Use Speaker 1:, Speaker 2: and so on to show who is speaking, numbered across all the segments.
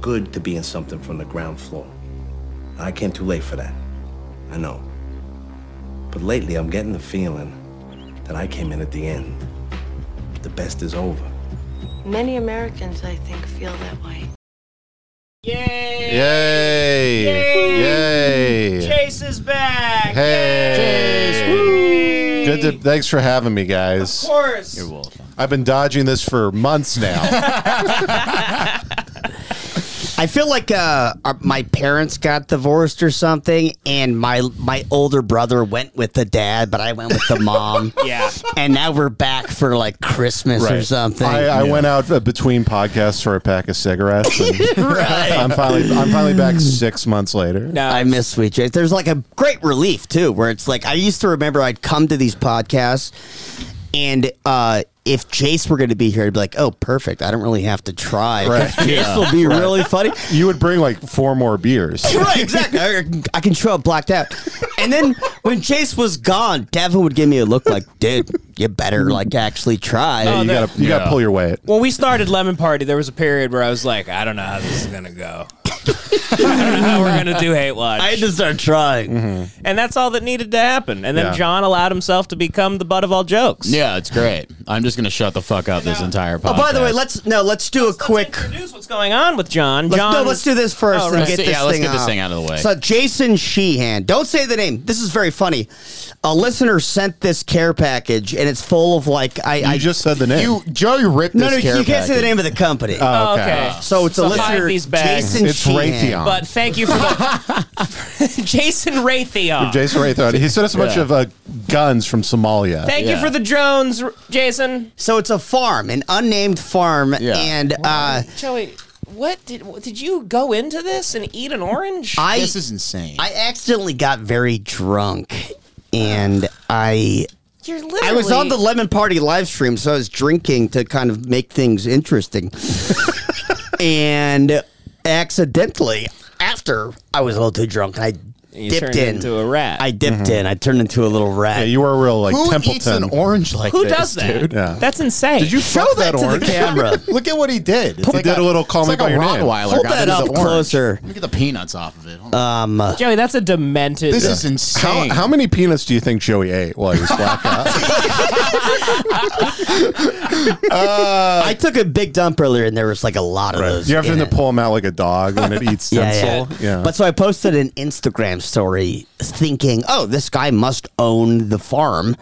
Speaker 1: good to be in something from the ground floor. I came too late for that. I know. But lately, I'm getting the feeling that I came in at the end. The best is over.
Speaker 2: Many Americans, I think, feel that way.
Speaker 3: Yay! Yay!
Speaker 4: Chase is back.
Speaker 3: Hey! Good to, thanks for having me, guys.
Speaker 4: Of course.
Speaker 5: You're welcome.
Speaker 3: I've been dodging this for months now.
Speaker 6: I feel like uh, our, my parents got divorced or something, and my my older brother went with the dad, but I went with the mom.
Speaker 5: Yeah.
Speaker 6: and now we're back for like Christmas or something.
Speaker 3: I, I went out uh, between podcasts for a pack of cigarettes. And
Speaker 6: Right.
Speaker 3: I'm finally I'm finally back six months later.
Speaker 5: No,
Speaker 6: I miss Sweet James. There's like a great relief too, where it's like I used to remember I'd come to these podcasts, and uh, if Jace were going to be here, I'd be like, "Oh, perfect! I don't really have to try.
Speaker 3: Right.
Speaker 6: Jace will be really funny."
Speaker 3: You would bring like four more beers.
Speaker 6: right, exactly. I, I can show up blacked out. And then when Chase was gone, Devin would give me a look like, "Dude, you better like actually try."
Speaker 5: Oh,
Speaker 3: You gotta you gotta pull your weight.
Speaker 4: When we started Lemon Party, there was a period where I was like, I don't know how this is gonna go. I don't know how we're gonna do Hate Watch.
Speaker 6: I had to start trying.
Speaker 4: and that's all that needed to happen. And then
Speaker 3: Yeah.
Speaker 4: John allowed himself to become the butt of all jokes.
Speaker 5: Yeah, it's great. I'm just gonna shut the fuck up this entire podcast.
Speaker 6: Oh, by the way, let's no, let's do a quick.
Speaker 4: Introduce what's going on with John.
Speaker 6: Let's,
Speaker 4: John.
Speaker 6: no, let's do this first
Speaker 4: Oh,
Speaker 6: and
Speaker 4: right.
Speaker 6: get
Speaker 5: Yeah,
Speaker 6: this
Speaker 5: let's
Speaker 6: thing
Speaker 5: get this
Speaker 6: out.
Speaker 5: thing out of the way.
Speaker 6: So Jason Sheehan, don't say the name. This is very funny. A listener sent this care package, and it's full of like I.
Speaker 3: You
Speaker 6: I
Speaker 3: just said the name.
Speaker 5: you Joe, you ripped
Speaker 6: no,
Speaker 5: this
Speaker 6: no, you
Speaker 5: care
Speaker 6: can't say the
Speaker 5: package. Uh,
Speaker 6: name of the company.
Speaker 4: Oh, okay.
Speaker 3: Okay.
Speaker 6: so it's
Speaker 4: so
Speaker 6: a
Speaker 4: buy
Speaker 6: listener,
Speaker 4: these bags.
Speaker 6: Jason
Speaker 3: It's
Speaker 6: Sheehan.
Speaker 3: Raytheon.
Speaker 4: But thank you for the Jason Raytheon.
Speaker 3: Jason Raytheon. He sent us a bunch
Speaker 5: Yeah.
Speaker 3: of uh, guns from Somalia.
Speaker 4: thank you
Speaker 5: Yeah.
Speaker 4: for the drones, R- Jason.
Speaker 6: So it's a farm, an unnamed farm,
Speaker 5: Yeah.
Speaker 6: and uh,
Speaker 4: Joey, what did did you go into this and eat an orange?
Speaker 6: I
Speaker 5: This is insane.
Speaker 6: I accidentally got very drunk, and I
Speaker 4: You're literally.
Speaker 6: I was on the lemon party live stream, so I was drinking to kind of make things interesting, and accidentally after I was a little too drunk, I
Speaker 4: You
Speaker 6: dipped
Speaker 4: turned
Speaker 6: in
Speaker 4: into a rat.
Speaker 6: I dipped in. I turned into a little rat.
Speaker 3: Mm-hmm. Yeah, you were a real like
Speaker 5: Who
Speaker 3: Templeton.
Speaker 5: eats an orange like
Speaker 4: Who
Speaker 5: this,
Speaker 4: does that?
Speaker 5: dude?
Speaker 3: Yeah.
Speaker 4: That's insane.
Speaker 3: Did you
Speaker 6: Show
Speaker 3: fuck
Speaker 6: that to the
Speaker 3: orange?
Speaker 6: camera.
Speaker 5: Look at what he did. It's
Speaker 3: He did a little call
Speaker 5: it's
Speaker 3: me
Speaker 5: like
Speaker 3: by
Speaker 5: a
Speaker 3: your name.
Speaker 5: Rottweiler
Speaker 6: Hold
Speaker 5: got
Speaker 6: that
Speaker 5: into the
Speaker 6: up
Speaker 5: orange.
Speaker 6: closer.
Speaker 5: Let me get the peanuts off of it. Hold on.
Speaker 4: Uh,
Speaker 6: Um,
Speaker 4: Joey, that's a demented.
Speaker 5: this is
Speaker 3: How,
Speaker 5: insane.
Speaker 3: how many peanuts do you think Joey ate while he was black out? Uh,
Speaker 6: I took a big dump earlier, and there was like a lot of those.
Speaker 3: You have
Speaker 6: in
Speaker 3: to
Speaker 6: it.
Speaker 3: pull them out like a dog when it eats
Speaker 6: Yeah,
Speaker 3: stencil.
Speaker 6: yeah. But so I posted an Instagram story thinking, oh, this guy must own the farm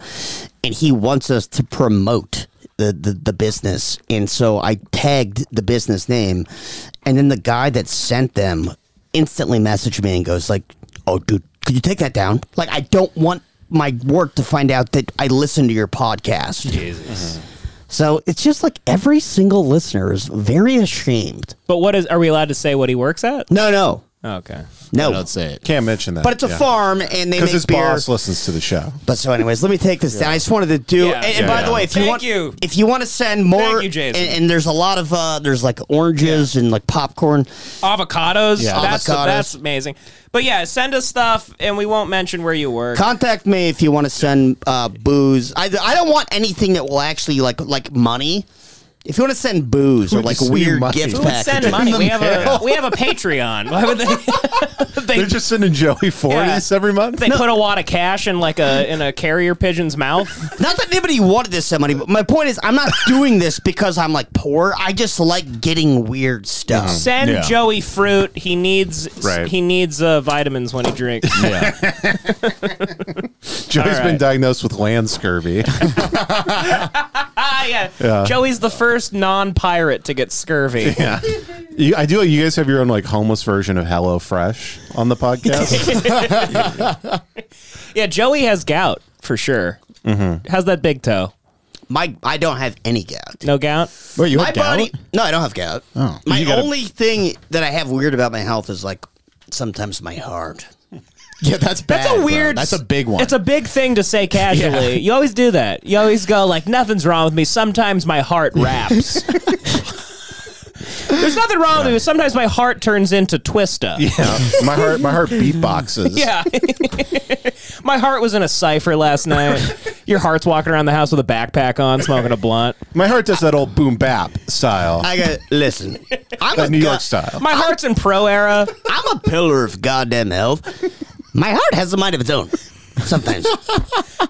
Speaker 6: and he wants us to promote the, the, the business. And so I tagged the business name. And then the guy that sent them instantly messaged me and goes, like, oh, dude, could you take that down? Like, I don't want my work to find out that I listen to your podcast.
Speaker 4: Jesus.
Speaker 6: So it's just like every single listener is very ashamed.
Speaker 4: But what is? Are we allowed to say what he works at?
Speaker 6: No, no,
Speaker 4: Okay.
Speaker 6: no.
Speaker 5: Let's say it.
Speaker 3: Can't mention that.
Speaker 6: But it's a farm, and they make
Speaker 3: Because his
Speaker 6: beer.
Speaker 3: boss listens to the show.
Speaker 6: But so, anyways, let me take this down. I just wanted to do.
Speaker 4: Yeah.
Speaker 6: and and
Speaker 4: Yeah,
Speaker 6: by
Speaker 3: yeah.
Speaker 6: the way, if you
Speaker 4: Thank
Speaker 6: want,
Speaker 4: you.
Speaker 6: if you want to send more,
Speaker 4: Thank you, Jason.
Speaker 6: And, and there's a lot of uh, there's like oranges and like popcorn.
Speaker 4: Avocados.
Speaker 3: Yeah.
Speaker 4: That's,
Speaker 6: Avocados.
Speaker 4: That's amazing. But yeah, send us stuff, and we won't mention where you work.
Speaker 6: Contact me if you want to send uh, booze. I, I don't want anything that will actually like like money. If you want to send booze or
Speaker 3: would
Speaker 6: like
Speaker 3: send you
Speaker 6: weird
Speaker 3: money?
Speaker 6: gift
Speaker 3: Who
Speaker 4: Who would
Speaker 6: packages,
Speaker 4: send money?
Speaker 3: In the
Speaker 4: We have
Speaker 3: mail.
Speaker 4: a we have a Patreon. Why would they? they
Speaker 3: They're just sending Joey 40s
Speaker 4: Yeah.
Speaker 3: every month?
Speaker 4: they put a wad of cash in like a in a carrier pigeon's mouth.
Speaker 6: Not that anybody wanted to send money, but my point is, I'm not doing this because I'm like poor. I just like getting weird stuff.
Speaker 4: Send
Speaker 3: Yeah.
Speaker 4: Joey fruit. He needs
Speaker 3: Right.
Speaker 4: he needs uh, vitamins when he drinks.
Speaker 5: Yeah.
Speaker 3: Joey's
Speaker 4: All right.
Speaker 3: been diagnosed with land scurvy.
Speaker 4: ah, yeah. Joey's the first non-pirate to get scurvy.
Speaker 3: yeah. You, I do. You guys have your own like homeless version of Hello Fresh on the podcast.
Speaker 4: Yeah, Joey has gout for sure. How's that big toe?
Speaker 6: My I don't have any gout.
Speaker 4: No gout.
Speaker 5: Wait, you
Speaker 6: my
Speaker 5: had gout?
Speaker 6: body. No, I don't have gout.
Speaker 5: Oh.
Speaker 6: my
Speaker 3: You gotta-
Speaker 6: only thing that I have weird about my health is like sometimes my heart.
Speaker 5: Yeah, that's bad.
Speaker 4: That's a
Speaker 5: bro.
Speaker 4: weird.
Speaker 5: That's a big one.
Speaker 4: It's a big thing to say casually. You always do that. You always go like, "Nothing's wrong with me." Sometimes my heart raps. There's nothing wrong with it. Sometimes my heart turns into Twista. Yeah.
Speaker 5: my heart, my heart beatboxes.
Speaker 4: my heart was in a cipher last night. Your heart's walking around the house with a backpack on, smoking a blunt.
Speaker 3: My heart does that old boom bap style,
Speaker 6: I got listen. I'm
Speaker 3: that
Speaker 6: a
Speaker 3: New
Speaker 6: go-
Speaker 3: York style.
Speaker 4: My heart's in pro era.
Speaker 6: I'm a pillar of goddamn health. My heart has a mind of its own. Sometimes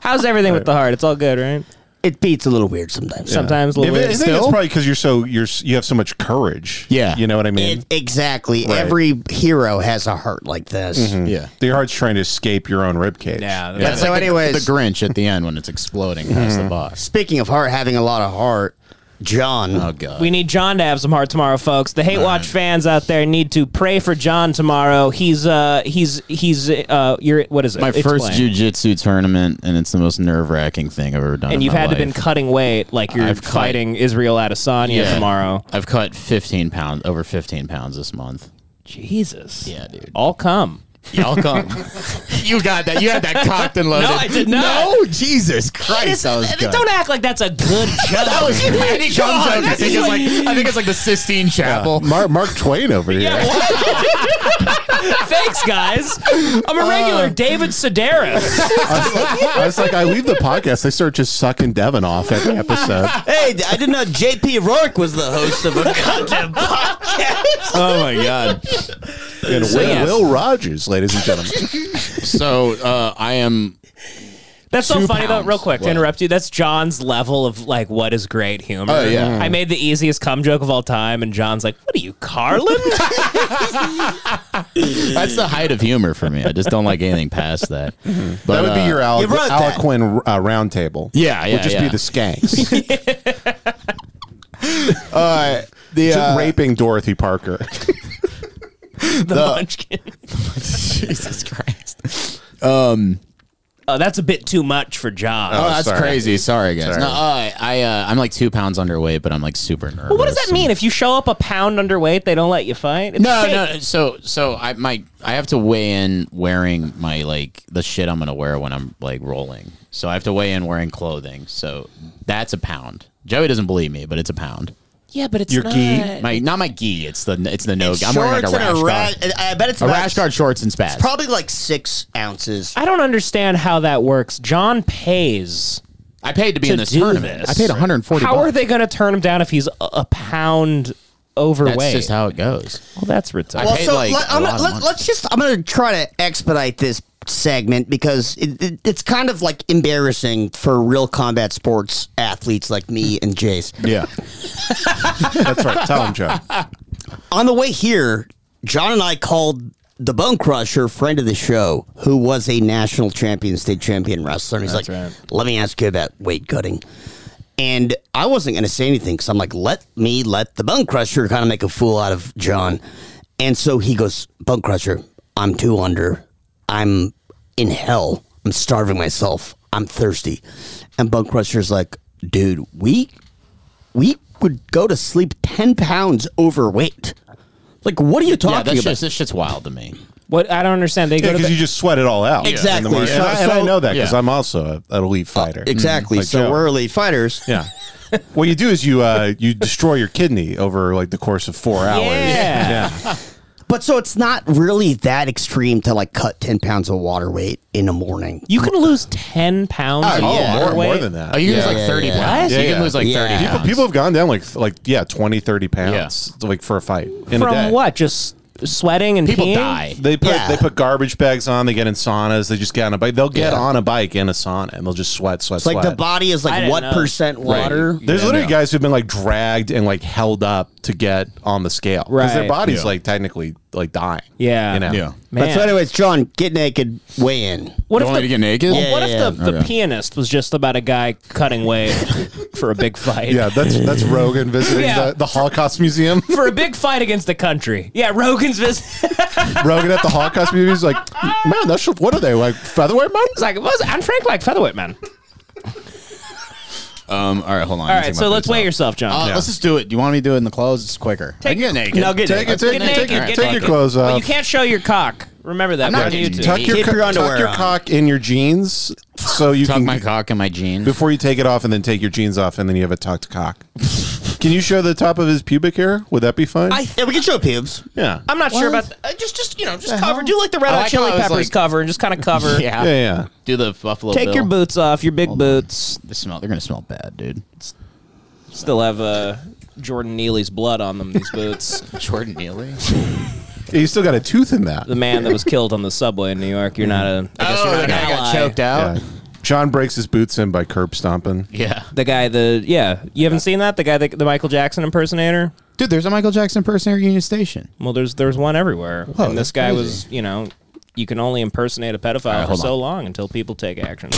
Speaker 4: How's everything with the heart? It's all good, right?
Speaker 6: it beats a little weird. Sometimes.
Speaker 4: Sometimes a
Speaker 3: If
Speaker 4: little
Speaker 3: it- I
Speaker 4: bit.
Speaker 3: think
Speaker 4: still.
Speaker 3: it's probably because you're so you're s- you have so much courage.
Speaker 5: Yeah.
Speaker 3: you know what I mean.
Speaker 6: It, exactly.
Speaker 3: Right.
Speaker 6: Every hero has a heart like this.
Speaker 5: yeah.
Speaker 3: Your heart's trying to escape your own ribcage.
Speaker 7: Yeah,
Speaker 3: yeah.
Speaker 7: that's
Speaker 6: So,
Speaker 5: Like the-
Speaker 6: anyways,
Speaker 5: the Grinch at the end when it's exploding past
Speaker 4: Mm-hmm.
Speaker 5: the boss.
Speaker 6: speaking of heart having a lot of heart, John.
Speaker 5: Oh god.
Speaker 4: We need John to have some heart tomorrow, folks. The Hate Watch fans out there need to pray for John tomorrow. He's uh he's he's uh you're what is it?
Speaker 5: my first
Speaker 4: Explain.
Speaker 5: jujitsu tournament, and it's the most nerve wracking thing I've ever done. in
Speaker 4: and you've
Speaker 5: my
Speaker 4: had to been
Speaker 5: life.
Speaker 4: cutting weight like you're
Speaker 5: I've cut-
Speaker 4: fighting Israel Adesanya tomorrow.
Speaker 5: I've cut fifteen pounds, over fifteen pounds this month.
Speaker 4: Jesus.
Speaker 5: Yeah, dude.
Speaker 4: All come.
Speaker 5: Y'all come. you got that. You had that cocked and loaded.
Speaker 4: No, I did not.
Speaker 5: No, Jesus Christ, I was good.
Speaker 4: Don't act like that's a good joke.
Speaker 5: that was any joke. I
Speaker 4: that's
Speaker 5: think it's like I think it's like the Sistine Chapel.
Speaker 3: Mark, Mark Twain over here.
Speaker 4: Thanks, guys. I'm a regular David Sedaris.
Speaker 3: I was like, I leave the podcast. They start just sucking Devin off every episode.
Speaker 6: Hey, I didn't know J.P. Rourke was the host of a goddamn podcast.
Speaker 5: Oh my god.
Speaker 3: And Will,
Speaker 4: yes.
Speaker 3: Will Rogers, ladies and gentlemen.
Speaker 5: So uh, I am
Speaker 4: That's so
Speaker 5: Two
Speaker 4: funny
Speaker 5: pounds.
Speaker 4: though. Real quick, to
Speaker 5: What?
Speaker 4: interrupt you. That's John's level of like what is great humor.
Speaker 5: Oh, yeah.
Speaker 4: I made the easiest cum joke of all time, and John's like, "What are you, Carlin?"
Speaker 5: that's the height of humor for me. I just don't like anything past that. But,
Speaker 3: That would be
Speaker 5: uh,
Speaker 3: your Al,
Speaker 6: you wrote that.
Speaker 3: Alquin uh, roundtable.
Speaker 5: Yeah, yeah,
Speaker 3: Would just
Speaker 5: yeah.
Speaker 3: be the skanks.
Speaker 5: uh, the
Speaker 3: Just
Speaker 5: uh,
Speaker 3: raping Dorothy Parker.
Speaker 4: the munchkin.
Speaker 5: Jesus Christ.
Speaker 4: Oh, that's a bit too much for John.
Speaker 5: Oh, that's
Speaker 3: sorry.
Speaker 5: crazy. Sorry, guys.
Speaker 3: Sorry.
Speaker 5: No, uh, I uh, I'm like two pounds underweight, but I'm like super nervous.
Speaker 4: Well, what does that mean? If you show up a pound underweight, they don't let you fight. It's
Speaker 5: No,
Speaker 4: fake.
Speaker 5: no. So, so I my I have to weigh in wearing my like the shit I'm gonna wear when I'm like rolling. So I have to weigh in wearing clothing. So that's a pound. Joey doesn't believe me, but it's a pound.
Speaker 8: Yeah, but it's
Speaker 3: Your
Speaker 8: not.
Speaker 3: gi?
Speaker 5: My not my gi. It's the it's the no. I'm wearing like a rash guard.
Speaker 6: I bet it's
Speaker 5: a
Speaker 6: about-
Speaker 5: rash guard, shorts, and spats.
Speaker 6: Probably like six ounces.
Speaker 4: I don't understand how that works. John pays.
Speaker 5: I paid to be
Speaker 4: to
Speaker 5: in this
Speaker 4: do
Speaker 5: tournament.
Speaker 4: this.
Speaker 5: I paid 140.
Speaker 4: How
Speaker 5: bucks.
Speaker 4: are they going to turn him down if he's a, a pound overweight?
Speaker 5: That's just how it goes.
Speaker 4: well, that's retarded.
Speaker 6: Well,
Speaker 5: paid,
Speaker 6: so
Speaker 5: like,
Speaker 6: let,
Speaker 5: a
Speaker 6: I'm
Speaker 5: lot
Speaker 6: gonna-
Speaker 5: of
Speaker 6: let,
Speaker 5: money.
Speaker 6: us just. I'm going to try to expedite this segment because it, it, it's kind of like embarrassing for real combat sports athletes like me and Jace.
Speaker 3: yeah. That's right. Tell him, Joe.
Speaker 6: On the way here, John and I called the Bone Crusher, friend of the show, who was a national champion, state champion wrestler. And he's like, "Let me ask you about weight cutting." And I wasn't going to say anything because I'm like, "Let me let the Bone Crusher kind of make a fool out of John." And so he goes, "Bone Crusher, I'm two under. I'm in hell. I'm starving myself. I'm thirsty." And Bone Crusher's like, "Dude, we we would go to sleep 10 pounds overweight. Like, what are you
Speaker 5: Yeah,
Speaker 6: talking
Speaker 5: that's
Speaker 6: about?
Speaker 5: just this shit's wild to me.
Speaker 4: what I don't understand. They go to
Speaker 3: Because you just sweat it all out.
Speaker 6: Exactly.
Speaker 3: And,
Speaker 6: So-
Speaker 3: I, and I
Speaker 6: so- Uh,
Speaker 3: know that because
Speaker 5: Yeah.
Speaker 3: I'm also a, an elite fighter. Mm,
Speaker 6: exactly.
Speaker 3: Like
Speaker 6: so
Speaker 3: Joe.
Speaker 6: we're elite fighters.
Speaker 3: Yeah. what you do is you uh, you destroy your kidney over like the course of four hours.
Speaker 4: Yeah.
Speaker 3: yeah.
Speaker 6: But so it's not really that extreme to like cut 10 pounds of water weight in the morning.
Speaker 4: you can lose ten pounds. of
Speaker 3: Oh,
Speaker 5: Yeah.
Speaker 3: more, more
Speaker 4: Wait.
Speaker 3: than that.
Speaker 5: Oh, you can
Speaker 6: Yeah,
Speaker 5: lose
Speaker 6: yeah,
Speaker 5: like 30
Speaker 6: yeah.
Speaker 5: pounds.
Speaker 3: Yeah,
Speaker 5: you
Speaker 3: yeah.
Speaker 5: can lose like
Speaker 6: Yeah.
Speaker 5: 30
Speaker 6: People-
Speaker 5: pounds.
Speaker 3: People have gone down like like yeah, 20, 30 pounds like for a fight in a
Speaker 4: from
Speaker 3: day.
Speaker 4: what? Just sweating and
Speaker 5: People
Speaker 4: peeing?
Speaker 5: die.
Speaker 3: They put
Speaker 6: Yeah.
Speaker 3: they put garbage bags on. They get in saunas. They just get on a bike. They'll get
Speaker 6: Yeah.
Speaker 3: on a bike in a sauna and they'll just sweat, sweat,
Speaker 6: It's like
Speaker 3: sweat.
Speaker 6: the body is
Speaker 4: I
Speaker 6: like
Speaker 4: didn't
Speaker 6: what
Speaker 4: know.
Speaker 6: percent water?
Speaker 3: There's literally guys who've been like dragged and like held up to get on the scale because their
Speaker 4: Right.
Speaker 3: body's
Speaker 5: Yeah.
Speaker 3: like technically like dying.
Speaker 4: Yeah.
Speaker 3: you know.
Speaker 5: Yeah.
Speaker 4: Man.
Speaker 6: But so, anyways, John, get naked, weigh in.
Speaker 4: What
Speaker 5: You want me to get naked?
Speaker 4: Well,
Speaker 5: Yeah,
Speaker 4: what
Speaker 6: yeah,
Speaker 4: if the, the pianist was just about a guy cutting weight for a big fight?
Speaker 3: Yeah, that's that's Rogan visiting
Speaker 4: Yeah.
Speaker 3: the, the Holocaust Museum.
Speaker 4: For a big fight against the country. Yeah, Rogan's visit.
Speaker 3: Rogan at the Holocaust Museum is like, man, that's just, what are they like featherweight man?
Speaker 4: It's like, was I'm Frank like featherweight man.
Speaker 5: Um, all right, hold on.
Speaker 4: All right, so let's weigh yourself, John.
Speaker 5: Uh, Let's just do it. Do you want me to do it in the clothes? It's quicker. I
Speaker 4: Take-
Speaker 5: can get naked.
Speaker 6: No, get
Speaker 3: Take it, take,
Speaker 4: Get
Speaker 3: it,
Speaker 4: naked,
Speaker 3: take, it,
Speaker 4: get
Speaker 3: take your
Speaker 4: naked.
Speaker 3: clothes
Speaker 4: Well,
Speaker 3: off.
Speaker 4: you can't show your cock. Remember that.
Speaker 5: not
Speaker 4: We're on
Speaker 5: getting
Speaker 4: YouTube.
Speaker 5: tucked.
Speaker 3: tuck your,
Speaker 6: Keep
Speaker 3: co-
Speaker 6: your
Speaker 3: tuck
Speaker 6: underwear
Speaker 3: your
Speaker 6: on.
Speaker 3: cock in your jeans so you
Speaker 5: Tuck
Speaker 3: can
Speaker 5: my cock in my jeans.
Speaker 3: before you take it off and then take your jeans off and then you have a tucked cock. Can you show the top of his pubic hair? Would that be fine?
Speaker 6: I yeah, we can show pubes.
Speaker 3: yeah.
Speaker 4: I'm not sure about th- uh, just just you know just cover. Do like the red
Speaker 5: Oh, I
Speaker 4: hot
Speaker 5: like how
Speaker 4: chili
Speaker 5: I was
Speaker 4: peppers
Speaker 5: like-
Speaker 4: cover and just kind of cover.
Speaker 5: Yeah.
Speaker 3: yeah, yeah.
Speaker 5: Do the buffalo.
Speaker 4: Take your
Speaker 5: Bill.
Speaker 4: boots off, your big boots.
Speaker 5: They smell. They're gonna smell bad, dude. It's
Speaker 4: Still have uh, Jordan Neely's blood on them. These boots.
Speaker 5: Jordan Neely.
Speaker 4: Oh,
Speaker 3: Yeah, You still got a tooth in that.
Speaker 4: the man that was killed on the subway in New York. You're not a. I guess you're not an
Speaker 5: guy
Speaker 4: ally.
Speaker 5: Oh, got choked out.
Speaker 4: Oh.
Speaker 3: Yeah. John breaks his boots in by curb stomping.
Speaker 5: Yeah.
Speaker 4: The guy, the yeah, you haven't seen that. The guy, that, the Michael Jackson impersonator.
Speaker 5: Dude, there's a Michael Jackson impersonator at Union Station.
Speaker 4: Well, there's there's one everywhere, and
Speaker 5: that's
Speaker 4: this guy
Speaker 5: crazy.
Speaker 4: was, you know, you can only impersonate a pedophile for
Speaker 5: hold
Speaker 4: so
Speaker 5: on.
Speaker 4: long until people take action.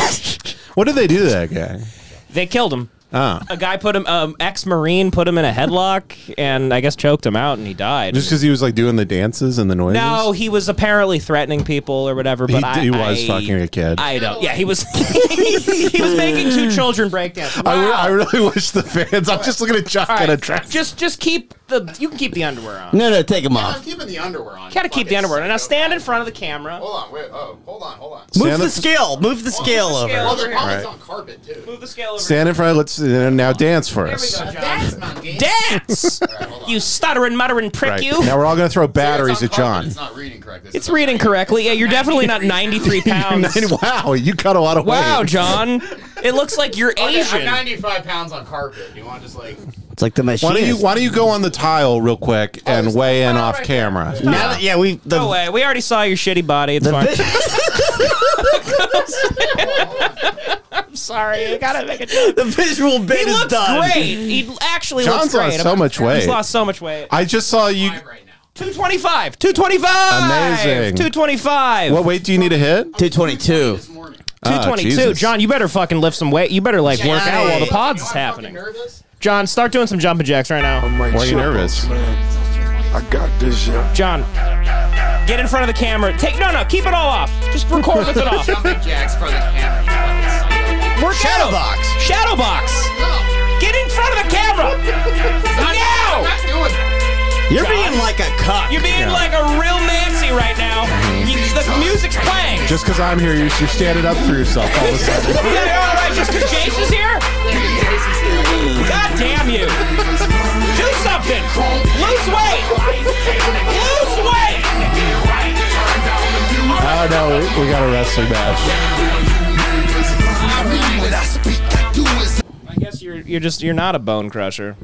Speaker 3: What did they do to that guy?
Speaker 4: they killed him.
Speaker 3: Ah.
Speaker 4: A guy put him, um, ex-marine, put him in a headlock, and I guess choked him out, and he died.
Speaker 3: Just because he was like doing the dances and the noises?
Speaker 4: no, he was apparently threatening people or whatever. But
Speaker 3: He-
Speaker 4: I,
Speaker 3: he was
Speaker 4: I-
Speaker 3: fucking a kid.
Speaker 4: I don't. Yeah, he was. he was making two children break down.
Speaker 3: I, re-
Speaker 4: Wow.
Speaker 3: I really wish the fans. I'm just looking at Jock
Speaker 4: All
Speaker 3: at
Speaker 4: right,
Speaker 3: a track.
Speaker 4: Just just keep the you can keep the underwear on.
Speaker 6: No, no, take them off.
Speaker 5: keeping the underwear on.
Speaker 4: You gotta keep the underwear on. Now stand in front of the camera.
Speaker 5: Hold on. Wait. Oh, hold on. Hold on.
Speaker 6: Move
Speaker 3: Stand
Speaker 6: the
Speaker 3: up-
Speaker 6: scale. Move the scale over.
Speaker 4: Over here.
Speaker 3: Right.
Speaker 5: on carpet too.
Speaker 4: Move the scale over.
Speaker 3: Stand in front. Let's uh, now dance for
Speaker 4: There we
Speaker 3: us.
Speaker 4: go, John.
Speaker 5: That's monkey.
Speaker 4: Dance! you stuttering, muttering prick
Speaker 3: Right.
Speaker 4: you.
Speaker 3: Now we're all gonna throw batteries at John.
Speaker 5: not reading correctly.
Speaker 4: It's reading correctly. Yeah, you're definitely not 93 pounds.
Speaker 3: wow, you cut a lot of
Speaker 4: Wow,
Speaker 3: weight.
Speaker 4: John. It looks like you're Asian.
Speaker 5: 95 pounds on carpet. You want to just like.
Speaker 6: It's like the machine.
Speaker 3: Why don't you Why don't you go on the tile real quick
Speaker 4: Oh,
Speaker 3: and weigh in off camera?
Speaker 6: now that, yeah, we the
Speaker 4: No way. We already saw your shitty body. It's
Speaker 6: the
Speaker 4: fine.
Speaker 6: vi-
Speaker 4: I'm sorry. I gotta make a joke.
Speaker 6: the visual bit
Speaker 4: He
Speaker 6: is
Speaker 4: looks
Speaker 6: done.
Speaker 4: great. He actually
Speaker 3: John's
Speaker 4: looks great.
Speaker 3: lost so
Speaker 4: I'm-
Speaker 3: much weight.
Speaker 4: He's lost so much weight.
Speaker 3: I just saw you.
Speaker 4: 225. 225.
Speaker 3: Amazing.
Speaker 4: 225.
Speaker 3: What weight do you need to hit?
Speaker 6: 222.
Speaker 3: Ah,
Speaker 4: 222.
Speaker 3: Jesus.
Speaker 4: John, you better fucking lift some weight. You better like work
Speaker 6: Johnny.
Speaker 4: out while the pods is happening. John, start doing some jumping jacks right now.
Speaker 9: Mike,
Speaker 3: Why are you
Speaker 9: shut up,
Speaker 3: nervous?
Speaker 9: man. I got this, yeah.
Speaker 4: John, get in front of the camera. Take no, no, keep it all off. Just record with it off.
Speaker 5: jacks for the camera.
Speaker 4: Work out.
Speaker 6: Shadowbox.
Speaker 4: Shadowbox. Get in front of the camera. now.
Speaker 6: You're
Speaker 4: John.
Speaker 6: being like a cuck.
Speaker 4: You're being like a real Nancy right now. You- the music's playing.
Speaker 3: Just because I'm here, you're, you're standing up for yourself all of a sudden.
Speaker 4: Yeah, all right, just because Jace is here? God damn you. Do something. Lose weight. Lose weight.
Speaker 3: oh no, we, we got a wrestling match.
Speaker 4: I guess you're you're just you're not a bone crusher.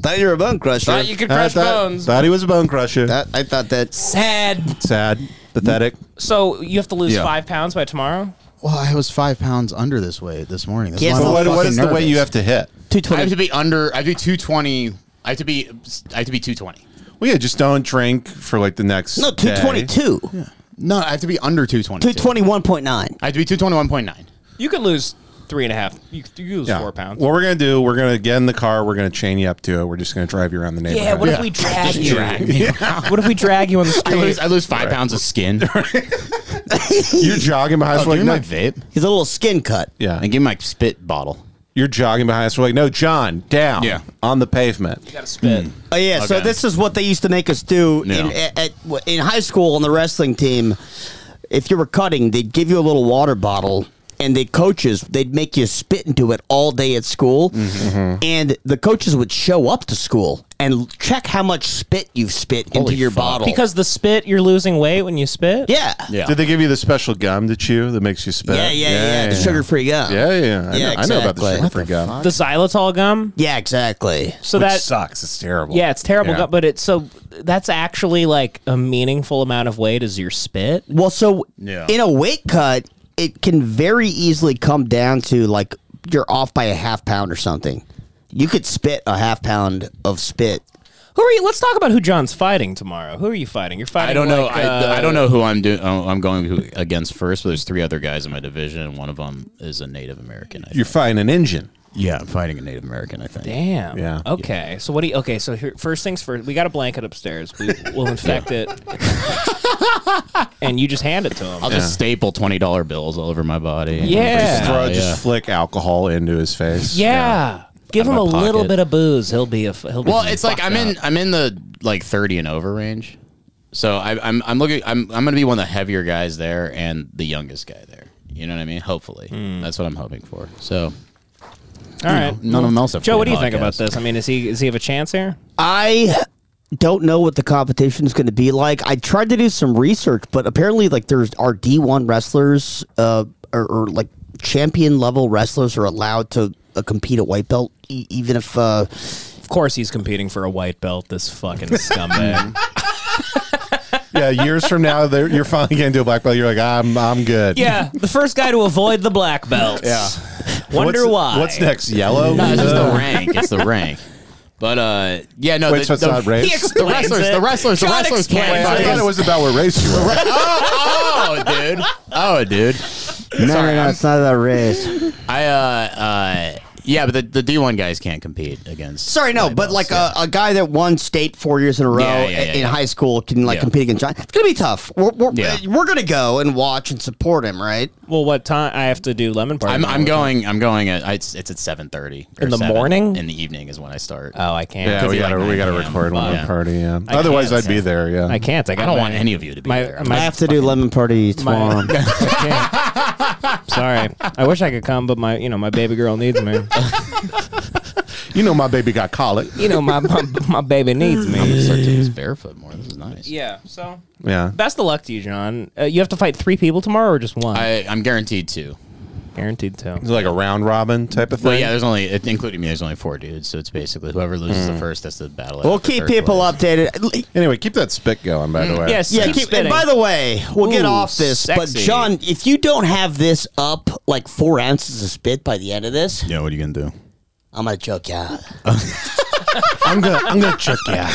Speaker 6: thought you were a bone crusher.
Speaker 4: Thought you could crush
Speaker 3: I thought,
Speaker 4: bones.
Speaker 3: thought he was a bone crusher.
Speaker 6: That- I thought that.
Speaker 4: Sad.
Speaker 3: Sad, pathetic.
Speaker 4: So you have to lose
Speaker 5: Yeah.
Speaker 4: five pounds by tomorrow.
Speaker 10: Well, I was five pounds under this weight this morning. That's
Speaker 6: Yes,
Speaker 10: why I'm
Speaker 6: but
Speaker 3: But what,
Speaker 10: fucking
Speaker 3: what is the
Speaker 10: nervous.
Speaker 3: weight you have to hit?
Speaker 5: I have to be under. I have to be 220. I have to be. I have to be 220.
Speaker 3: Well, yeah, just don't drink for like the next.
Speaker 6: No,
Speaker 3: day.
Speaker 6: 222.
Speaker 5: No, I have to be under 220.
Speaker 6: 221.9.
Speaker 5: I have to be 221.9.
Speaker 4: You could lose three and a half. You, could- you could lose
Speaker 3: Yeah.
Speaker 4: four pounds.
Speaker 3: What we're gonna do? We're gonna get in the car. We're gonna chain you up to it. We're just gonna drive you around the neighborhood.
Speaker 4: yeah. What if we drag you?
Speaker 5: Drag me.
Speaker 4: What if we drag you on the
Speaker 5: I
Speaker 4: street?
Speaker 5: lose. I lose five pounds of skin.
Speaker 3: You're jogging behind us.
Speaker 5: Oh,
Speaker 3: We're
Speaker 5: give me
Speaker 3: like,
Speaker 5: my
Speaker 3: no,
Speaker 5: vape.
Speaker 6: He's a little skin cut.
Speaker 3: yeah.
Speaker 5: And give me my spit bottle.
Speaker 3: You're jogging behind us. We're like, no, John, down.
Speaker 5: Yeah.
Speaker 3: On the pavement.
Speaker 4: gotta spit.
Speaker 6: Oh yeah, so
Speaker 5: Okay.
Speaker 6: this is what they used to make us do in,
Speaker 5: Yeah.
Speaker 6: at, at- in high school on the wrestling team. If you were cutting, they'd give you a little water bottle, and the coaches they'd make you spit into it all day at school,
Speaker 3: Mm-hmm.
Speaker 6: and the coaches would show up to school and check how much spit you've spit into your bottle.
Speaker 4: Because the spit, you're losing weight when you spit.
Speaker 6: yeah, yeah,
Speaker 5: Yeah.
Speaker 3: Did they give you the special gum to chew that makes you spit?
Speaker 6: yeah, yeah, the sugar-free gum.
Speaker 3: Yeah, yeah. I,
Speaker 6: Yeah,
Speaker 3: know, I know about the
Speaker 6: exactly.
Speaker 3: sugar free gum.
Speaker 4: The xylitol gum.
Speaker 6: yeah, exactly.
Speaker 4: So
Speaker 3: Which
Speaker 4: that
Speaker 3: sucks. It's terrible.
Speaker 4: yeah, it's terrible
Speaker 3: Yeah.
Speaker 4: gum, but it's so that's actually like a meaningful amount of weight is your spit.
Speaker 6: Well, so
Speaker 5: Yeah.
Speaker 6: in a weight cut, it can very easily come down to like you're off by a half pound or something. You could spit a half pound of spit.
Speaker 4: Who are you? Let's talk about who John's fighting tomorrow. Who are you fighting? You're fighting.
Speaker 5: I don't know.
Speaker 4: like, uh,
Speaker 5: I, I don't know who I'm doing. I'm going who- against first, but there's three other guys in my division, and one of them is a Native American. I
Speaker 3: You're fighting an engine.
Speaker 5: yeah, I'm fighting a Native American. I think.
Speaker 4: Damn.
Speaker 3: Yeah.
Speaker 4: Okay. So what do you? Okay. So here, first things first, we got a blanket upstairs. We, we'll infect it, and you just hand it to him.
Speaker 5: I'll just staple twenty dollar bills all over my body.
Speaker 4: Ah, Yeah.
Speaker 3: Just throw,
Speaker 5: Yeah, yeah.
Speaker 3: just flick alcohol into his face.
Speaker 4: yeah. Give him a
Speaker 5: Out of my
Speaker 4: little
Speaker 5: pocket.
Speaker 4: bit of booze. He'll be a. f- He'll be
Speaker 5: Well, it's like
Speaker 4: fucked
Speaker 5: I'm in.
Speaker 4: up.
Speaker 5: I'm in the like thirty and over range. So I, I'm I'm looking. I'm I'm gonna be one of the heavier guys there
Speaker 4: Hmm.
Speaker 5: and the youngest guy there. You know what I mean? Hopefully, that's what I'm hoping for. So
Speaker 4: All right.
Speaker 11: none of them else have
Speaker 4: Joe, what do
Speaker 11: played
Speaker 4: you think about
Speaker 11: podcasts.
Speaker 4: this? I mean, is he is he have a chance here?
Speaker 6: I don't know what the competition is going to be like. I tried to do some research, but apparently, like, there's our D1 wrestlers, uh, or, or like champion level wrestlers are allowed to uh, compete at white belt, e- even if uh,
Speaker 4: Of course, he's competing for a white belt. This fucking scumbag.
Speaker 3: Yeah, years from now, they're- you're finally getting to a black belt. You're like, I'm, I'm good.
Speaker 4: yeah, the first guy to avoid the black belt.
Speaker 3: Yeah.
Speaker 4: Wonder
Speaker 3: what's,
Speaker 4: why.
Speaker 3: What's next? Yellow.
Speaker 5: No, it's just the
Speaker 3: Uh,
Speaker 5: rank. It's the rank. But uh, yeah, no,
Speaker 3: Wait,
Speaker 5: the,
Speaker 3: so it's
Speaker 5: the-
Speaker 3: not race?
Speaker 4: He
Speaker 5: the
Speaker 4: explains
Speaker 5: wrestlers,
Speaker 4: it.
Speaker 5: the wrestlers, the
Speaker 4: John
Speaker 5: wrestlers play.
Speaker 4: explains
Speaker 3: I thought it was about what race you were.
Speaker 5: Oh, dude. Oh, dude.
Speaker 6: no, no, no, it's not that race.
Speaker 5: I uh uh yeah, but the, the D one guys can't compete against.
Speaker 6: Sorry, no, but like
Speaker 4: uh,
Speaker 6: a, a guy that won state four years in a row
Speaker 5: Yeah, yeah, yeah,
Speaker 6: in
Speaker 5: yeah.
Speaker 6: high school can like
Speaker 5: Yeah.
Speaker 6: compete against John. It's gonna be tough. We're we're, uh,
Speaker 5: Yeah.
Speaker 6: we're gonna go and watch and support him, right?
Speaker 4: Well, what time I have to do lemon party?
Speaker 5: I'm, I'm
Speaker 4: tomorrow.
Speaker 5: going. I'm going. At, it's it's at seven thirty
Speaker 4: In the morning?
Speaker 5: In the evening is when I start.
Speaker 4: Oh, I can't.
Speaker 3: Yeah,
Speaker 5: Could
Speaker 3: we
Speaker 5: be
Speaker 3: gotta
Speaker 5: like
Speaker 3: we gotta
Speaker 5: 9 a.m.,
Speaker 3: record one
Speaker 5: but-
Speaker 3: more party. Yeah.
Speaker 4: I
Speaker 3: Otherwise,
Speaker 4: can't.
Speaker 3: I'd be there. Yeah.
Speaker 4: I can't. I, got
Speaker 5: I don't
Speaker 4: my-
Speaker 5: want any of you to be
Speaker 4: my-
Speaker 5: there.
Speaker 4: my-
Speaker 6: I have to do lemon party tomorrow.
Speaker 4: my- I can't. Sorry, I wish I could come, but my you know my baby girl needs me.
Speaker 3: You know, my baby got colic.
Speaker 4: you know my my, my baby needs me.
Speaker 5: start doing this barefoot more. This is nice.
Speaker 4: Yeah. So
Speaker 3: Yeah.
Speaker 4: best of luck to you, John. Uh, you have to fight three people tomorrow, or just one?
Speaker 5: I I'm guaranteed to.
Speaker 4: Guaranteed to.
Speaker 3: It's like a round robin type of thing.
Speaker 5: Well, yeah. There's only it- including me. There's only four dudes, so it's basically whoever loses the first that's the battle.
Speaker 6: We'll keep people updated.
Speaker 3: Anyway, keep that spit going. By the way.
Speaker 4: Mm, Yes.
Speaker 6: Yeah,
Speaker 4: keep
Speaker 6: keep, and
Speaker 4: spitting.
Speaker 6: by the way, we'll get
Speaker 4: Ooh,
Speaker 6: off this, but
Speaker 4: sexy.
Speaker 6: John, if you don't have this up like four ounces of spit by the end of this,
Speaker 5: Yeah. What are you gonna do?
Speaker 6: I'm gonna choke you out.
Speaker 3: I'm gonna I'm gonna check you out.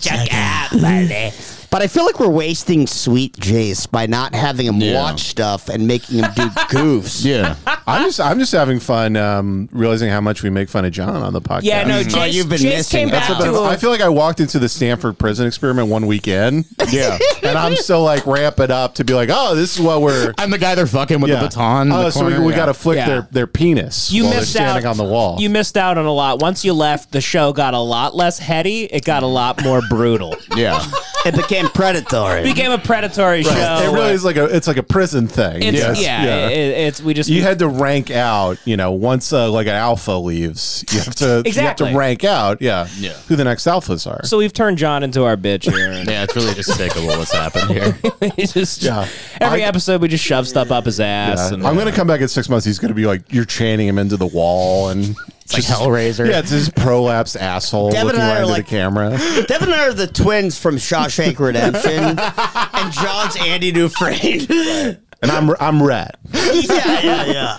Speaker 6: Choke you out, buddy. But I feel like we're wasting sweet Jace by not having him
Speaker 5: Yeah.
Speaker 6: watch stuff and making him do goofs.
Speaker 5: Yeah.
Speaker 3: I'm just I'm just having fun um, realizing how much we make fun of John on the podcast.
Speaker 4: yeah, no, Jace,
Speaker 6: Oh, you've been
Speaker 4: Jace
Speaker 6: missing
Speaker 4: came
Speaker 6: out.
Speaker 4: back
Speaker 3: That's a bit
Speaker 4: to
Speaker 3: of-
Speaker 4: a-
Speaker 3: I feel like I walked into the Stanford prison experiment one weekend. Yeah. and I'm still like ramping up to be like, oh, this is what we're.
Speaker 5: I'm the guy they're fucking with
Speaker 3: yeah.
Speaker 5: the baton. in
Speaker 3: Oh,
Speaker 5: the
Speaker 3: so we,
Speaker 5: corner.
Speaker 3: we
Speaker 5: Yeah.
Speaker 3: got to flick
Speaker 4: Yeah.
Speaker 3: their, their penis.
Speaker 4: You
Speaker 3: while they're
Speaker 4: missed
Speaker 3: standing
Speaker 4: out
Speaker 3: on the wall.
Speaker 4: You missed out on a lot. Once you left, the show got a lot less heady. It got a lot more brutal.
Speaker 5: Yeah.
Speaker 6: It became predatory.
Speaker 4: It became a predatory show.
Speaker 3: it really is like a it's like a prison thing.
Speaker 4: It's,
Speaker 3: Yes.
Speaker 4: Yeah, it- it's we just
Speaker 3: you had to rank out. You know, once uh, like an alpha leaves, you have to you
Speaker 4: Exactly.
Speaker 3: have to rank out. Yeah,
Speaker 5: Yeah.
Speaker 3: who the next alphas are.
Speaker 4: so we've turned John into our bitch here.
Speaker 5: Yeah. It's really despicable what's happened here.
Speaker 4: He just
Speaker 3: Yeah.
Speaker 4: every
Speaker 3: I-
Speaker 4: episode we just shove stuff up his ass.
Speaker 3: Yeah.
Speaker 4: and-
Speaker 3: I'm gonna come back in six months. He's gonna be like you're chaining him into the wall and
Speaker 5: It's like Hellraiser.
Speaker 3: yeah, it's his prolapsed asshole
Speaker 6: Devin
Speaker 3: looking
Speaker 6: and I
Speaker 3: right
Speaker 6: are
Speaker 3: into
Speaker 6: like-
Speaker 3: the camera.
Speaker 6: Devin and I are the twins from Shawshank Redemption, and John's Andy Dufresne. yeah,
Speaker 3: And I'm I'm rat.
Speaker 6: yeah, yeah.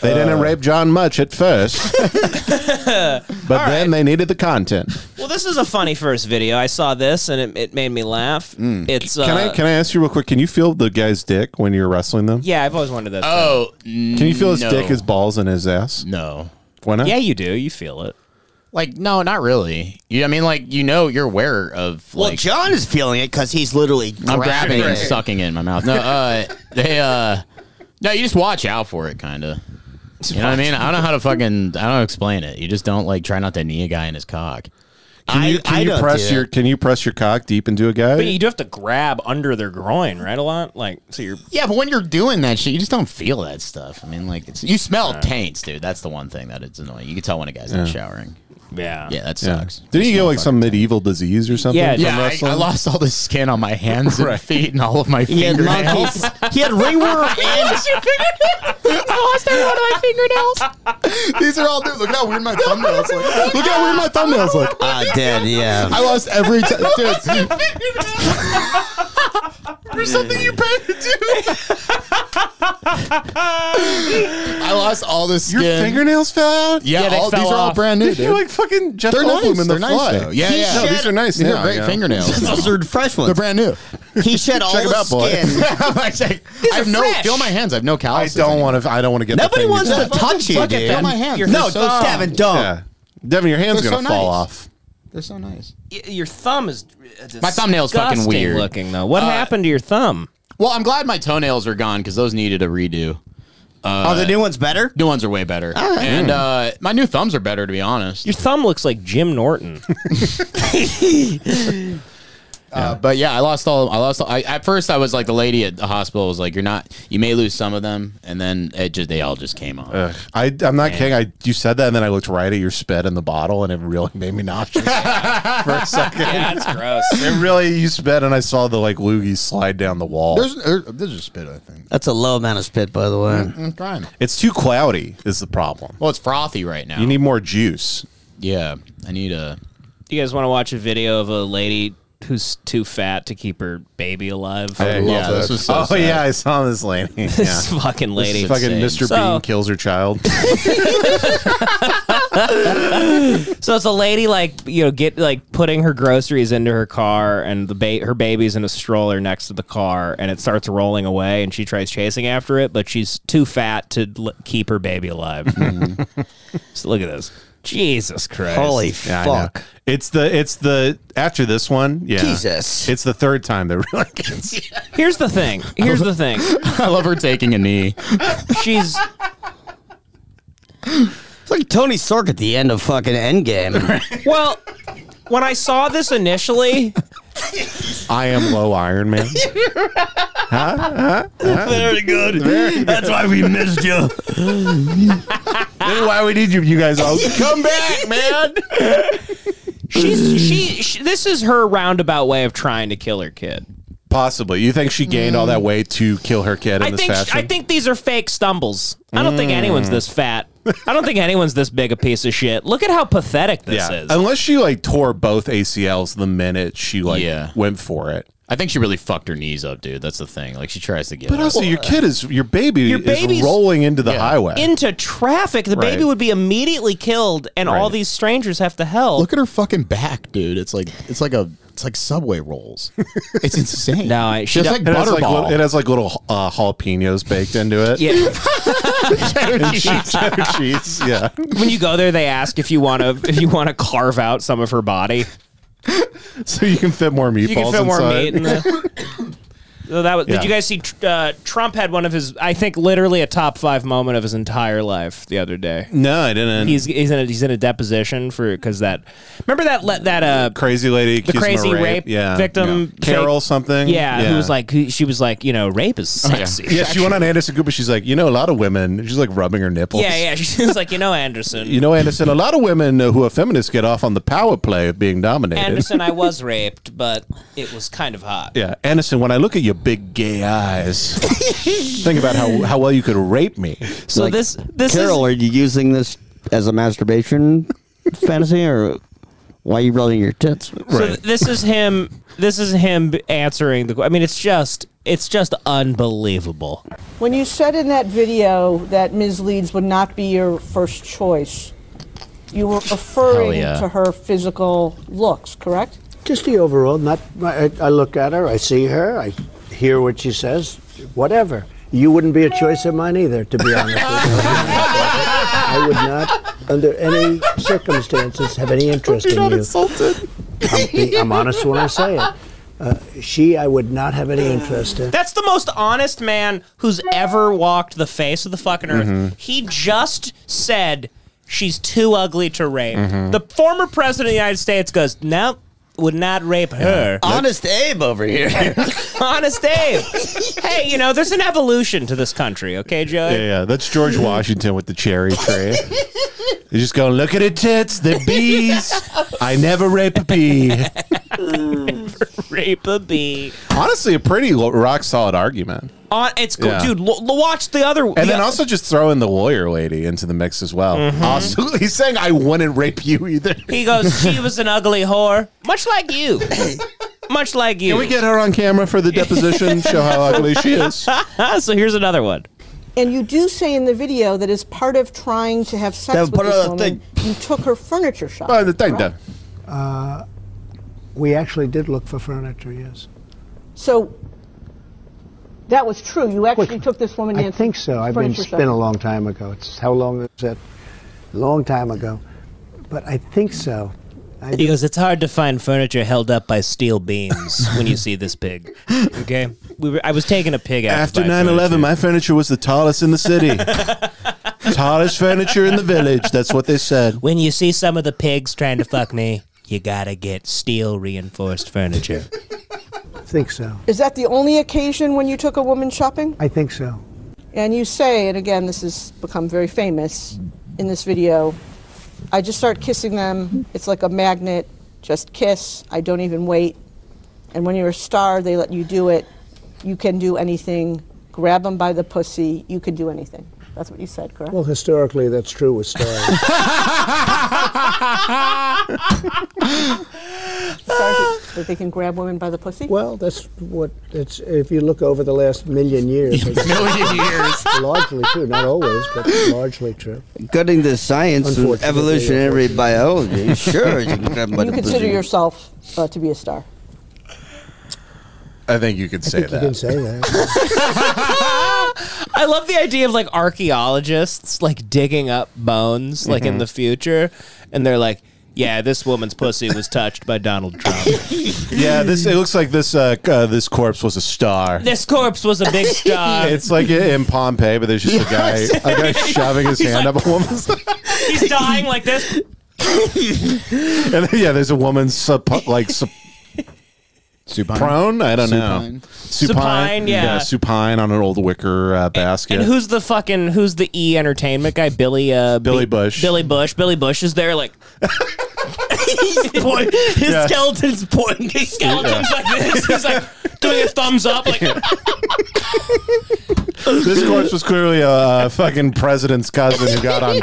Speaker 3: They didn't rape John much at first, but then they needed the content.
Speaker 4: well, this is a funny first video. I saw this and it, it made me laugh. It's uh,
Speaker 3: Can I can I ask you real quick? Can you feel the guy's dick when you're wrestling them?
Speaker 4: yeah, I've always wondered that. too.
Speaker 5: Oh.
Speaker 3: Can you feel his
Speaker 5: no.
Speaker 3: dick, his balls, and his ass?
Speaker 5: no?
Speaker 3: Why not?
Speaker 4: yeah, you do. You feel it.
Speaker 5: Like no, not really. You, I mean, like you know, you're aware of
Speaker 6: Well,
Speaker 5: like
Speaker 6: John is feeling it because he's literally
Speaker 5: I'm grabbing it and
Speaker 6: it.
Speaker 5: sucking it in my mouth. No, uh, they uh, no, you just watch out for it, kind of. You know what I mean? I don't know how to fucking I don't explain it. You just don't like try not to knee a guy in his cock.
Speaker 3: Can you,
Speaker 6: I-
Speaker 3: can
Speaker 6: I
Speaker 3: you
Speaker 6: don't
Speaker 3: press
Speaker 6: do
Speaker 3: your Can you press your cock deep into a guy?
Speaker 4: But you do have to grab under their groin, right? A lot, like so you're
Speaker 5: Yeah, but when you're doing that shit, you just don't feel that stuff. I mean, like it's you smell taints, dude. That's the one thing that it's annoying. You can tell when a guy's not showering.
Speaker 4: yeah.
Speaker 5: Yeah, that
Speaker 3: Yeah.
Speaker 5: sucks.
Speaker 3: Didn't you get like some medieval disease or something?
Speaker 4: Yeah,
Speaker 3: from
Speaker 5: Yeah, I,
Speaker 3: wrestling?
Speaker 5: I lost all the skin on my hands and
Speaker 3: Right.
Speaker 5: feet and all of my
Speaker 6: He had
Speaker 5: fingernails.
Speaker 6: monkeys. He had ringworm and
Speaker 5: I lost every one of my fingernails. These are all new. Look how weird my thumbnails look.
Speaker 3: Look how weird my thumbnails look.
Speaker 6: Ah, dead. Yeah.
Speaker 3: I lost every t- dude.
Speaker 5: There's something you paid to do. I lost all the skin.
Speaker 3: Your fingernails fell out.
Speaker 5: yeah,
Speaker 4: Yeah, they
Speaker 5: all,
Speaker 4: fell
Speaker 5: these are all
Speaker 4: off.
Speaker 5: brand new.
Speaker 3: Dude, you're
Speaker 5: Dude.
Speaker 3: like fucking Jeff
Speaker 5: They're
Speaker 3: Goldblum
Speaker 5: nice.
Speaker 3: in the
Speaker 5: They're nice,
Speaker 3: fly.
Speaker 5: though. Yeah,
Speaker 3: He
Speaker 5: yeah.
Speaker 3: No, these are nice
Speaker 5: These
Speaker 3: now.
Speaker 5: are great
Speaker 3: yeah.
Speaker 5: fingernails.
Speaker 6: Those are fresh
Speaker 5: They're
Speaker 6: ones.
Speaker 5: brand new.
Speaker 6: He shed all
Speaker 3: Check 'em
Speaker 6: the
Speaker 3: out, boy.
Speaker 6: skin.
Speaker 5: I have no
Speaker 4: fresh.
Speaker 5: feel my hands. I have no
Speaker 3: I
Speaker 5: calluses.
Speaker 3: don't want to. I don't want to get. the
Speaker 6: Nobody
Speaker 3: thing
Speaker 6: wants
Speaker 3: you
Speaker 6: to
Speaker 3: got.
Speaker 6: touch you,
Speaker 5: fuck it,
Speaker 6: dude.
Speaker 5: feel my hands.
Speaker 6: No,
Speaker 5: They're so soft.
Speaker 6: Devin, don't.
Speaker 3: Yeah. Devin, your hand's
Speaker 5: They're
Speaker 3: gonna
Speaker 5: so
Speaker 3: fall
Speaker 5: nice.
Speaker 3: off.
Speaker 5: They're so nice.
Speaker 4: Y- your thumb is uh,
Speaker 5: My thumbnail's fucking
Speaker 4: disgusting
Speaker 5: weird.
Speaker 4: looking though. What happened to your thumb?
Speaker 5: Well, I'm glad my toenails are gone because those needed a redo.
Speaker 6: oh, the new one's better.
Speaker 5: New ones are way better, and
Speaker 3: Hmm.
Speaker 5: uh, my new thumbs are better to be honest.
Speaker 4: Your thumb looks like Jim Norton.
Speaker 5: Uh, but yeah, I lost all. I lost. All, I, at first, I was like the lady at the hospital was like, "You're not. You may lose some of them," and then it just they all just came off.
Speaker 3: I, I'm not kidding. I you said that, and then I looked right at your spit in the bottle, and it really made me nauseous for a second.
Speaker 4: Yeah, that's gross.
Speaker 3: It really you spit, and I saw the like loogie slide down the wall.
Speaker 11: There's, there's, there's a spit, I think.
Speaker 6: That's a low amount of spit, by the way.
Speaker 11: I'm trying.
Speaker 3: it's too cloudy. Is the problem?
Speaker 5: Well, it's frothy right now.
Speaker 3: You need more juice.
Speaker 5: yeah, I need a.
Speaker 4: you guys want to watch a video of a lady who's too fat to keep her baby alive?
Speaker 11: Hey.
Speaker 5: yeah,
Speaker 11: that.
Speaker 5: this was so
Speaker 3: oh
Speaker 5: sad.
Speaker 3: yeah, I saw this lady. Yeah.
Speaker 4: This fucking lady.
Speaker 5: is
Speaker 3: Fucking
Speaker 5: insane.
Speaker 3: Mr.
Speaker 4: So-
Speaker 3: Bean kills her child.
Speaker 4: So it's a lady like you know get like putting her groceries into her car, and the ba- her baby's in a stroller next to the car, and it starts rolling away, and she tries chasing after it, but she's too fat to l- keep her baby alive. so look at this, Jesus Christ!
Speaker 6: Holy
Speaker 3: I know.
Speaker 6: fuck.
Speaker 3: It's the it's the after this one. Yeah,
Speaker 6: Jesus.
Speaker 3: It's the third time that really gets.
Speaker 4: Here's the thing. Here's the thing.
Speaker 11: Oh.
Speaker 5: I love her taking a knee.
Speaker 4: She's
Speaker 6: It's like Tony Stark at the end of fucking Endgame.
Speaker 4: well. When I saw this initially,
Speaker 3: I am low Iron Man.
Speaker 5: Very good.
Speaker 3: That's why we missed you. That's why we need you, you guys all.
Speaker 5: Come back, man.
Speaker 4: she's she, she this is her roundabout way of trying to kill her kid.
Speaker 3: Possibly, you think she gained all that weight to kill her kid in
Speaker 4: I
Speaker 3: this
Speaker 4: think
Speaker 3: fashion? Mm.
Speaker 4: I think these are fake stumbles. I don't think anyone's this fat. I don't think anyone's this big a piece of shit. Look at how pathetic this
Speaker 3: yeah,
Speaker 4: is.
Speaker 3: unless she like tore both ACLs the minute she like
Speaker 5: Yeah.
Speaker 3: went for it.
Speaker 5: I think she really fucked her knees up, dude. That's the thing. Like she tries to get.
Speaker 3: But
Speaker 5: up.
Speaker 3: also, your kid is your baby
Speaker 4: Your
Speaker 3: is
Speaker 4: baby's-
Speaker 3: rolling into the highway.
Speaker 4: Into traffic, the baby
Speaker 3: Right.
Speaker 4: would be immediately killed, and all
Speaker 3: Right.
Speaker 4: these strangers have to help.
Speaker 11: Look at her fucking back, dude. It's like it's like a it's like Subway rolls. It's insane.
Speaker 4: No, I- she
Speaker 11: It's
Speaker 4: do-
Speaker 11: like
Speaker 3: it has like,
Speaker 11: butterball.
Speaker 3: little, it has like little uh, jalapenos baked into it.
Speaker 4: yeah.
Speaker 3: and cheese, cheddar cheese. Yeah,
Speaker 4: when you go there, they ask if you want to if you want to carve out some of her body.
Speaker 3: so you can fit more meatballs.
Speaker 4: You can fit more
Speaker 3: inside.
Speaker 4: meat in the. So that was,
Speaker 3: Yeah.
Speaker 4: Did you guys see? tr- Uh, Trump had one of his, I think, literally a top five moment of his entire life the other day.
Speaker 3: No, I didn't.
Speaker 4: He's he's in a, he's in a deposition for because that remember that le- that uh
Speaker 3: crazy lady, accused him of
Speaker 4: crazy rape victim,
Speaker 3: yeah. Carol
Speaker 4: fake-
Speaker 3: something.
Speaker 4: yeah, who was like who, she was like you know rape is sexy
Speaker 3: Oh, Yeah, she went on Anderson Cooper. She's like, you know, a lot of women. She's like rubbing her nipples.
Speaker 4: yeah yeah she was like you know Anderson
Speaker 3: You know, Anderson, a lot of women uh, who are feminists get off on the power play of being dominated.
Speaker 4: Anderson I was raped but it was kind of hot
Speaker 3: Yeah, Anderson, when I look at your big gay eyes, think about how, how well you could rape me.
Speaker 4: so
Speaker 6: Like,
Speaker 4: this this
Speaker 6: Carol,
Speaker 4: is
Speaker 6: are you using this as a masturbation fantasy or why are you rubbing your tits?
Speaker 4: so th- this is him this is him answering the que- I mean it's just it's just unbelievable
Speaker 12: When you said in that video that Ms. Leeds would not be your first choice, you were referring
Speaker 5: yeah.
Speaker 12: to her physical looks, correct?
Speaker 9: Just the overall. Not I, I look at her, I see her, I hear what she says, whatever. You wouldn't be a choice of mine either, to be honest. with you. I would not, under any circumstances, have any interest in you.
Speaker 3: insulted.
Speaker 9: I'm, be- I'm honest when I say it. Uh, she, I would not have any interest in.
Speaker 4: That's the most honest man who's ever walked the face of the fucking earth.
Speaker 3: Mm-hmm.
Speaker 4: He just said she's too ugly to rape.
Speaker 3: Mm-hmm.
Speaker 4: The former president of the United States goes, "Nope, would not rape her."
Speaker 6: Honest Abe over here.
Speaker 4: honest Abe. hey, you know, there's an evolution to this country, okay, Joey?
Speaker 3: Yeah, yeah, that's George Washington with the cherry tray. He's just going, look at her tits, they're bees. I never rape a bee.
Speaker 4: Rape a bee.
Speaker 3: Honestly, a pretty lo- rock solid argument.
Speaker 4: On, it's cool,
Speaker 3: Yeah.
Speaker 4: dude. L- l- watch the other.
Speaker 3: And then also just throw in the lawyer lady into the mix as well. Also, he's saying I wouldn't rape you either. Can
Speaker 4: he goes, "She was an ugly whore, much like you, much like you."
Speaker 3: we get her on camera for the deposition? Show how ugly she is.
Speaker 4: Ah, so here's another one.
Speaker 12: And you do say in the video that as part of trying to have sex
Speaker 6: That
Speaker 12: with
Speaker 6: part of
Speaker 12: this
Speaker 6: the
Speaker 12: woman, you took her furniture
Speaker 3: Oh,
Speaker 12: shopping.
Speaker 3: the thing, though.
Speaker 12: correct?
Speaker 9: We actually did look for furniture, yes.
Speaker 12: So that was true. You actually
Speaker 9: Wait,
Speaker 12: took this woman.
Speaker 9: I
Speaker 12: Nancy,
Speaker 9: think so. I've been,
Speaker 12: furniture
Speaker 9: it's
Speaker 12: shopping.
Speaker 9: been a long time ago. It's how long is it? Long time ago. But I think so. I
Speaker 4: He goes, It's hard to find furniture held up by steel beams when you see this pig. Okay? We were, I was taking a pig out. to
Speaker 3: After
Speaker 4: buy
Speaker 3: 9 11, my furniture was the tallest in the city. tallest furniture in the village. That's what they said.
Speaker 4: When you see some of the pigs trying to fuck me, you gotta get steel reinforced furniture.
Speaker 9: think so.
Speaker 12: Is that the only occasion when you took a woman shopping?
Speaker 9: I think so.
Speaker 12: And you say, and again, this has become very famous in this video. I just start kissing them. It's like a magnet. Just kiss. I don't even wait. And when you're a star, they let you do it. You can do anything. Grab them by the pussy. You can do anything. That's what you said, correct?
Speaker 9: Well, historically, that's true with stars.
Speaker 12: Stars, that they can grab women by the pussy.
Speaker 9: Well, that's what it's. If you look over the last million years, million years, largely true. Not always, but largely true.
Speaker 6: According to science and
Speaker 9: Unfortunately,
Speaker 6: evolutionary biology, sure. You, can grab by
Speaker 12: you
Speaker 6: the
Speaker 12: consider
Speaker 6: pussy.
Speaker 12: yourself uh, to be a star.
Speaker 3: I think you could say
Speaker 9: I think you can
Speaker 3: that.
Speaker 9: say that.
Speaker 4: I love the idea of like archaeologists like digging up bones like in the future, and they're like, "Yeah, this woman's pussy was touched by Donald Trump.
Speaker 3: Yeah, this it looks like this uh, c- uh, this corpse was a star.
Speaker 4: this corpse was a big star.
Speaker 3: It's like in Pompeii, but there's just a guy a guy shoving his hand up a woman's.
Speaker 4: He's dying like this.
Speaker 3: And then, yeah, there's a woman sup- like sup-
Speaker 11: Supine.
Speaker 3: prone. I don't know.
Speaker 11: Supine.
Speaker 3: Supine.
Speaker 4: Supine, yeah.
Speaker 3: Supine on an old wicker uh, basket.
Speaker 4: And who's the fucking who's the E Entertainment guy? Billy uh,
Speaker 3: Billy Bush.
Speaker 4: Billy Bush. Billy Bush is there like. He's point, his
Speaker 3: Yeah.
Speaker 4: skeleton's pointing. His skeleton's like this. He's like doing a thumbs up. Like
Speaker 3: this corpse was clearly a uh, fucking president's cousin who got on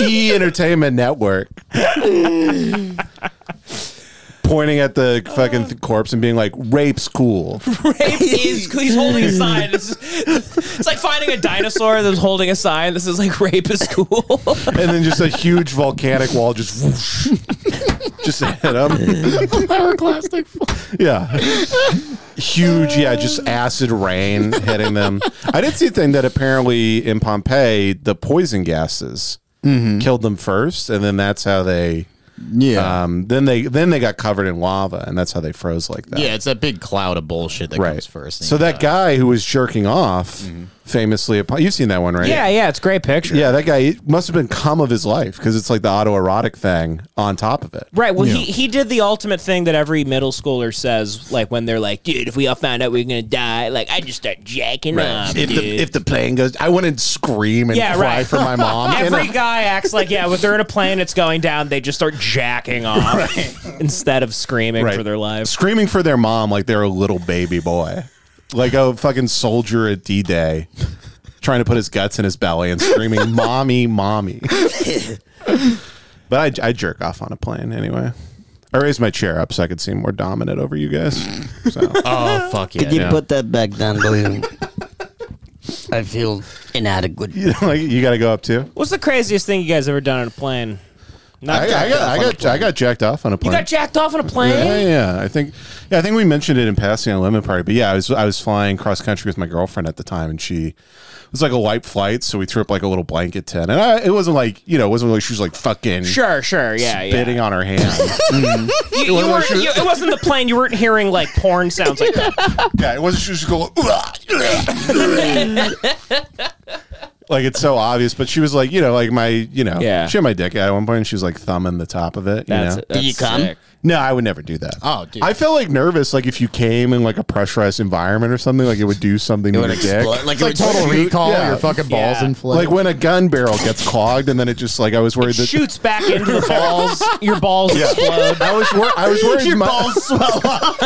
Speaker 3: E Entertainment Network, pointing at the fucking th- corpse and being like, "Rape's cool."
Speaker 4: rape is. He's holding a sign. It's, it's like finding a dinosaur that's holding a sign. This is like rape is cool.
Speaker 3: and then just a huge volcanic wall just whoosh, just hit him. Pyroclastic. Yeah. Huge, yeah, just acid rain hitting them. I did see a thing that apparently in Pompeii, the poison gases killed them first, and then that's how they.
Speaker 11: Yeah.
Speaker 3: Um, then they then they got covered in lava, and that's how they froze like that.
Speaker 5: Yeah, it's that big cloud of bullshit that
Speaker 3: right.
Speaker 5: comes first.
Speaker 3: So that guy who was jerking off, famously, upon- you've seen that one, right?
Speaker 4: Yeah, yeah, it's a great picture.
Speaker 3: Yeah, that guy it must have been cum of his life because it's like the autoerotic thing on top of it.
Speaker 4: Right. Well, he, he did the ultimate thing that every middle schooler says, like when they're like, "Dude, if we all found out we were gonna die, like I just start jacking up."
Speaker 3: If the
Speaker 4: dude."
Speaker 3: if the plane goes, I want to scream and
Speaker 4: Yeah,
Speaker 3: cry
Speaker 4: right.
Speaker 3: for my mom. And
Speaker 4: Every
Speaker 3: I-
Speaker 4: guy acts like, yeah, when they're in a plane, it's going down. They just start jacking off instead of screaming
Speaker 3: Right.
Speaker 4: for their lives.
Speaker 3: screaming for their mom like they're a little baby boy, like a fucking soldier at D Day, trying to put his guts in his belly and screaming, "Mommy, mommy." but I, I jerk off on a plane anyway. I raised my chair up so I could seem more dominant over you guys. So.
Speaker 5: Oh fuck yeah!
Speaker 6: Could you
Speaker 3: Yeah.
Speaker 6: put that back down, please? I feel inadequate.
Speaker 3: You know, like you got to go up too.
Speaker 4: What's the craziest thing you guys ever done on a plane? Not
Speaker 3: I, I
Speaker 4: jacked
Speaker 3: got,
Speaker 4: off
Speaker 3: I
Speaker 4: on a
Speaker 3: got,
Speaker 4: plane.
Speaker 3: I got jacked off on a
Speaker 4: You
Speaker 3: plane.
Speaker 4: got jacked off on a
Speaker 3: yeah,
Speaker 4: plane?
Speaker 3: yeah, I think, yeah, I think we mentioned it in passing on Lemon Party, but yeah, I was, I was flying cross country with my girlfriend at the time, and she it was like a light flight, so we threw up like a little blanket tent, and I, it wasn't like, you know, it wasn't like she was like fucking
Speaker 4: Sure, sure, yeah,
Speaker 3: spitting
Speaker 4: yeah.
Speaker 3: on her hand.
Speaker 4: You, you weren't, you, it wasn't the plane. You weren't hearing like porn sounds like that.
Speaker 3: yeah, it wasn't she was just going. "Ugh." Like it's so obvious, but she was like, you know, like my, you know,
Speaker 4: Yeah.
Speaker 3: she had my dick out at one point, and she was like thumbing the top of it. you know?
Speaker 4: That's,
Speaker 6: you come?
Speaker 3: No, I would never do that.
Speaker 5: Oh, dude.
Speaker 3: I felt like nervous, like if you came in like a pressurized environment or something, like it would do something to your dick.
Speaker 5: Like,
Speaker 11: It's like total recall.
Speaker 3: Yeah.
Speaker 11: Your fucking balls
Speaker 4: Yeah.
Speaker 11: inflate.
Speaker 3: Like when a gun barrel gets clogged, and then it just like I was worried that
Speaker 4: Shoots back into the balls. Your balls
Speaker 3: Yeah.
Speaker 4: explode.
Speaker 3: I was wor- I was worried my-
Speaker 5: swell up.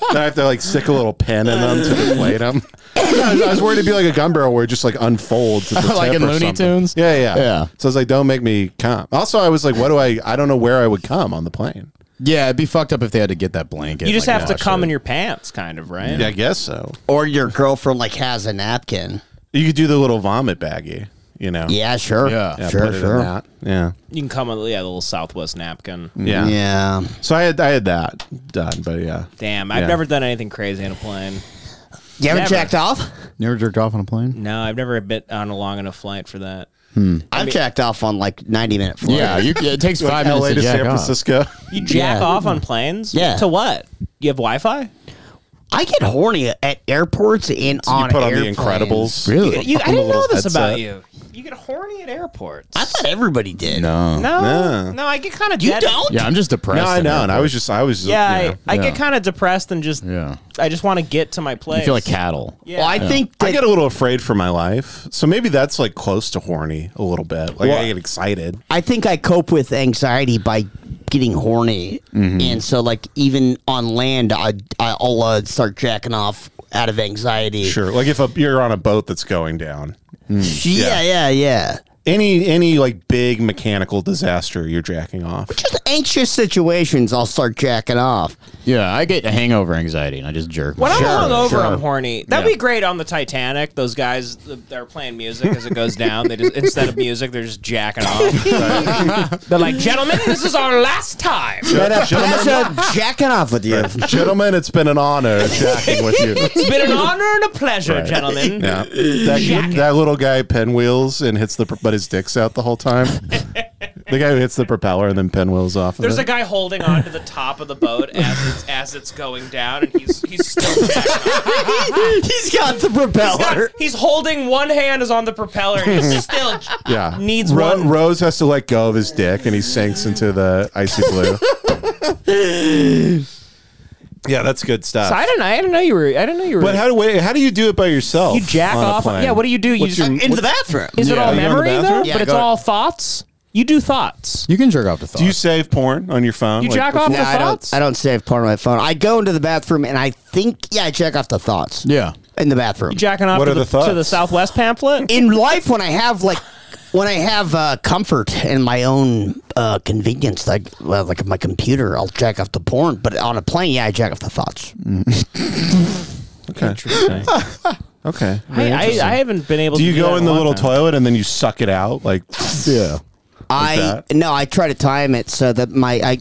Speaker 3: that I have to like stick a little pin in them to deflate them. I was, I was worried it'd be like a gun barrel where it just like unfolds, at the
Speaker 11: Like
Speaker 3: tip
Speaker 11: in
Speaker 3: or
Speaker 11: Looney
Speaker 3: something.
Speaker 11: Tunes?
Speaker 3: Yeah, yeah,
Speaker 11: Yeah.
Speaker 3: So I was like, don't make me come. Also, I was like, what do I? I don't know where I would come on the plane.
Speaker 11: yeah, it'd be fucked up if they had to get that blanket.
Speaker 4: You just
Speaker 11: like,
Speaker 4: have to
Speaker 11: wash
Speaker 4: come
Speaker 11: it.
Speaker 4: in your pants, kind of, right?
Speaker 3: Yeah, I guess so.
Speaker 6: Or your girlfriend like has a napkin.
Speaker 3: You could do the little vomit baggie, you know.
Speaker 6: Yeah, sure.
Speaker 11: Yeah.
Speaker 3: Yeah,
Speaker 6: sure,
Speaker 3: put it in
Speaker 6: sure.
Speaker 3: that. Yeah.
Speaker 4: You can come with yeah, the little Southwest napkin.
Speaker 3: Yeah.
Speaker 11: Mm-hmm.
Speaker 6: Yeah.
Speaker 3: So I had I had that done, but yeah.
Speaker 4: Damn, I've
Speaker 3: Yeah.
Speaker 4: never done anything crazy on a plane.
Speaker 6: You ever
Speaker 4: Never.
Speaker 6: jacked off?
Speaker 11: You ever jerked off on a plane?
Speaker 4: No, I've never been on a long enough flight for that.
Speaker 6: I've jacked off on like 90 minute flight.
Speaker 11: Yeah, you, it takes five minutes
Speaker 3: LA
Speaker 11: to,
Speaker 3: to
Speaker 11: jack
Speaker 3: San
Speaker 11: off.
Speaker 3: Francisco.
Speaker 4: You jack
Speaker 6: Yeah.
Speaker 4: off on planes?
Speaker 6: Yeah.
Speaker 4: To what? You have Wi Fi?
Speaker 6: I get horny at airports and on
Speaker 3: you put on
Speaker 6: airplanes.
Speaker 3: the Incredibles.
Speaker 11: Really?
Speaker 4: You, I
Speaker 3: On the
Speaker 4: didn't know
Speaker 3: little
Speaker 4: this about
Speaker 3: headset.
Speaker 4: you. you get horny at airports.
Speaker 6: I thought everybody did.
Speaker 3: No.
Speaker 4: No, no, I get kind of.
Speaker 6: You don't?
Speaker 3: Yeah, I'm just depressed. No, I
Speaker 5: at
Speaker 3: know. And I was
Speaker 5: airports.
Speaker 3: just, I was.
Speaker 4: Yeah,
Speaker 3: you know.
Speaker 4: I, I get kind of depressed and just.
Speaker 3: Yeah.
Speaker 4: I just want to get to my place. Yeah.
Speaker 6: Well, I think
Speaker 3: I get a little afraid for my life, so maybe that's like close to horny a little bit. Like
Speaker 6: Well,
Speaker 3: I get excited.
Speaker 6: I think I cope with anxiety by getting horny,
Speaker 3: Mm-hmm.
Speaker 6: and so like even on land, I I'll uh, start jacking off out of anxiety.
Speaker 3: Sure, like if a, you're on a boat that's going down.
Speaker 6: Mm. Yeah, yeah, yeah.
Speaker 3: Any any like big mechanical disaster, you're jacking off.
Speaker 6: Just anxious situations, I'll start jacking off.
Speaker 5: Yeah, I get hangover anxiety and I just jerk.
Speaker 4: When I'm
Speaker 5: myself.
Speaker 4: hungover, I'm horny. That'd be great on the Titanic. Those guys that are playing music as it goes down. They just instead of music, they're just jacking off. they're like, "Gentlemen, this is our last time."
Speaker 3: Gen-
Speaker 6: Pleasure jacking off with you.
Speaker 3: Gentlemen, it's been an honor jacking with you.
Speaker 4: It's been an honor and a pleasure,
Speaker 3: Right.
Speaker 4: gentlemen.
Speaker 3: Yeah. That, that little guy pinwheels and hits the, pr- but his dick's out the whole time. the guy who hits the propeller and then pinwheels off. of
Speaker 4: There's
Speaker 3: it.
Speaker 4: a guy holding on to the top of the boat as it's, as it's going down, and he's he's still jacking off.
Speaker 6: He's got the propeller.
Speaker 4: He's holding one hand is on the propeller, and he's still.
Speaker 3: Yeah.
Speaker 4: Needs
Speaker 3: Ro-
Speaker 4: one.
Speaker 3: Rose has to let go of his dick and he sinks into the icy blue. yeah, that's good stuff.
Speaker 4: So I don't know. I didn't know you were. I didn't know you were.
Speaker 3: but how do wait, how do you do it by yourself?
Speaker 4: you jack
Speaker 3: on a
Speaker 4: off?
Speaker 3: plane?
Speaker 4: Yeah. What do you do? You
Speaker 3: What's
Speaker 4: just,
Speaker 3: your-
Speaker 6: in the
Speaker 3: what's-
Speaker 6: bathroom.
Speaker 4: Is it
Speaker 3: Yeah,
Speaker 4: all
Speaker 3: you go to the
Speaker 4: memory though?
Speaker 3: bathroom?
Speaker 6: Yeah,
Speaker 4: but it's
Speaker 6: go-
Speaker 4: all thoughts. You do thoughts.
Speaker 11: You can jerk off to thoughts.
Speaker 3: Do you save porn on your phone?
Speaker 4: You jack off
Speaker 6: No,
Speaker 4: the
Speaker 6: I don't.
Speaker 4: thoughts.
Speaker 6: I don't save porn on my phone. I go into the bathroom and I think, yeah, I check off the thoughts.
Speaker 11: Yeah.
Speaker 6: in the bathroom.
Speaker 4: Jacking off
Speaker 3: What
Speaker 4: to
Speaker 3: are
Speaker 4: the,
Speaker 3: the thoughts?
Speaker 4: to the Southwest pamphlet.
Speaker 6: in life when I have like when I have uh, comfort and my own uh, convenience, like well, like my computer, I'll jack off the porn. But on a plane, yeah, I jack off the thoughts.
Speaker 3: Okay. okay.
Speaker 4: I, I, I haven't been able.
Speaker 3: Do
Speaker 4: to
Speaker 3: you go
Speaker 4: that
Speaker 3: in the
Speaker 4: long
Speaker 3: little
Speaker 4: now.
Speaker 3: toilet and then you suck it out? Like, yeah.
Speaker 6: I
Speaker 3: that?
Speaker 6: no, I try to time it so that my I.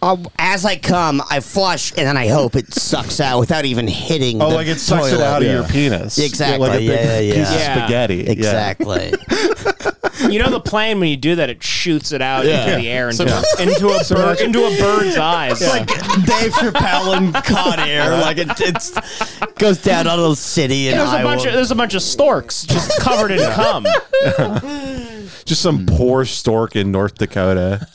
Speaker 6: I'll, as I come, I flush, and then I hope it sucks out without even hitting.
Speaker 3: Oh,
Speaker 6: the
Speaker 3: like it sucks it
Speaker 6: toilet.
Speaker 3: out of your penis.
Speaker 6: Exactly,
Speaker 3: Like a big
Speaker 6: yeah, yeah,
Speaker 3: piece of
Speaker 4: yeah.
Speaker 3: spaghetti. Yeah.
Speaker 6: Exactly.
Speaker 4: You know the plane when you do that, it shoots it out into the air and into a bird, into a bird's eyes.
Speaker 6: It's like Dave Chappelle and Con Air. Like it it's, Uh-huh. goes down on a city, and
Speaker 4: there's
Speaker 6: I
Speaker 4: a bunch of there's a bunch of storks just covered in cum.
Speaker 3: Just some
Speaker 6: Mm.
Speaker 3: poor stork in North Dakota.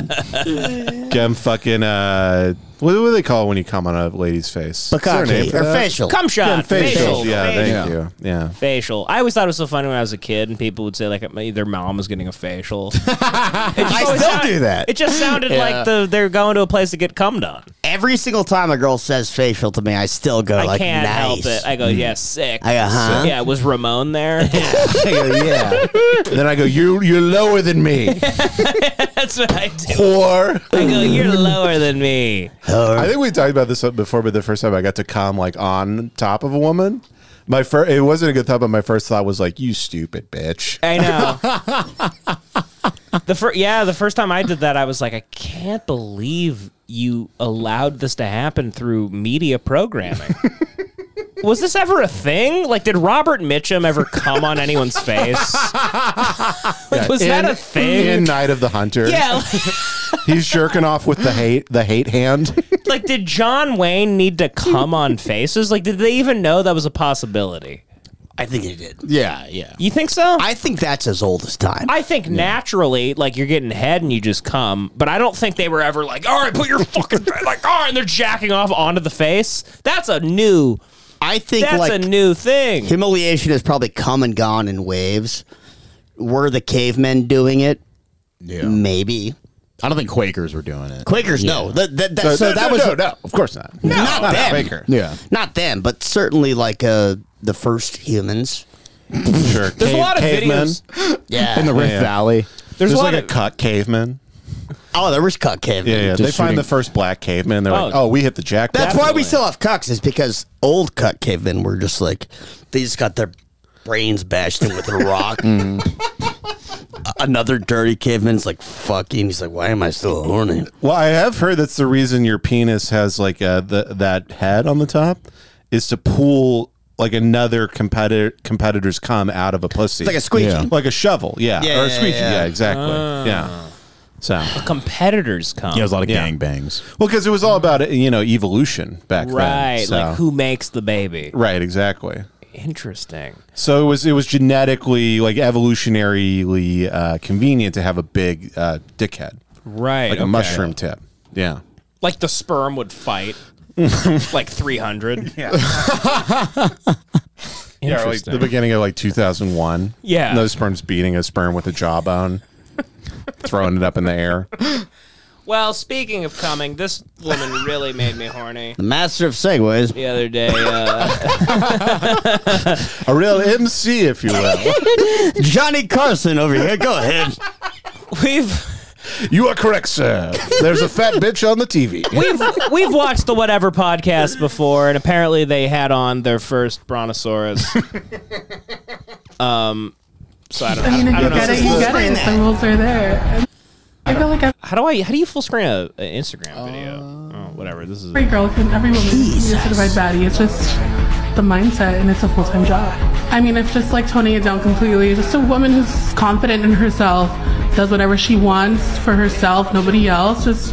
Speaker 3: Get him fucking uh what do they call it when you come on a lady's face? Is there a name for
Speaker 6: or
Speaker 3: that?
Speaker 6: facial.
Speaker 4: Cum shot. Facial.
Speaker 3: Facials, Yeah,
Speaker 4: facial.
Speaker 3: thank you. Yeah.
Speaker 4: Facial. I always thought it was so funny when I was a kid, and people would say like my- their mom was getting a facial.
Speaker 6: I still do that.
Speaker 4: It just sounded like the they're going to a place to get cum done.
Speaker 6: Every single time a girl says facial to me, I still go
Speaker 4: I
Speaker 6: like,
Speaker 4: can't
Speaker 6: nice. Mm.
Speaker 4: help it. I go, yeah, sick.
Speaker 6: I go, huh?
Speaker 4: Yeah, was Ramon there?
Speaker 6: I go, yeah.
Speaker 3: And then I go, You you're lower than me.
Speaker 4: That's what I do.
Speaker 3: Poor
Speaker 4: I go, you're lower than me.
Speaker 3: I think we talked about this before, but the first time I got to come like on top of a woman. My first, it wasn't a good thought, but my first thought was like, "You stupid bitch."
Speaker 4: I know. the fir- yeah, the first time I did that, I was like, I can't believe you allowed this to happen through media programming. Was this ever a thing? Like, did Robert Mitchum ever come on anyone's face? Like, was that
Speaker 3: In-
Speaker 4: a thing?
Speaker 3: In Night of the Hunter,
Speaker 4: yeah,
Speaker 3: he's jerking off with the hate, the hate hand.
Speaker 4: like, did John Wayne need to come on faces? Like, did they even know that was a possibility?
Speaker 6: I think it did.
Speaker 5: Yeah, yeah.
Speaker 4: You think so?
Speaker 6: I think that's as old as time.
Speaker 4: I think naturally, like you're getting head and you just come, but I don't think they were ever like, all right, put your fucking fa-" like, all right, and they're jacking off onto the face. That's a new,
Speaker 6: I think
Speaker 4: that's
Speaker 6: like
Speaker 4: a new thing.
Speaker 6: humiliation has probably come and gone in waves. Were the cavemen doing it?
Speaker 5: Yeah.
Speaker 6: Maybe.
Speaker 5: I don't think Quakers were doing it.
Speaker 6: Quakers, no. That- that- that- so that was
Speaker 3: no, no, of course not.
Speaker 6: not, them.
Speaker 5: Yeah.
Speaker 6: Not them, but certainly like uh, the first humans.
Speaker 3: Sure.
Speaker 4: There's a lot of videos.
Speaker 6: Yeah.
Speaker 11: in the Rift
Speaker 3: Yeah.
Speaker 11: Valley?
Speaker 3: There's,
Speaker 4: a lot of-
Speaker 3: like a cut caveman.
Speaker 6: oh, there was cuck cavemen.
Speaker 3: Yeah, yeah.
Speaker 11: Just
Speaker 3: They find
Speaker 11: shooting-
Speaker 3: the first black caveman. They're like,
Speaker 4: Oh.
Speaker 3: "Oh, we hit the jackpot."
Speaker 6: That's why we still have cucks is because old cuck cavemen were just like they just got their brains bashed in with a rock. A- Another dirty caveman's like fucking. He's like, why am I still horny?
Speaker 3: Well, I have heard that's the reason your penis has like uh, the, that head on the top is to pull like another competitor competitor's cum out of a pussy,
Speaker 6: It's like a squeegee.
Speaker 3: Yeah. like a shovel, yeah,
Speaker 6: Yeah,
Speaker 3: or a
Speaker 6: yeah,
Speaker 3: squeegee,
Speaker 6: yeah.
Speaker 3: yeah, exactly, yeah. So,
Speaker 4: Competitors come,
Speaker 5: Yeah, it was a lot of
Speaker 3: Yeah.
Speaker 5: gang bangs.
Speaker 3: well, because it was all about you know evolution back then,
Speaker 4: right?
Speaker 3: so-
Speaker 4: Like who makes the baby?
Speaker 3: right, exactly.
Speaker 4: Interesting.
Speaker 3: So it was it was genetically like evolutionarily uh, convenient to have a big uh, dickhead,
Speaker 4: Right,
Speaker 3: Like a
Speaker 4: okay.
Speaker 3: mushroom tip. Yeah.
Speaker 4: Like the sperm would fight. like 300. Yeah.
Speaker 3: Yeah, like the beginning of like 2001.
Speaker 4: Yeah.
Speaker 3: no sperm's beating a sperm with a jawbone, throwing it up in the air.
Speaker 4: Well, speaking of coming, this woman really made me horny.
Speaker 6: The master of segues.
Speaker 4: The other day, uh,
Speaker 3: A real MC, if you will.
Speaker 6: Johnny Carson over here. Go ahead.
Speaker 4: We've.
Speaker 3: You are correct, sir. There's a fat bitch on the TV.
Speaker 4: we've we've watched the whatever podcast before, and apparently they had on their first brontosaurus. um, so I don't, I,
Speaker 13: I mean,
Speaker 4: don't
Speaker 13: if you
Speaker 4: know. if
Speaker 13: get
Speaker 4: this
Speaker 13: it,
Speaker 4: is-
Speaker 13: you get it. The rules are there. And I feel like
Speaker 4: How do I? How do you full screen a, an
Speaker 5: Uh,
Speaker 4: Instagram video? oh, whatever. This is.
Speaker 13: every girl can, every woman can be a certified baddie. It's just the mindset, and it's a full time job. I mean, it's just like toning it down completely. Just a woman who's confident in herself, does whatever she wants for herself, nobody else. Just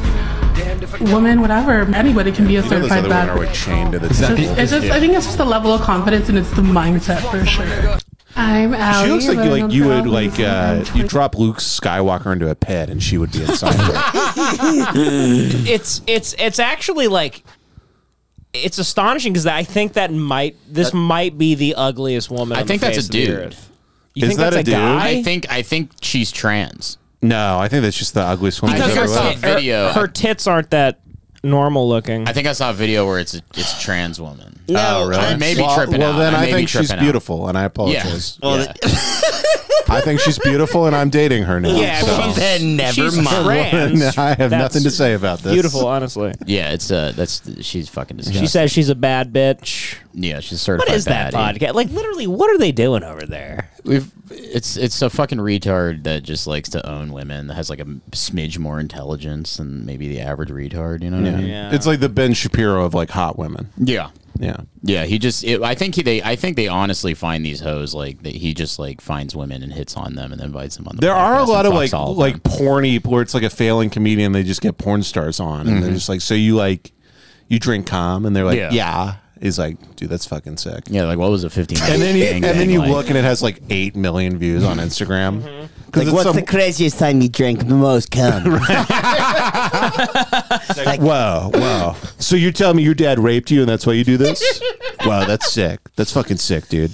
Speaker 13: woman, whatever. Anybody can be a
Speaker 3: You know those
Speaker 13: certified
Speaker 3: other women are
Speaker 13: baddie.
Speaker 3: like chained to the
Speaker 13: It's just,
Speaker 3: table.
Speaker 13: it's just- I think it's just the level of confidence, and it's the mindset for sure. I'm out.
Speaker 3: She looks like you, like you would like uh, you drop Luke Skywalker into a pit and she would be inside.
Speaker 4: it's it's it's actually like it's astonishing because I think that might this might be the ugliest woman.
Speaker 5: I
Speaker 4: on the
Speaker 5: think that's
Speaker 4: face
Speaker 5: a
Speaker 4: of the
Speaker 5: dude.
Speaker 4: earth. You think that's a, guy?
Speaker 5: I think I think she's trans.
Speaker 3: no, I think that's just the ugliest one.
Speaker 5: I
Speaker 3: I've
Speaker 5: think I
Speaker 3: ever
Speaker 5: saw a
Speaker 3: lived.
Speaker 5: video.
Speaker 4: her tits aren't that normal looking.
Speaker 5: I think I saw a video where it's a, it's a trans woman.
Speaker 3: oh, really?
Speaker 5: I may be
Speaker 3: well,
Speaker 5: tripping
Speaker 3: Well,
Speaker 5: out.
Speaker 3: then
Speaker 5: I
Speaker 3: I,
Speaker 5: may be
Speaker 3: think she's
Speaker 5: tripping out.
Speaker 3: beautiful, and I apologize.
Speaker 5: Yeah. Well,
Speaker 3: I think she's beautiful, and I'm dating her now.
Speaker 5: Yeah,
Speaker 3: so.
Speaker 5: she's- Then never she's mind. trans.
Speaker 3: I have
Speaker 5: That's
Speaker 3: nothing to say about this.
Speaker 4: beautiful, honestly.
Speaker 5: Yeah, it's uh, that's she's fucking disgusting.
Speaker 4: She says she's a bad bitch.
Speaker 5: Yeah, she's
Speaker 4: What
Speaker 5: certified.
Speaker 4: is that
Speaker 5: baddie.
Speaker 4: podcast? Like literally, what are they doing over there?
Speaker 5: We've it's it's a fucking retard that just likes to own women that has like a smidge more intelligence than maybe the average retard. You know what
Speaker 3: Yeah.
Speaker 5: I mean?
Speaker 3: It's like the Ben Shapiro of like hot women.
Speaker 5: Yeah.
Speaker 3: Yeah.
Speaker 5: Yeah, he just. It, I think he. They. I think they honestly find these hoes like that. He just like finds women and hits on them and invites them on. The
Speaker 3: There are a
Speaker 5: podcast
Speaker 3: lot
Speaker 5: and
Speaker 3: of
Speaker 5: fucks
Speaker 3: like
Speaker 5: all
Speaker 3: like porny where it's like a failing comedian. They just get porn stars on, and they're
Speaker 5: Mhm.
Speaker 3: just like, so you like you drink calm, and they're like,
Speaker 5: Yeah.
Speaker 3: yeah. Is like, dude, that's fucking sick.
Speaker 5: Yeah, like what was a fifteen?
Speaker 3: And then you,
Speaker 5: Gang
Speaker 3: and
Speaker 5: bang,
Speaker 3: then you
Speaker 5: like-
Speaker 3: look, and it has like eight million views on Instagram. 'Cause
Speaker 6: Like,
Speaker 3: it's
Speaker 6: what's
Speaker 3: some-
Speaker 6: the craziest time you drank the most cum?
Speaker 3: Like, whoa, whoa. So you tell me your dad raped you and that's why you do this? wow, that's sick. That's fucking sick, dude.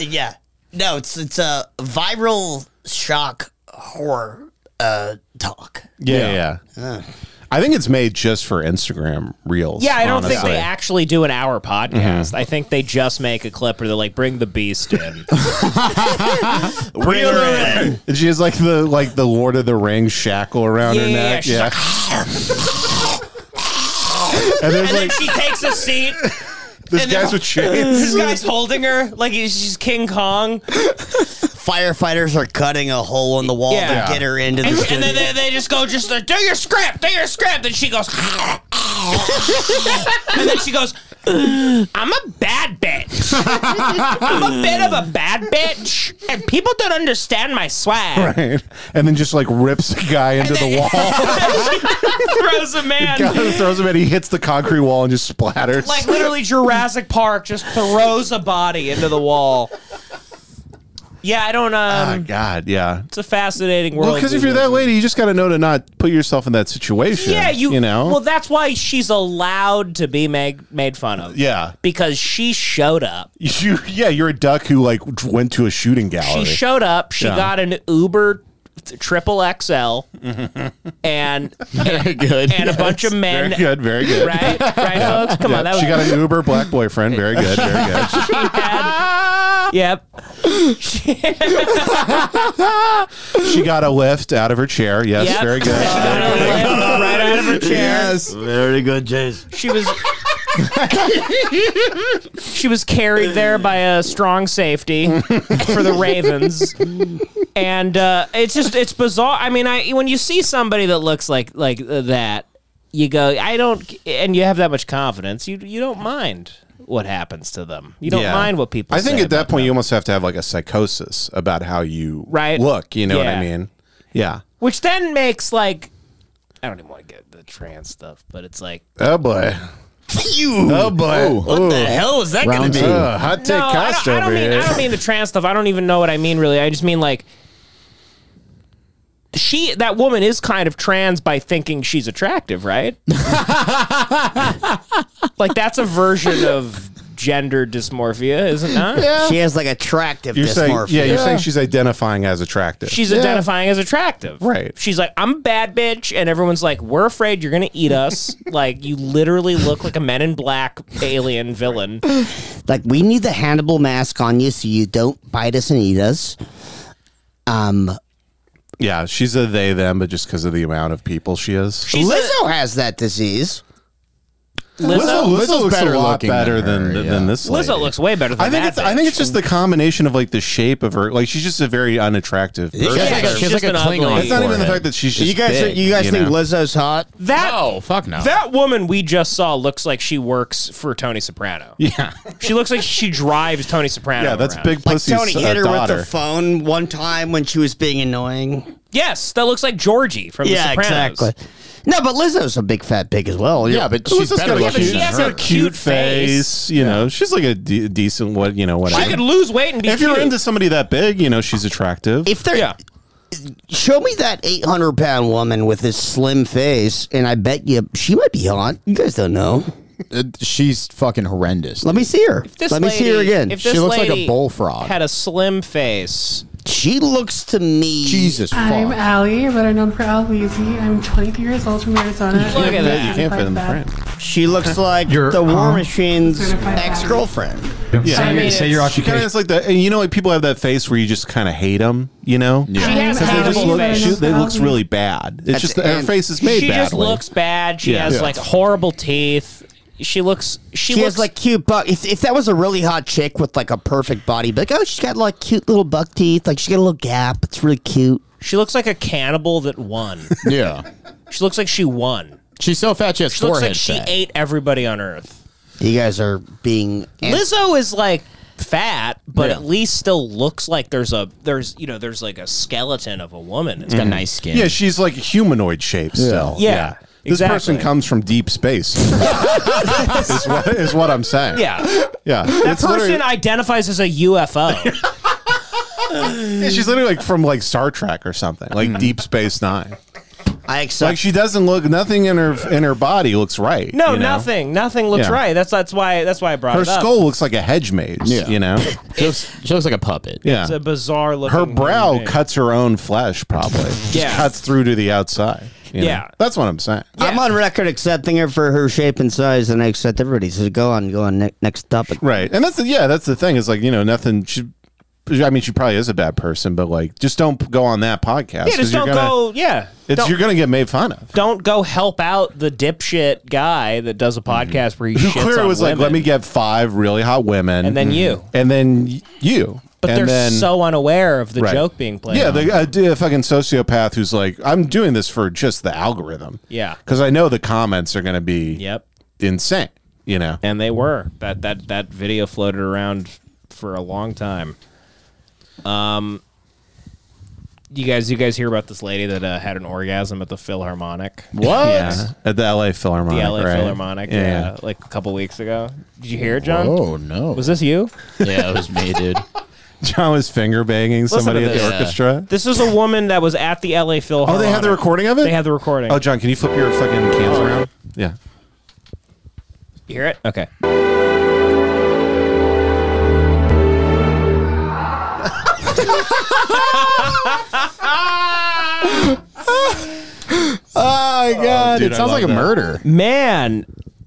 Speaker 6: Yeah. No, it's it's a viral shock horror uh, talk.
Speaker 3: Yeah, yeah.
Speaker 6: Uh.
Speaker 3: I think it's made just for Instagram reels.
Speaker 4: Yeah, I don't think
Speaker 3: honestly.
Speaker 4: they actually do an hour podcast.
Speaker 3: Mhm.
Speaker 4: I think they just make a clip where they're like, "Bring the beast in."
Speaker 3: Bring her in. And she has like the like the Lord of the Rings shackle around her
Speaker 4: Yeah, yeah,
Speaker 3: neck.
Speaker 4: she's
Speaker 3: Yeah.
Speaker 4: and
Speaker 3: there's
Speaker 4: then
Speaker 3: like
Speaker 4: she takes a seat.
Speaker 3: This guy's with chains.
Speaker 4: This guy's holding her like he's- she's King Kong.
Speaker 6: Firefighters are cutting a hole in the wall
Speaker 4: Yeah.
Speaker 6: to get her into the
Speaker 4: and,
Speaker 6: studio.
Speaker 4: and then they, they just go, just like, do your script, do your script. And she goes, and then she goes, I'm a bad bitch. I'm a bit of a bad bitch. And people don't understand my swag.
Speaker 3: right. And then just like rips the guy into the wall.
Speaker 4: Throws a man.
Speaker 3: guy throws him and he hits the concrete wall and just splatters. Oh
Speaker 4: Like literally Jurassic Park just throws a body into the wall. Yeah, I don't.
Speaker 3: Ah,
Speaker 4: Um,
Speaker 3: God, yeah.
Speaker 4: it's a fascinating world.
Speaker 3: Well, because if
Speaker 4: we
Speaker 3: you're
Speaker 4: live
Speaker 3: that
Speaker 4: in.
Speaker 3: lady, you just got to know to not put yourself in that situation.
Speaker 4: Yeah, you,
Speaker 3: you know.
Speaker 4: Well, that's why she's allowed to be made made fun of.
Speaker 3: Yeah.
Speaker 4: because she showed up.
Speaker 3: you yeah, you're a duck who like went to a shooting gallery.
Speaker 4: She showed up. She
Speaker 3: Yeah.
Speaker 4: got an Uber t- triple XL and very good and a bunch of men.
Speaker 3: Very good, very good.
Speaker 4: Right, right, folks. Come
Speaker 3: Yeah,
Speaker 4: on, that was
Speaker 3: she got an Uber black boyfriend. Very good, very good.
Speaker 4: Yep.
Speaker 3: She got a lift out of her chair. Yes,
Speaker 4: Yep.
Speaker 3: very good.
Speaker 4: right out of her chair.
Speaker 6: Very good, Jason.
Speaker 4: She was. she was carried there by a strong safety for the Ravens, and uh, it's just it's bizarre. I mean, I when you see somebody that looks like like uh, that, you go, I don't, and you have that much confidence, you you don't mind what happens to them. You don't
Speaker 3: Yeah.
Speaker 4: mind what people.
Speaker 3: I think
Speaker 4: say
Speaker 3: at that
Speaker 4: about
Speaker 3: point you almost have to have like a psychosis about how you
Speaker 4: Right.
Speaker 3: look. You know what I
Speaker 4: Yeah.
Speaker 3: mean? Yeah.
Speaker 4: them. which then makes like I don't even want to get the trans stuff, but it's like
Speaker 3: Oh boy.
Speaker 6: you.
Speaker 3: Oh boy!
Speaker 6: what the hell is that going to be?
Speaker 4: No, I don't- I don't, mean, I don't mean the trans stuff. I don't even know what I mean really. I just mean like she that woman is kind of trans by thinking she's attractive, right? like that's a version of gender dysmorphia, is it not?
Speaker 6: She has like attractive
Speaker 3: You're saying,
Speaker 6: dysmorphia.
Speaker 3: yeah, you're saying she's identifying as attractive.
Speaker 4: She's identifying as attractive. Right. She's like, I'm a bad bitch. And everyone's like, we're afraid you're going to eat us. like, you literally look like a men in black alien villain.
Speaker 6: like we need the Hannibal mask on you so you don't bite us and eat us. Um,
Speaker 3: Yeah, she's a they them, but just because of the amount of people she is.
Speaker 6: She's Lizzo has that disease.
Speaker 3: Lizzo, Lizzo,
Speaker 6: Lizzo's
Speaker 3: looks
Speaker 6: better
Speaker 3: a lot
Speaker 6: looking
Speaker 3: better
Speaker 6: than
Speaker 3: than
Speaker 6: her,
Speaker 3: than,
Speaker 6: yeah.
Speaker 3: this.
Speaker 4: Lizzo
Speaker 3: Lady.
Speaker 4: looks way better than
Speaker 3: I think
Speaker 4: that
Speaker 3: it's I think it's just the combination of like the shape of her. Like she's just a very unattractive.
Speaker 4: She's
Speaker 3: person.
Speaker 4: like a- she's like a Klingon
Speaker 3: It's not even the
Speaker 4: forehead.
Speaker 3: fact that she's just.
Speaker 4: You guys-
Speaker 3: big,
Speaker 4: you guys think
Speaker 3: know?
Speaker 6: Lizzo's hot?
Speaker 4: That
Speaker 5: no, fuck no.
Speaker 4: That woman we just saw looks like she works for Tony Soprano.
Speaker 3: Yeah.
Speaker 4: She looks like she drives Tony Soprano. around.
Speaker 6: Like Tony hit her with the phone one time when she was being annoying.
Speaker 4: Yes, that looks like Georgie from
Speaker 6: yeah,
Speaker 4: The Sopranos.
Speaker 6: exactly. No, but Lizzo's a big fat pig as well.
Speaker 3: Yeah, but she's better
Speaker 4: Yeah, but
Speaker 3: looking.
Speaker 4: she has a
Speaker 3: cute face. You know, she's like a de- decent what you know whatever.
Speaker 4: She could lose weight and be
Speaker 3: if
Speaker 4: cute.
Speaker 3: you're into somebody that big, you know she's attractive.
Speaker 6: If they're show me that eight hundred pound woman with this slim face, and I bet you she might be hot. You guys don't know.
Speaker 11: she's fucking horrendous.
Speaker 6: Let me see her.
Speaker 4: If this
Speaker 6: Let me see her
Speaker 4: lady-
Speaker 6: again.
Speaker 4: if this
Speaker 6: she looks like
Speaker 4: lady
Speaker 6: a bullfrog.
Speaker 4: Had a slim face.
Speaker 6: She looks to me. Jesus
Speaker 13: I'm Allie, better known for Al Weezy. I'm 22 years old from Arizona.
Speaker 6: Look at that. You can't fit in the She looks like
Speaker 13: You're-
Speaker 6: the War
Speaker 13: uh-huh.
Speaker 6: Machine's ex girlfriend.
Speaker 13: Yeah. Say your- say your
Speaker 3: She kind
Speaker 13: occupation.
Speaker 3: of has like that. And you know, like people have that face where you just kind of hate them. You know, yeah.
Speaker 4: She has
Speaker 3: they
Speaker 4: Hannibal
Speaker 3: just look,
Speaker 4: face.
Speaker 3: she, they looks really bad. It's
Speaker 4: At
Speaker 3: just
Speaker 4: the
Speaker 3: that her
Speaker 4: end.
Speaker 3: face is made
Speaker 4: She just
Speaker 3: badly.
Speaker 4: looks bad. She
Speaker 3: Yeah.
Speaker 4: has
Speaker 3: Yeah.
Speaker 4: like horrible teeth. She looks. She,
Speaker 6: She,
Speaker 4: looks
Speaker 6: has like cute buck. If, if that was a really hot chick with like a perfect body, but like, oh, she's got like cute little buck teeth. Like she got a little gap. It's really cute.
Speaker 4: She looks like a cannibal that won.
Speaker 5: yeah.
Speaker 4: She looks like she won.
Speaker 5: She's so fat she has
Speaker 4: She looks
Speaker 5: forehead
Speaker 4: like she
Speaker 5: fat.
Speaker 4: ate everybody on Earth.
Speaker 6: You guys are being
Speaker 4: Lizzo is like fat, but
Speaker 5: Yeah.
Speaker 4: at least still looks like there's a there's you know there's like a skeleton of a woman. It's got
Speaker 3: Mhm.
Speaker 4: nice skin.
Speaker 3: Yeah, she's like humanoid shape still.
Speaker 4: Yeah,
Speaker 3: This person
Speaker 4: exactly.
Speaker 3: comes from deep space. is, what, is what I'm saying.
Speaker 4: Yeah.
Speaker 3: Yeah.
Speaker 4: That
Speaker 3: It's
Speaker 4: person
Speaker 3: literally-
Speaker 4: identifies as a UFO.
Speaker 3: yeah, she's literally like from like Star Trek or something, like
Speaker 4: Mm-hmm.
Speaker 3: Deep Space Nine.
Speaker 6: I accept.
Speaker 3: Like she doesn't look. Nothing in her in her body looks right.
Speaker 4: No,
Speaker 3: you know?
Speaker 4: nothing. Nothing looks
Speaker 3: Yeah.
Speaker 4: right. That's that's why that's why I brought
Speaker 3: Her
Speaker 4: it up.
Speaker 3: skull looks like a hedge maze. You know.
Speaker 5: she, looks, she looks like a puppet.
Speaker 3: Yeah.
Speaker 4: It's a bizarre looking.
Speaker 3: her brow
Speaker 4: thing.
Speaker 3: cuts her own flesh probably Just
Speaker 4: Mm-hmm. Yeah.
Speaker 3: cuts through to the outside you know?
Speaker 4: Yeah.
Speaker 3: that's what i'm saying
Speaker 6: I'm on record accepting her for her shape and size, and I accept everybody. So go on, go on. Ne- next topic.
Speaker 3: right and that's the, yeah that's the thing is like you know nothing she i mean she probably is a bad person but like just don't go on that podcast
Speaker 4: Yeah,
Speaker 3: 'cause
Speaker 4: just
Speaker 3: you're
Speaker 4: don't
Speaker 3: gonna-
Speaker 4: go. Yeah,
Speaker 3: it's
Speaker 4: don't,
Speaker 3: you're gonna get made fun of
Speaker 4: don't go help out the dipshit guy that does a
Speaker 3: Mm-hmm.
Speaker 4: podcast where he
Speaker 3: who
Speaker 4: shits
Speaker 3: clearly
Speaker 4: on
Speaker 3: was
Speaker 4: women.
Speaker 3: like let me get five really hot women Mm-hmm.
Speaker 4: And then you.
Speaker 3: and then y- you
Speaker 4: But
Speaker 3: and
Speaker 4: they're
Speaker 3: then-
Speaker 4: so unaware of the
Speaker 3: Right.
Speaker 4: joke being played.
Speaker 3: yeah
Speaker 4: on.
Speaker 3: the uh, d- a fucking sociopath who's like i'm doing this for just the algorithm
Speaker 4: yeah,
Speaker 3: because i know the comments are gonna be
Speaker 4: yep,
Speaker 3: insane you know
Speaker 4: and they were that that that video floated around for a long time. Um, you guys, you guys hear about this lady that uh, had an orgasm at the Philharmonic?
Speaker 3: Yeah, at the LA Philharmonic.
Speaker 4: Oh, The LA
Speaker 3: right?
Speaker 4: Philharmonic, yeah. like a couple weeks ago. Did you hear it, John?
Speaker 3: Oh,
Speaker 5: no.
Speaker 4: Was this you?
Speaker 5: Yeah, it was me, dude.
Speaker 3: John was finger banging
Speaker 4: Listen to
Speaker 3: somebody at the
Speaker 4: this.
Speaker 3: orchestra.
Speaker 4: This is a woman that was at the LA Philharmonic.
Speaker 3: Oh, they have the recording of it?
Speaker 4: They have the Oh. recording.
Speaker 3: Oh, John, can you flip your fucking cans around? Yeah.
Speaker 4: You hear it? Okay.
Speaker 11: Oh my god!
Speaker 3: dude,
Speaker 11: it
Speaker 3: I
Speaker 11: sounds
Speaker 3: love
Speaker 11: like a
Speaker 3: that.
Speaker 11: murder.
Speaker 4: Man,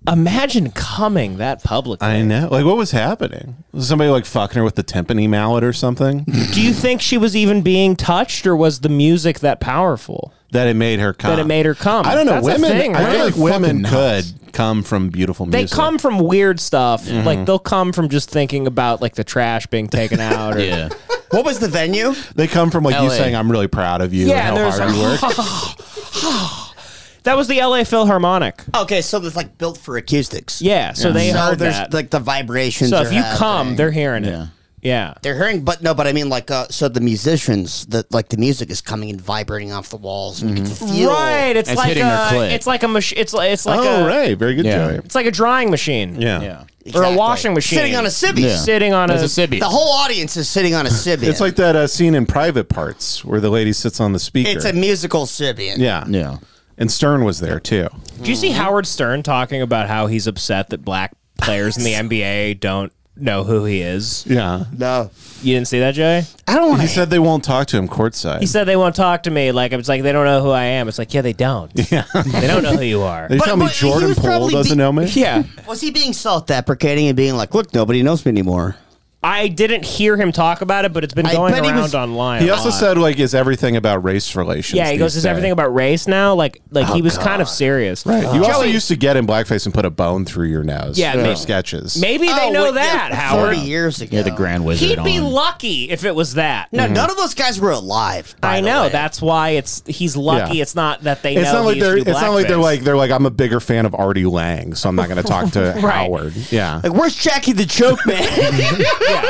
Speaker 4: imagine coming that public.
Speaker 3: I know. Like, what was happening? Was somebody like fucking her with the timpani mallet or something?
Speaker 4: Do you think she was even being touched, or was the music that powerful?
Speaker 3: that it made her come.
Speaker 4: That it made her come.
Speaker 3: I don't know.
Speaker 4: That's a
Speaker 3: women.
Speaker 4: thing,
Speaker 3: I feel
Speaker 4: right?
Speaker 3: like women could come from beautiful
Speaker 4: They
Speaker 3: music.
Speaker 4: come from weird stuff.
Speaker 3: Mhm.
Speaker 4: Like they'll come from just thinking about like the trash being taken out. Or,
Speaker 5: yeah.
Speaker 6: What was the venue?
Speaker 3: They come from like
Speaker 4: LA.
Speaker 3: you saying, "I'm really proud of you
Speaker 4: Yeah.
Speaker 3: and how
Speaker 4: There's
Speaker 3: hard you work."
Speaker 4: that was the LA Philharmonic.
Speaker 6: Okay, so it's like built for acoustics.
Speaker 4: Yeah. So they
Speaker 6: so
Speaker 4: heard
Speaker 6: there's
Speaker 4: that.
Speaker 6: like the vibrations.
Speaker 4: so
Speaker 6: are
Speaker 4: if you
Speaker 6: happening.
Speaker 4: come, they're hearing it. Yeah. Yeah.
Speaker 6: They're hearing, but no, but I mean, like, uh, so the musicians, the like, the music is coming and vibrating off the walls, and you can feel.
Speaker 4: Mm-hmm. Right, it's, like a, it's like a mach- it's like it's like
Speaker 3: oh,
Speaker 4: a
Speaker 3: right. Very good,
Speaker 4: Yeah.
Speaker 3: Joey.
Speaker 4: It's like a drawing machine.
Speaker 3: Yeah.
Speaker 4: Or a
Speaker 6: Exactly.
Speaker 4: washing machine.
Speaker 6: Sitting on a Sibi. Yeah.
Speaker 4: Sitting on
Speaker 6: There's a Sibi. The whole audience is sitting on a Sibian.
Speaker 3: It's like that uh, scene in Private Parts where the lady sits on the speaker.
Speaker 6: It's a musical Sibian.
Speaker 3: yeah.
Speaker 5: Yeah.
Speaker 3: And Stern was there too.
Speaker 4: Do you see Howard Stern talking about how he's upset that black players in the NBA don't know who he is?
Speaker 3: Yeah.
Speaker 6: No.
Speaker 4: You didn't see that, Jay?
Speaker 6: I don't
Speaker 3: He said they won't talk to him courtside.
Speaker 4: He said they won't talk to me. Like it's like they don't know who I am. It's like yeah, they don't.
Speaker 3: Yeah,
Speaker 4: they don't know who you are.
Speaker 3: Are you telling me Jordan Poole doesn't know me?
Speaker 4: Yeah.
Speaker 6: Was he being self-deprecating and being like, "Look, nobody knows me anymore"?
Speaker 4: I didn't hear him talk about it, but it's been
Speaker 6: I
Speaker 4: going
Speaker 6: bet he
Speaker 4: around
Speaker 6: was-
Speaker 4: online.
Speaker 3: He
Speaker 4: a
Speaker 3: also
Speaker 4: lot.
Speaker 3: said like is everything about race relations.
Speaker 4: yeah. He
Speaker 3: these
Speaker 4: goes, is
Speaker 3: days?"
Speaker 4: everything about race now? Like like he was kind of serious.
Speaker 3: Oh, Right. You also
Speaker 4: Joey,
Speaker 3: used to get in blackface and put a bone through your nose.
Speaker 4: Yeah,
Speaker 3: for
Speaker 4: maybe-
Speaker 3: sketches.
Speaker 4: maybe they
Speaker 6: Oh,
Speaker 4: know
Speaker 6: wait,
Speaker 4: that,
Speaker 6: yeah,
Speaker 4: Howard.
Speaker 6: Forty years ago.
Speaker 5: Yeah, the Grand Wizard.
Speaker 4: He'd be
Speaker 5: on.
Speaker 4: lucky if it was that.
Speaker 3: Mhm.
Speaker 6: No, none of those guys were alive.
Speaker 4: I know. That's why it's he's lucky.
Speaker 3: Yeah.
Speaker 4: It's not that they.
Speaker 3: It's
Speaker 4: know
Speaker 3: not like
Speaker 4: he used to
Speaker 3: they're.
Speaker 4: do
Speaker 3: It's not like they're
Speaker 4: blackface.
Speaker 3: like they're like I'm a bigger fan of Artie Lang, so I'm not going to talk to
Speaker 4: Right.
Speaker 3: Howard. Yeah,
Speaker 6: Like, where's Jackie the Joke Man?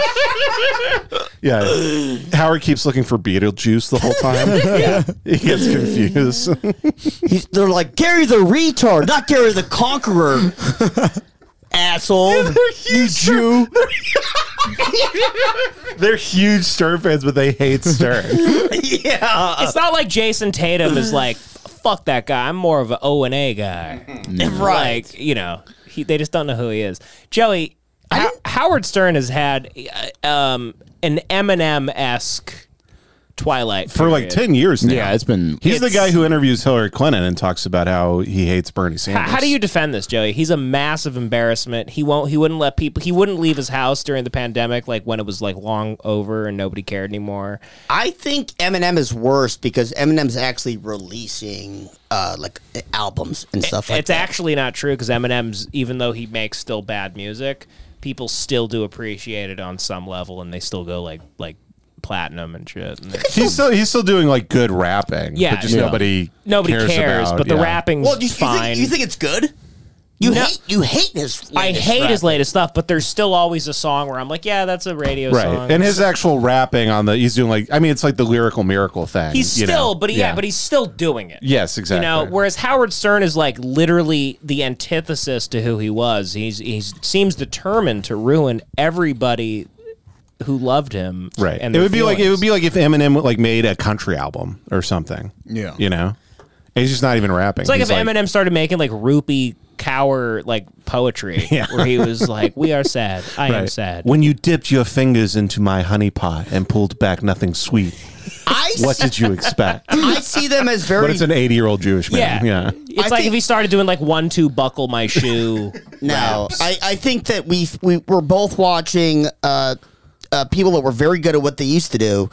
Speaker 3: yeah. Howard keeps looking for Beetlejuice the whole time. he gets confused.
Speaker 6: He's, they're like Gary the retard, not Gary the conqueror. Asshole, you Jew.
Speaker 3: they're huge Stern fans, but they hate Stern.
Speaker 6: yeah,
Speaker 4: It's not like Jason Tatum is like, fuck that guy. I'm more of an O and A guy.
Speaker 6: right.
Speaker 4: Like, you know, he, they just don't know who he is. Joey, Ho- Howard Stern has had uh, um, an Eminem esque Twilight
Speaker 3: for like
Speaker 4: period.
Speaker 3: ten years now.
Speaker 5: Yeah, it's been.
Speaker 3: He's the
Speaker 4: It's-
Speaker 3: guy who interviews Hillary Clinton and talks about how he hates Bernie
Speaker 4: How,
Speaker 3: Sanders.
Speaker 4: how do you defend this, Joey? He's a massive embarrassment. He won't. He wouldn't let people. He wouldn't leave his house during the pandemic, like when it was like long over and nobody cared anymore.
Speaker 6: I think Eminem is worse because Eminem's actually releasing uh, like albums and stuff like
Speaker 4: it's
Speaker 6: that.
Speaker 4: actually not true because Eminem's, even though he makes still bad music, people still do appreciate it on some level, and they still go like like platinum and shit. And they-
Speaker 3: He's still he's still doing like good rapping.
Speaker 4: Yeah,
Speaker 3: but just
Speaker 4: yeah.
Speaker 3: nobody
Speaker 4: nobody
Speaker 3: cares.
Speaker 4: cares,
Speaker 3: about-
Speaker 4: but the
Speaker 3: yeah.
Speaker 4: rapping's
Speaker 6: well, you, you
Speaker 4: fine.
Speaker 6: think you think it's good? You hate you hate his.
Speaker 4: I
Speaker 6: latest
Speaker 4: hate
Speaker 6: rap.
Speaker 4: his latest stuff, but there's still always a song where I'm like, yeah, that's a radio
Speaker 3: Right,
Speaker 4: song.
Speaker 3: and his actual rapping on the he's doing like I mean it's like the lyrical miracle thing.
Speaker 4: he's
Speaker 3: you
Speaker 4: still,
Speaker 3: know?
Speaker 4: but yeah, but he's still doing it.
Speaker 3: yes exactly.
Speaker 4: You know, whereas Howard Stern is like literally the antithesis to who he was. He's he seems determined to ruin everybody who loved him.
Speaker 3: right.
Speaker 4: And
Speaker 3: it would be like it would be like if Eminem like made a country album or something.
Speaker 11: Yeah.
Speaker 3: you know, And he's just not even rapping.
Speaker 4: It's like
Speaker 3: He's
Speaker 4: if Eminem started making like Rupee Cower like poetry, where he was like, "We are sad. I am
Speaker 3: right,
Speaker 4: sad."
Speaker 3: When you dipped your fingers into my honey pie and pulled back nothing sweet,
Speaker 6: I
Speaker 3: what
Speaker 6: see,
Speaker 3: did you expect?
Speaker 6: I see them as very.
Speaker 3: but it's an eighty-year-old Jewish
Speaker 4: yeah,
Speaker 3: man. Yeah,
Speaker 4: It's like
Speaker 6: think-
Speaker 4: if he started doing like one, two, buckle my shoe.
Speaker 6: No,
Speaker 4: raps.
Speaker 6: I, I think that we we were both watching uh, uh, people that were very good at what they used to do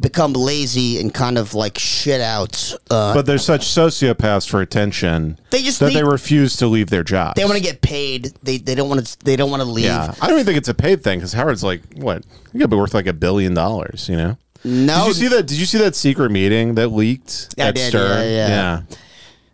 Speaker 6: become lazy and kind of like shit out. Uh,
Speaker 3: But they're such sociopaths for attention.
Speaker 6: They just
Speaker 3: that
Speaker 6: need-
Speaker 3: they refuse to leave their jobs.
Speaker 6: they want to get paid. They they don't want to. They don't want to leave.
Speaker 3: Yeah, I don't even think it's a paid thing because Howard's like, what? You could be worth like a billion dollars, you know?
Speaker 6: No.
Speaker 3: Did you see that? Did you see that secret meeting that leaked
Speaker 6: I
Speaker 3: at
Speaker 6: did,
Speaker 3: Stern?
Speaker 6: yeah, yeah.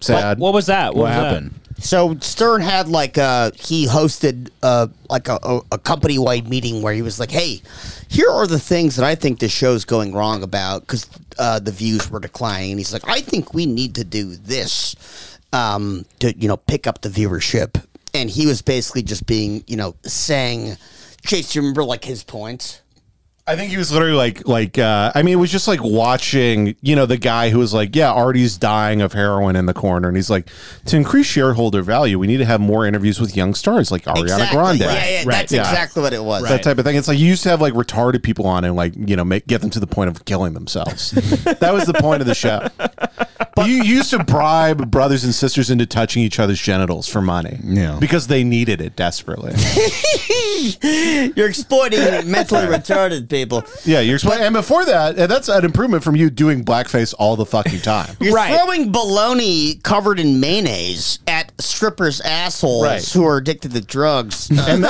Speaker 3: Sad.
Speaker 4: What was that? What,
Speaker 5: What
Speaker 4: was that?
Speaker 5: happened?
Speaker 6: So Stern had like uh he hosted uh like a, a, a company wide meeting where he was like, hey, here are the things that I think the show's going wrong about because uh, the views were declining, and he's like, I think we need to do this um to you know pick up the viewership, and he was basically just being you know saying, Chase, do you remember like his points?
Speaker 3: I think he was literally like, like, uh, I mean, it was just like watching, you know, the guy who was like, yeah, Artie's dying of heroin in the corner. And he's like, to increase shareholder value, we need to have more interviews with young stars like Ariana
Speaker 6: Exactly.
Speaker 3: Grande.
Speaker 6: Yeah, yeah, that's
Speaker 3: Yeah.
Speaker 6: exactly what it was.
Speaker 3: That type of thing. It's like you used to have like retarded people on and like you know make get them to the point of killing themselves. that was the point of the show. you used to bribe brothers and sisters into touching each other's genitals for money,
Speaker 5: Yeah.
Speaker 3: because they needed it desperately.
Speaker 6: You're exploiting mentally retarded people.
Speaker 3: yeah, you're explaining. And before that, and that's an improvement from you doing blackface all the fucking time.
Speaker 6: You're
Speaker 4: Right.
Speaker 6: throwing baloney covered in mayonnaise at strippers' assholes
Speaker 3: Right.
Speaker 6: who are addicted to drugs, uh, and,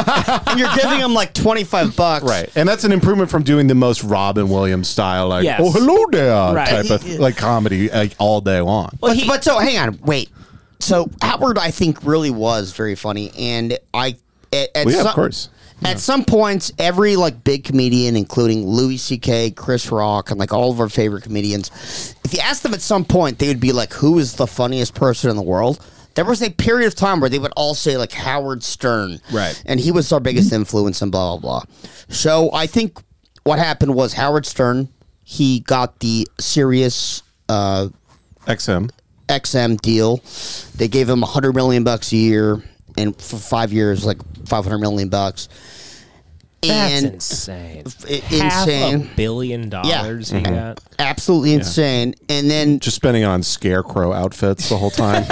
Speaker 6: you're giving them like twenty five bucks.
Speaker 3: Right, and that's an improvement from doing the most Robin Williams style, like
Speaker 4: Yes.
Speaker 3: "Oh, hello there"
Speaker 4: Right.
Speaker 3: type of like comedy, like all day long.
Speaker 6: But,
Speaker 4: he-
Speaker 6: but so hang on, wait. So Howard, I think, really was very funny, and I at, at
Speaker 3: Well, yeah, of
Speaker 6: some,
Speaker 3: course.
Speaker 6: At some points, every like big comedian, including Louis C.K., Chris Rock, and like all of our favorite comedians, if you asked them at some point, they would be like, "Who is the funniest person in the world?" There was a period of time where they would all say like Howard Stern,
Speaker 4: Right.
Speaker 6: And he was our biggest influence, and blah blah blah. So I think what happened was Howard Stern, he got the serious. Uh,
Speaker 3: XM.
Speaker 6: XM deal. They gave him 100 million bucks a year and for 5 years like 500 million bucks.
Speaker 4: That's
Speaker 6: And
Speaker 4: insane.
Speaker 6: i-
Speaker 4: Half
Speaker 6: insane.
Speaker 4: a billion dollars he
Speaker 3: Mhm.
Speaker 4: got.
Speaker 6: Absolutely insane. And then
Speaker 3: just spending on scarecrow outfits the whole time.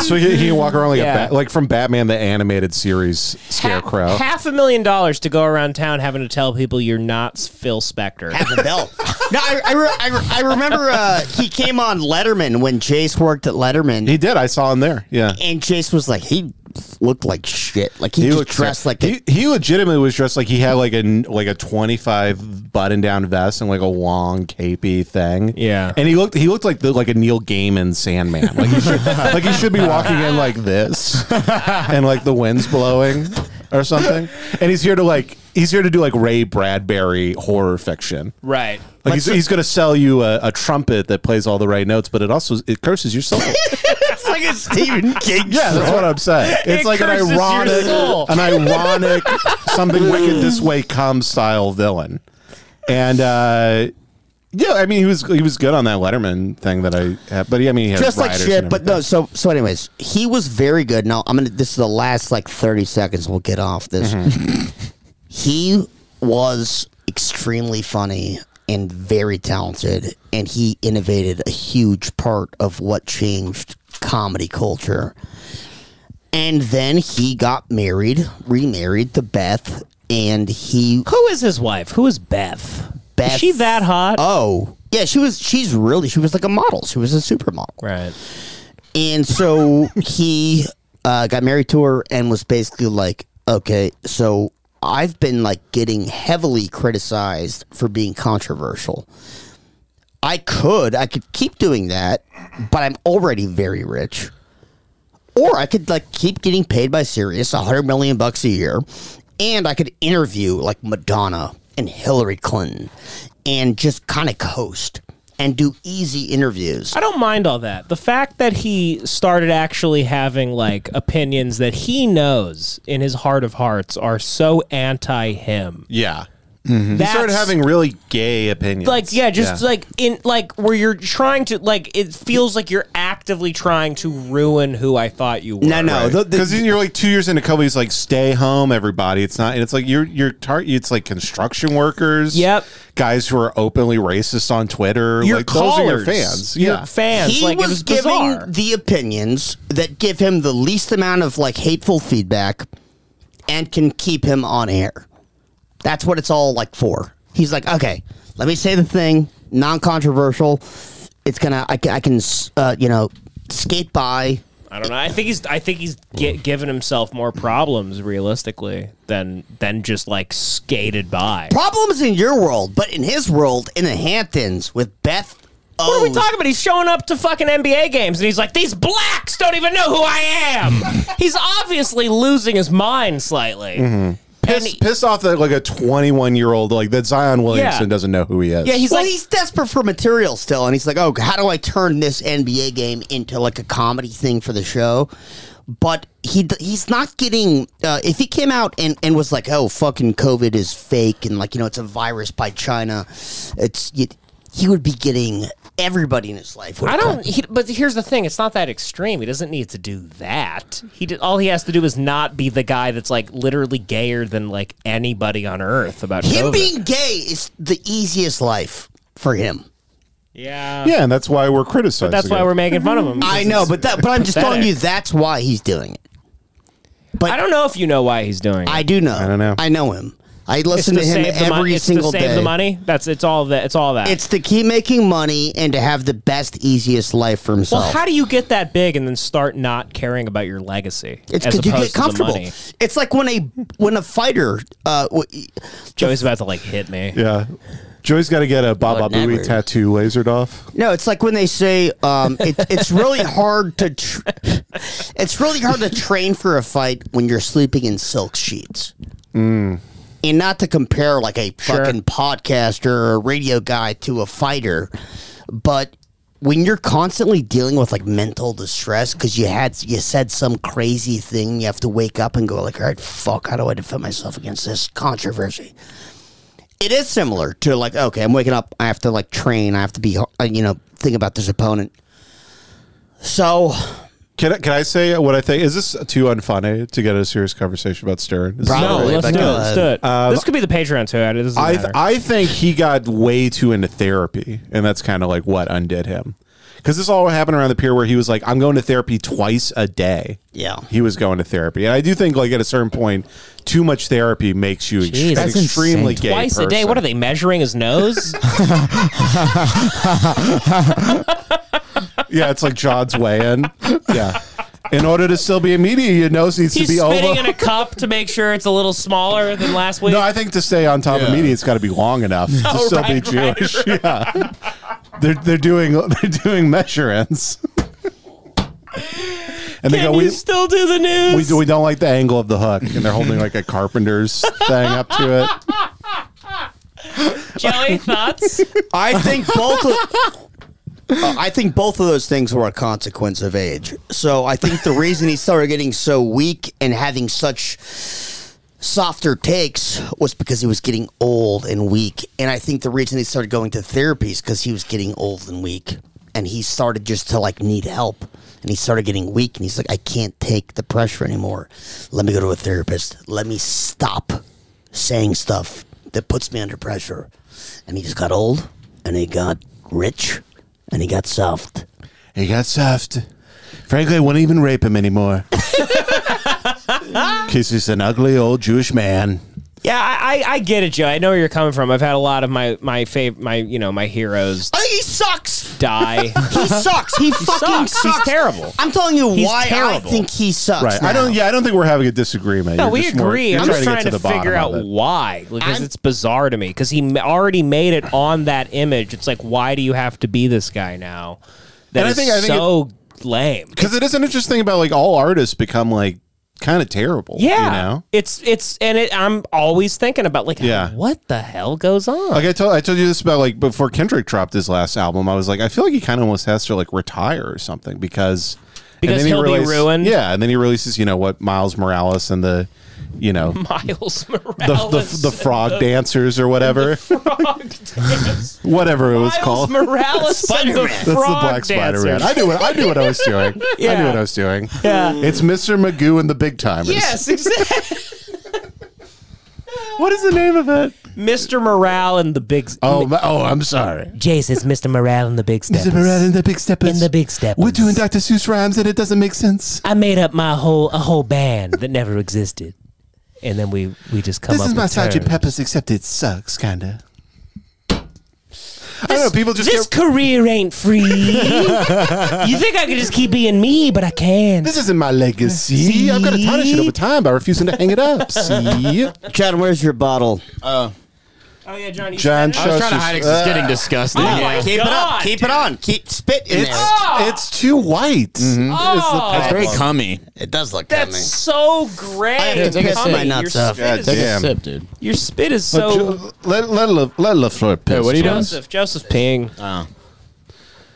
Speaker 3: so he, he can walk around like
Speaker 4: Yeah.
Speaker 3: a bat, like from Batman the animated series scarecrow.
Speaker 4: Half a million dollars to go around town having to tell people you're not Phil Spector. Half
Speaker 6: a bill. No, I, I, re- I, re- I remember uh, he came on Letterman when Jace worked at Letterman. He
Speaker 3: did. I saw him there. Yeah.
Speaker 6: And Jace was like, he looked like shit. Like he, just dressed like
Speaker 3: he, he legitimately was dressed like he had like a n- like a 25 button down vest and like a long capey thing.
Speaker 4: Yeah.
Speaker 3: And he looked he looked like the like a Neil Gaiman Sandman. Like he should, like he should be walking in like this and like the wind's blowing or something. And he's here to like he's here to do like Ray Bradbury horror fiction.
Speaker 4: Right.
Speaker 3: Like he's, he's going to sell you a, a trumpet that plays all the right notes, but it also it curses your soul.
Speaker 6: it's like a Stephen King.
Speaker 3: yeah, that's what I'm saying. It's
Speaker 14: It
Speaker 3: like an
Speaker 14: curses your
Speaker 3: ironic,
Speaker 14: soul.
Speaker 3: an ironic something wicked this way comes style villain, and uh, yeah, I mean he was he was good on that Letterman thing that I, had, but yeah, I mean he had
Speaker 6: Just like
Speaker 3: writers
Speaker 6: shit,
Speaker 3: and
Speaker 6: but no. So, so, anyways, he was very good. Now, I'm gonna. This is the last like 30 seconds. We'll get off this.
Speaker 4: Mm-hmm.
Speaker 6: he was extremely funny and very talented, and he innovated a huge part of what changed comedy culture. And then he got married, remarried to Beth, and he.
Speaker 4: Who is his wife? Who is Beth?
Speaker 6: Beth.
Speaker 4: Is she that hot?
Speaker 6: Oh, yeah. She was. She's really. She was like a model. She was a supermodel.
Speaker 4: Right.
Speaker 6: And so he uh, got married to her and was basically like, okay, so I've been like getting heavily criticized for being controversial. I could, I could keep doing that, but I'm already very rich. Or I could like keep getting paid by Sirius 100 million bucks a year and I could interview like Madonna and Hillary Clinton and just kind of coast and do easy interviews.
Speaker 4: I don't mind all that. The fact that he started actually having like opinions that he knows in his heart of hearts are so anti him.
Speaker 3: Yeah. Mm-hmm. He started
Speaker 4: That's-
Speaker 3: having really gay opinions.
Speaker 4: Like yeah, just like in like where you're trying to like it feels like you're actively trying to ruin who I thought you were.
Speaker 3: because you're like two years into COVID. It's like stay home, everybody. It's not. And it's like you're you're tar- It's like construction workers. Yep. Guys who are openly racist on Twitter.
Speaker 4: Your
Speaker 3: like those are your
Speaker 4: callers.
Speaker 3: fans.
Speaker 4: Your
Speaker 3: yeah.
Speaker 4: fans.
Speaker 6: He
Speaker 4: Like, it
Speaker 6: was,
Speaker 4: was
Speaker 6: giving
Speaker 4: bizarre.
Speaker 6: the opinions that give him the least amount of like hateful feedback and can keep him on air. That's what it's all like for. He's like, okay, let me say the thing, non-controversial. It's gonna, I, ca- I can, s- uh, you know, skate by.
Speaker 4: I don't know. I think he's. I think he's gi- given himself more problems realistically than than just like skated by.
Speaker 6: Problems in your world, but in his world, in the Hamptons with Beth.
Speaker 4: What are we talking about? He's showing up to fucking NBA games and he's like, these blacks don't even know who I am. he's obviously losing his mind slightly.
Speaker 3: Pissed, pissed off that like a 21 year old like that Zion Williamson doesn't know who he is.
Speaker 6: Yeah, he's well, he's desperate for material still, and he's like, "Oh, how do I turn this NBA game into like a comedy thing for the show?" But he d- he's not getting. Uh, if he came out and, and was like, "Oh, fucking COVID is fake," and like you know it's a virus by China, it's it, he would be getting everybody in his life. would
Speaker 4: I
Speaker 6: come.
Speaker 4: don't. He, but here's the thing: it's not that extreme. He doesn't need to do that. He did, all he has to do is not be the guy that's like literally gayer than like anybody on earth about
Speaker 6: Him
Speaker 4: COVID.
Speaker 6: being gay is the easiest life for him.
Speaker 4: yeah,
Speaker 3: yeah, and that's why we're criticizing.
Speaker 4: But that's why
Speaker 3: him.
Speaker 4: we're making fun of him.
Speaker 6: I know, but that, but I'm just telling you that's why he's doing it. But
Speaker 4: I don't know if you know why he's doing it.
Speaker 6: I do know. I don't know. I know him. I listen to,
Speaker 4: It's
Speaker 6: him
Speaker 4: save the
Speaker 6: every
Speaker 4: mon- it's
Speaker 6: single
Speaker 4: to save
Speaker 6: day.
Speaker 4: the money. That's it's all that. It's all that.
Speaker 6: It's to keep making money and to have the best, easiest life for
Speaker 4: well,
Speaker 6: himself.
Speaker 4: how do you get that big and then start not caring about your legacy?
Speaker 6: it's
Speaker 4: as
Speaker 6: because you
Speaker 4: opposed to
Speaker 6: get
Speaker 4: the
Speaker 6: comfortable.
Speaker 4: money?
Speaker 6: It's like when a when a fighter. Uh, w-
Speaker 4: Joey's about to like hit me.
Speaker 3: Yeah. Joey's got to get a Baba Booey tattoo lasered off.
Speaker 6: no, it's like when they say um, it, it's really hard to. Tr- It's really hard to train for a fight when you're sleeping in silk sheets.
Speaker 3: Mm.
Speaker 6: And not to compare like a
Speaker 3: Sure.
Speaker 6: fucking podcaster or a radio guy to a fighter, but when you're constantly dealing with like mental distress because you had you said some crazy thing, you have to wake up and go like, all right, fuck, how do I defend myself against this controversy? it is similar to like okay i'm waking up i have to like train i have to be uh, you know think about this opponent so
Speaker 3: Can I, can I say what I think? Is this too unfunny to get a serious conversation about Stern? Is this
Speaker 4: no,
Speaker 3: really-
Speaker 4: let's do it. Let's do it.
Speaker 3: Um,
Speaker 4: this could be the Patreon too. It doesn't
Speaker 3: I
Speaker 4: matter.
Speaker 3: I think he got way too into therapy, and that's kind of like what undid him. Because this all happened around the period where he was like, "I'm going to therapy twice a day."
Speaker 6: Yeah,
Speaker 3: he was going to therapy, and I do think like at a certain point, too much therapy makes you ext- an extremely gay.
Speaker 4: Twice a day.
Speaker 3: person.
Speaker 4: What are they measuring his nose?
Speaker 3: yeah, it's like John's weigh-in. Yeah, in order to still be a media, your nose needs
Speaker 4: He's
Speaker 3: to be
Speaker 4: spitting
Speaker 3: oval.
Speaker 4: in a cup to make sure it's a little smaller than last week.
Speaker 3: No, I think to stay on top of
Speaker 4: Yeah.
Speaker 3: media, it's got to be long enough to
Speaker 4: Oh,
Speaker 3: still
Speaker 4: right,
Speaker 3: be
Speaker 4: right,
Speaker 3: Jewish. Yeah, they're they're doing they're doing measure ends. And they
Speaker 4: Can
Speaker 3: go,
Speaker 4: you
Speaker 3: we,
Speaker 4: still do the news?
Speaker 3: we, do- we don't like the angle of the hook. And they're holding like a carpenter's thing up to it.
Speaker 4: Joey, thoughts?
Speaker 6: I think both of uh, I think both of those things were a consequence of age. So I think the reason he started getting so weak and having such softer takes was because he was getting old and weak. And I think the reason he started going to therapy is because he was getting old and weak. And he started just to like need help. And he started getting weak and he's like, I can't take the pressure anymore. Let me go to a therapist. Let me stop saying stuff that puts me under pressure. And he just got old and he got rich and he got soft.
Speaker 3: He got soft. Frankly, I wouldn't even rape him anymore. Because he's an ugly old Jewish man.
Speaker 4: Yeah, I, I, I get it, Joe. I know where you're coming from. I've had a lot of my my fav- my you know my heroes
Speaker 6: I think Oh, he sucks.
Speaker 4: die.
Speaker 6: He sucks. He, fucking sucks.
Speaker 4: sucks. He's terrible.
Speaker 6: I'm telling you
Speaker 4: He's
Speaker 6: why
Speaker 4: terrible.
Speaker 6: I think he sucks.
Speaker 3: Right. I
Speaker 6: now.
Speaker 3: don't. Yeah, I don't think we're having a disagreement.
Speaker 4: No,
Speaker 3: You're
Speaker 4: we
Speaker 3: just more-
Speaker 4: agree.
Speaker 3: you're
Speaker 4: I'm just trying
Speaker 3: get
Speaker 4: to,
Speaker 3: the
Speaker 4: figure out
Speaker 3: bottom of it.
Speaker 4: why because it's bizarre to me because he m- already made it on that image. It's like why do you have to be this guy now? That
Speaker 3: And I
Speaker 4: is
Speaker 3: think- I think it-
Speaker 4: so lame.
Speaker 3: because it is an interesting thing about like all artists become like kind of terrible.
Speaker 4: Yeah,
Speaker 3: you know.
Speaker 4: it's it's and it, I'm always thinking about like
Speaker 3: Yeah.
Speaker 4: what the hell goes on?
Speaker 3: Like I told I told you this about like before Kendrick dropped his last album, I was like, I feel like he kind of almost has to like retire or something because and
Speaker 4: Because he'll be
Speaker 3: released-
Speaker 4: ruined?
Speaker 3: Yeah, and then he releases you know what Miles Morales and the you know
Speaker 4: Miles
Speaker 3: the the,
Speaker 4: Morales,
Speaker 3: the frog
Speaker 4: and the-
Speaker 3: dancers or whatever, whatever it was called.
Speaker 4: Morales, and the
Speaker 3: That's the
Speaker 4: frog
Speaker 3: Black Spider Man.
Speaker 4: dancers.
Speaker 3: I knew what I knew what I was doing. I
Speaker 4: Yeah.
Speaker 3: knew what I was doing.
Speaker 4: Yeah.
Speaker 3: it's Mr. Magoo and the Big Timers.
Speaker 4: Yes, exactly.
Speaker 3: What is the name of it?
Speaker 4: Mr. Morale and the Big. uh,
Speaker 3: Oh, my- oh, I'm sorry.
Speaker 4: Jace is Mr. Morale and the Big Steppers.
Speaker 3: Mr. Morale and the Big Steppers.
Speaker 4: And the Big Steppers.
Speaker 3: We're doing Dr. Seuss rhymes, and it doesn't make sense.
Speaker 4: I made up my whole a whole band that never existed, and then we we just come
Speaker 3: this
Speaker 4: up
Speaker 3: is my
Speaker 4: with
Speaker 3: Sergeant
Speaker 4: terms.
Speaker 3: Pepper's, except it sucks, kinda. I don't know. People just
Speaker 4: this
Speaker 3: get-
Speaker 4: career ain't free. you think I could just keep being me, but I can.
Speaker 3: This isn't my legacy. I've got to tarnish it over time by refusing to hang it up. See,
Speaker 6: John, where's your bottle?
Speaker 5: Oh.
Speaker 4: Oh yeah, Johnny.
Speaker 3: John uh,
Speaker 5: I was trying to hide it 'cause it's getting disgusting.
Speaker 4: Oh my
Speaker 6: Keep it up.
Speaker 4: God,
Speaker 6: Keep it on. Keep spit in
Speaker 5: It's-
Speaker 6: there.
Speaker 3: it's too white.
Speaker 4: Oh.
Speaker 5: That's very cummy.
Speaker 6: It does look
Speaker 4: That's so great. Tommy, your spit is-
Speaker 5: Take a
Speaker 3: damn.
Speaker 5: sip, dude.
Speaker 4: Your spit is
Speaker 3: But
Speaker 4: so.
Speaker 3: Jo- let let Le- let Lafleur piss.
Speaker 5: what are you doing?
Speaker 3: Jonas.
Speaker 4: Joseph, Joseph Ping.
Speaker 5: Oh.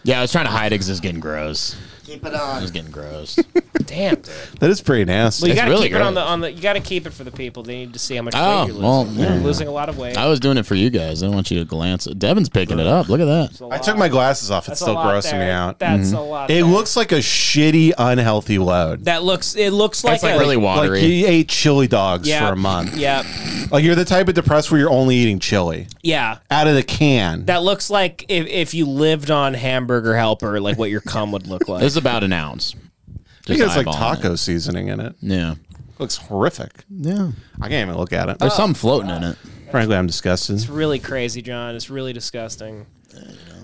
Speaker 5: Yeah, I was trying to hide it because it's getting gross.
Speaker 6: Keep it on.
Speaker 5: It's getting gross.
Speaker 4: Damn. Dude.
Speaker 3: That is pretty nasty.
Speaker 4: Well, you got to
Speaker 5: really
Speaker 4: keep it on the
Speaker 5: gross.
Speaker 4: on the. You got to keep it for the people. They need to see how much
Speaker 5: Oh,
Speaker 4: weight you're losing.
Speaker 5: well,
Speaker 4: you're
Speaker 5: yeah.
Speaker 4: losing a lot of weight.
Speaker 5: I was doing it for you guys. I don't want you to glance. Devin's picking it up. Look at that.
Speaker 3: I took my glasses off. It's
Speaker 4: That's a
Speaker 3: still
Speaker 4: lot
Speaker 3: grossing me
Speaker 4: there.
Speaker 3: out.
Speaker 4: That's
Speaker 5: Mm-hmm.
Speaker 4: a lot
Speaker 3: It
Speaker 4: there.
Speaker 3: looks like a shitty, unhealthy load.
Speaker 4: that looks. It looks like,
Speaker 5: It's like
Speaker 4: a,
Speaker 5: really watery.
Speaker 3: Like you ate chili dogs
Speaker 4: Yeah.
Speaker 3: for a month.
Speaker 4: Yeah,
Speaker 3: Like you're the type of depressed where you're only eating chili
Speaker 4: yeah.
Speaker 3: out of the can.
Speaker 4: That looks like if, if you lived on hamburger helper, like what your cum would look like.
Speaker 5: This is about an ounce.
Speaker 3: I think it's
Speaker 5: Just
Speaker 3: like
Speaker 5: eyeballing
Speaker 3: taco seasoning in it.
Speaker 5: it. Yeah.
Speaker 3: Looks horrific.
Speaker 5: Yeah.
Speaker 3: I can't even look at it.
Speaker 6: Oh, uh,
Speaker 5: There's something floating in it.
Speaker 3: Frankly, I'm disgusted.
Speaker 4: It's really crazy, John. It's really disgusting.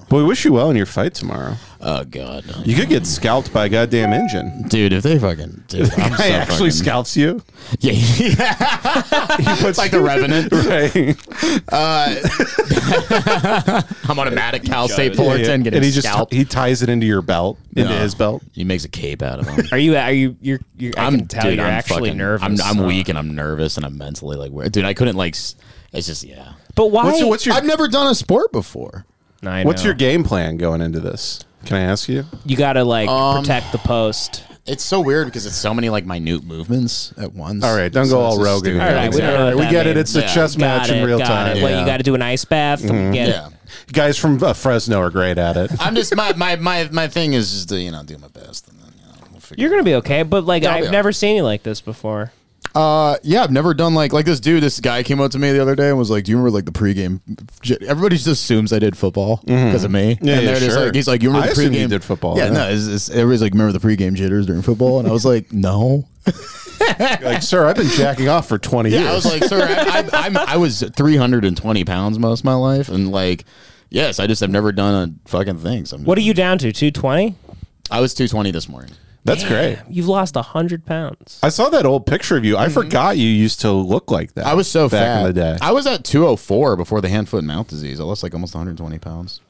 Speaker 3: Boy, wish you well in your fight tomorrow.
Speaker 5: Oh God,
Speaker 3: you could get scalped by a goddamn engine,
Speaker 5: dude. If they fucking, dude,
Speaker 3: guy
Speaker 5: I'm so
Speaker 3: actually
Speaker 5: fucking-
Speaker 3: scalps you.
Speaker 5: Yeah, he puts like the Revenant,
Speaker 3: right?
Speaker 5: Uh, I'm automatic Cal State Fullerton getting
Speaker 3: and he just
Speaker 5: scalped.
Speaker 3: he ties it into your belt, into
Speaker 5: No.
Speaker 3: his belt.
Speaker 5: He makes a cape out of him.
Speaker 4: Are you? Are you? You're. you're I
Speaker 5: I'm
Speaker 4: can tell
Speaker 5: dude,
Speaker 4: you're
Speaker 5: I'm
Speaker 4: actually
Speaker 5: fucking-
Speaker 4: nervous.
Speaker 5: I'm, I'm weak and I'm nervous and I'm mentally like, where, dude, I couldn't like. s- It's just yeah.
Speaker 4: But why?
Speaker 3: What's your- what's your-
Speaker 11: I've never done a sport before.
Speaker 4: I
Speaker 3: What's
Speaker 4: know.
Speaker 3: your game plan going into this? Can I ask you?
Speaker 4: You gotta like
Speaker 5: Um,
Speaker 4: protect the post.
Speaker 5: It's so weird because it's so many like minute movements at once.
Speaker 3: All right, don't
Speaker 5: So
Speaker 3: go all
Speaker 5: it's just
Speaker 3: Rogan.
Speaker 5: stupid.
Speaker 3: All right, we don't know what We that get it, means. it's a chess match in real time.
Speaker 4: What
Speaker 3: Yeah.
Speaker 4: you got to do an ice bath?
Speaker 3: Mhm.
Speaker 4: Get it.
Speaker 3: Guys from uh, Fresno are great at it.
Speaker 5: I'm just my my my my thing is just to you know do my best. And then,
Speaker 4: You're gonna be okay, but like
Speaker 5: I'll be
Speaker 4: I've
Speaker 5: all
Speaker 4: never seen you like this before.
Speaker 11: Uh, yeah, I've never done like like this dude. This guy came up to me the other day and was like, "Do you remember like the pregame?" j- Everybody just assumes I did football
Speaker 5: Mm-hmm.
Speaker 11: because of me.
Speaker 3: Yeah,
Speaker 11: and
Speaker 3: yeah,
Speaker 11: they're just
Speaker 3: sure.
Speaker 11: like, he's like, "You remember
Speaker 3: I
Speaker 11: the
Speaker 3: assumed you
Speaker 11: pregame?"
Speaker 3: did football,
Speaker 11: Yeah,
Speaker 3: yeah.
Speaker 11: no, it's, it's, everybody's like, "Remember the pregame jitters during football?" And I was like, "No."
Speaker 3: like, sir, I've been jacking off for 20
Speaker 5: Yeah,
Speaker 3: years.
Speaker 5: I was like, sir, I, I, I'm, I was 320 pounds most of my life, and like, yes, I just have never done a fucking thing. So I'm-
Speaker 4: What are you down to? Two twenty?
Speaker 5: I was 220 this morning.
Speaker 3: That's great.
Speaker 4: You've lost hundred pounds.
Speaker 3: I saw that old picture of you. I forgot you used to look like that.
Speaker 5: I was so
Speaker 3: back
Speaker 5: fat
Speaker 3: in the day.
Speaker 5: I was at 204 before the hand, foot, and mouth disease. I lost like almost 120 pounds.